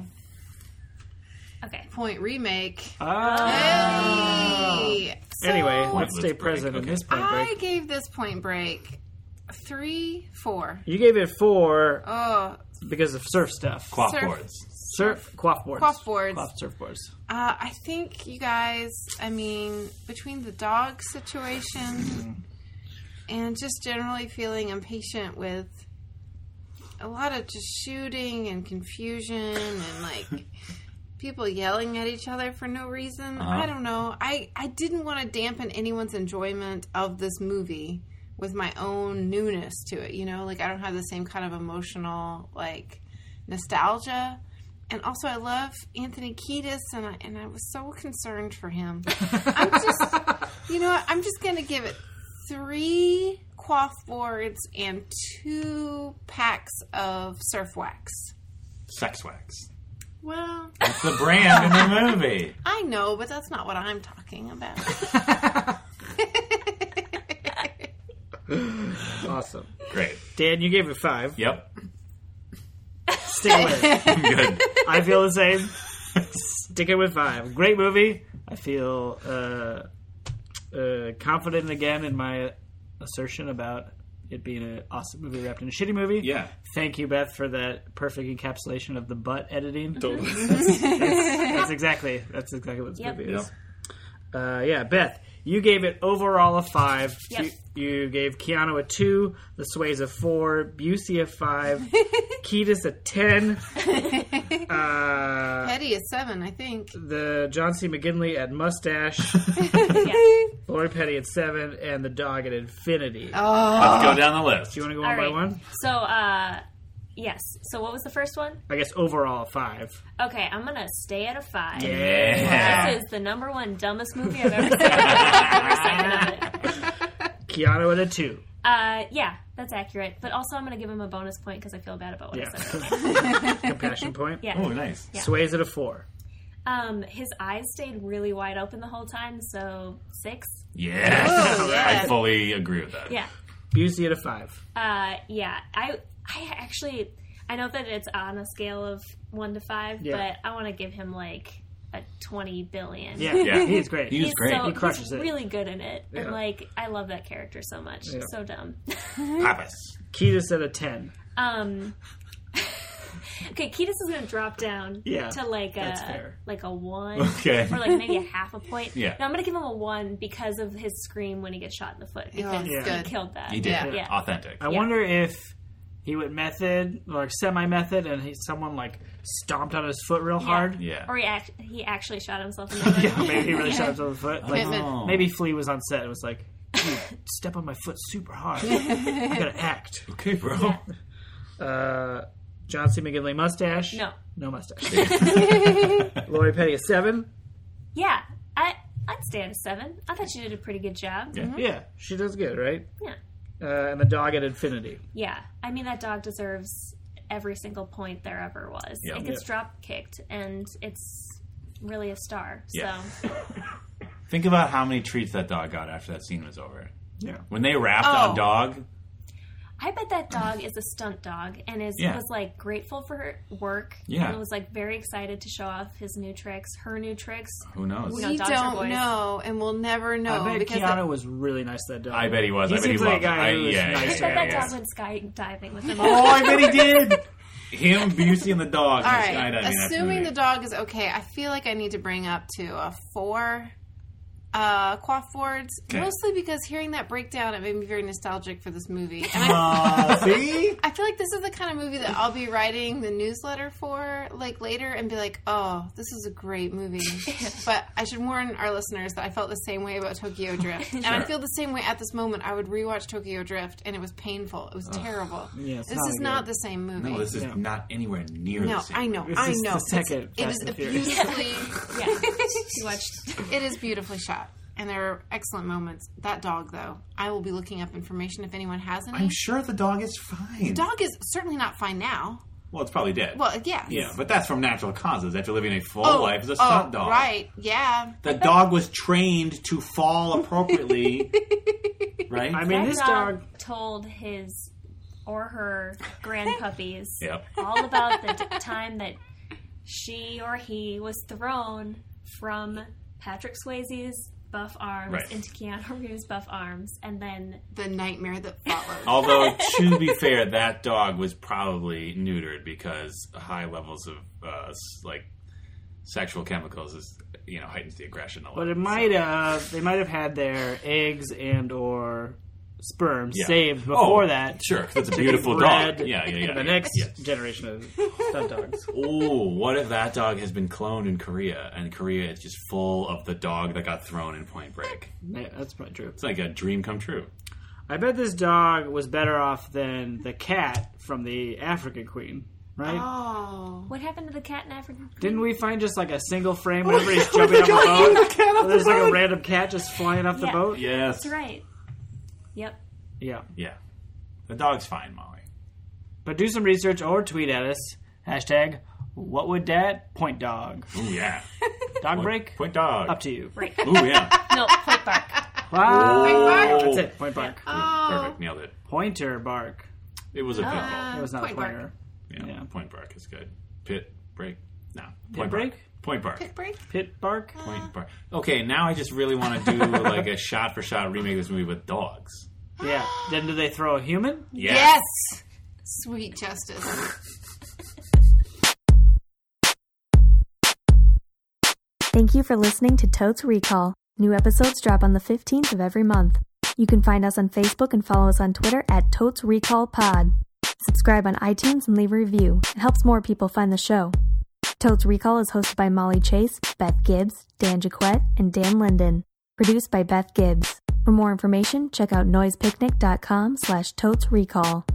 Okay.
Point Remake.
Ah.
Hey! So,
anyway, let's
Pointless
stay
break,
present in
okay.
this Point
I
Break.
gave this Point Break three, four.
You gave it four
Oh,
because of surf stuff.
Cloth
Surf.
boards.
Surf, quaff boards.
Quaff boards.
Quaff
[laughs]
surfboards.
Uh, I think you guys, I mean, between the dog situation and just generally feeling impatient with a lot of just shooting and confusion and like people yelling at each other for no reason. I don't know. I, I didn't want to dampen anyone's enjoyment of this movie with my own newness to it, you know? Like, I don't have the same kind of emotional, like, nostalgia. And also, I love Anthony Kiedis, and I, and I was so concerned
[laughs]
for him. I'm just, you know, what, I'm just going to give it three quaff boards and two packs of surf wax.
Sex wax.
Well,
It's the brand in the movie.
I know, but that's not what I'm talking about.
[laughs] Awesome.
Great.
Dan, you gave it five.
Yep. [laughs]
Stick with it.
Good.
I feel the
[laughs]
same. Stick it with five. Great movie. I feel uh, uh, confident again in my assertion about it being an awesome movie wrapped in a shitty movie.
Yeah.
Thank you, Beth, for that perfect encapsulation of the butt editing.
[laughs]
Totally.
That's exactly that's exactly what this
Yep.
movie
Yep.
is. Uh, yeah, Beth, you gave it overall a five.
Yep.
You, you gave Keanu a two, the Sways a four, Busey a
[laughs]
five, Ketis a ten,
Petty is seven, I think.
the John C. McGinley at [laughs] Mustache, Lori Petty at seven, and the dog at Infinity.
Let's go down the list.
Do you want to go one by
right.
one?
So, uh, yes. So, what was the first one?
I guess overall a five.
Okay, I'm gonna stay at a five.
Yeah.
This is the number one dumbest movie I've ever seen. Every second of it.
Keanu at a two.
Uh, yeah, that's accurate. But also, I'm gonna give him a bonus point because I feel bad about what
Yeah.
I
[laughs]
said.
Compassion point.
Yeah.
Oh, nice.
Sways at a four.
Um, his eyes stayed really wide open the whole time, so six.
Yes.
Oh, yeah.
[laughs] I fully agree with that.
Yeah.
Busey at a five.
Uh, yeah, I I actually I know that it's on a scale of one to five,
Yeah.
but I want to give him like a a twenty billion.
Yeah,
Yeah.
[laughs] he's great.
He's- great.
So,
He
crushes
he's
it.
really good in it.
Yeah.
And like I love that character so much.
Yeah.
So dumb.
Mm-hmm.
Pappas.
Kitas at a ten.
um [laughs] Okay, Ketis is gonna drop down
Yeah,
to like a
that's fair.
like a one
Okay.
or like maybe a half a point.
[laughs] Yeah.
No, I'm gonna give him a one because of his scream when he gets shot in the foot because
Yeah.
he
good.
killed that.
He did.
Yeah.
Yeah.
Authentic.
I
Yeah.
wonder if he went method or semi method, and he, someone like stomped on his foot real hard.
Yeah.
Or he act- he actually shot himself
[laughs]
in the
[laughs]
foot.
Yeah, maybe he really shot himself in the foot. Like
Commitment.
Oh.
maybe Flea was on set and was like, "Dude, "Step on my foot super hard. I
[laughs]
gotta act."
[laughs] Okay, bro.
Uh, John C. McGinley mustache.
No.
no
[laughs]
mustache. Lori Petty a seven.
Yeah. I I'd stay at a seven. I thought she did a pretty good job.
Yeah.
Yeah, she does good, right?
Yeah.
Uh, and the dog at infinity.
Yeah. I mean, that dog deserves every single point there ever was.
Yeah.
It gets drop kicked, and it's really a star.
Yeah.
So,
[laughs] Think about how many treats that dog got after that scene was over.
Yeah.
When they wrapped
Oh.
on dog,
I bet that dog is a stunt dog and is
Yeah.
was like grateful for her work.
Yeah.
And was like very excited to show off his new tricks, her new tricks.
who knows?
We
We
Dodger
don't
Boys.
know, and we'll never
Oh,
know
I bet
because
Keanu was really nice to that dog.
I bet he was.
He
I bet he
seems like a
loved it.
guy
I,
who was
yeah,
nice
yeah,
to
But
yeah,
that
yeah.
dog went skydiving with
[laughs]
him.
[laughs] Oh, I bet he did.
Him, Busey, and the dog.
All right. Assuming the dog is okay, I feel like I need to bring up to a four uh quaff words
Okay.
mostly because hearing that breakdown it made me very nostalgic for this movie and I,
Uh, see,
I feel like this is the kind of movie that i'll be writing the newsletter for like later and be like oh this is a great
[laughs]
movie but i should warn our listeners that i felt the same way about tokyo
[laughs]
drift and i
Sure.
feel the same way at this moment i would rewatch tokyo drift and it was painful it was terrible
Yeah, it's
this
not
is
good.
not the same movie
No, this is
Yeah.
not anywhere near
no,
the same.
I know,
This
I
is
know.
the second
it
Fast
was
and Furious.
beautifully,
yeah. She watched.
it is beautifully shot, and there are excellent moments. That dog, though, I will be looking up information if anyone has any.
I'm sure the dog is fine.
dog is certainly not fine now.
Well, it's probably dead.
Well, yeah,
yeah, but that's from natural causes. After living a full
Oh,
life as a
oh,
stunt dog,
right? Yeah,
The dog was trained to fall appropriately, right?
I mean,
That
this
dog,
dog.
told his or her
[laughs]
grand puppies
Yep.
all about the d- time that she or he was thrown from Patrick Swayze's buff arms
Right.
into Keanu Reeves' buff arms, and then
the nightmare that followed.
Although, to be fair, that dog was probably neutered because high levels of uh, s- like sexual chemicals is you know heightens the aggression a lot.
But it might have. They might have had their eggs and or sperm
Yeah.
saved before
Oh,
that.
Sure, 'cause it's a beautiful
bred
dog. Yeah, yeah, yeah.
The
yeah,
next
yeah.
generation of stunt dogs.
Ooh, what if that dog has been cloned in Korea, and Korea is just full of the dog that got thrown in Point Break?
[laughs] Yeah, that's probably true.
It's like a dream come true.
I bet this dog was better off than the cat from the African Queen, right?
oh,
what happened to the cat in Africa?
Didn't we find just like a single frame whenever he's jumping off the boat? There's like a random cat just flying off the
Yeah.
boat.
Yes.
That's right. Yep.
Yeah.
Yeah. The dog's fine, Molly.
But do some research or tweet at us. Hashtag what would dat point dog. [laughs]
Ooh, yeah.
Dog break?
Point dog.
Up to you.
Right.
Ooh, yeah.
[laughs]
No, point bark.
Wow.
Oh.
That's it. Oh. Point bark.
Perfect. Nailed it.
Pointer bark.
It was a pit
Ah.
It was not
Point
a
bark.
pointer.
bull. Yeah,
yeah.
Point bark is good. Pit break. No. Point
break?
bark. Point bark.
Quick break.
Pit bark.
Point bark. Okay, now I just really want to do like a shot for shot remake of this movie
[laughs]
with dogs.
Yeah. Then do they throw a human?
Yeah.
yes, sweet justice.
Thank you for listening to Totes Recall. New episodes drop on the 15th of every month. You can find us on Facebook and follow us on Twitter at Totes Recall Pod. Subscribe on iTunes and leave a review. It helps more people find the show. Totes Recall is hosted by Molly Chase, Beth Gibbs, Dan Jaquette, and Dan Linden. Produced by Beth Gibbs. For more information, check out noisepicnic.com slash totes recall.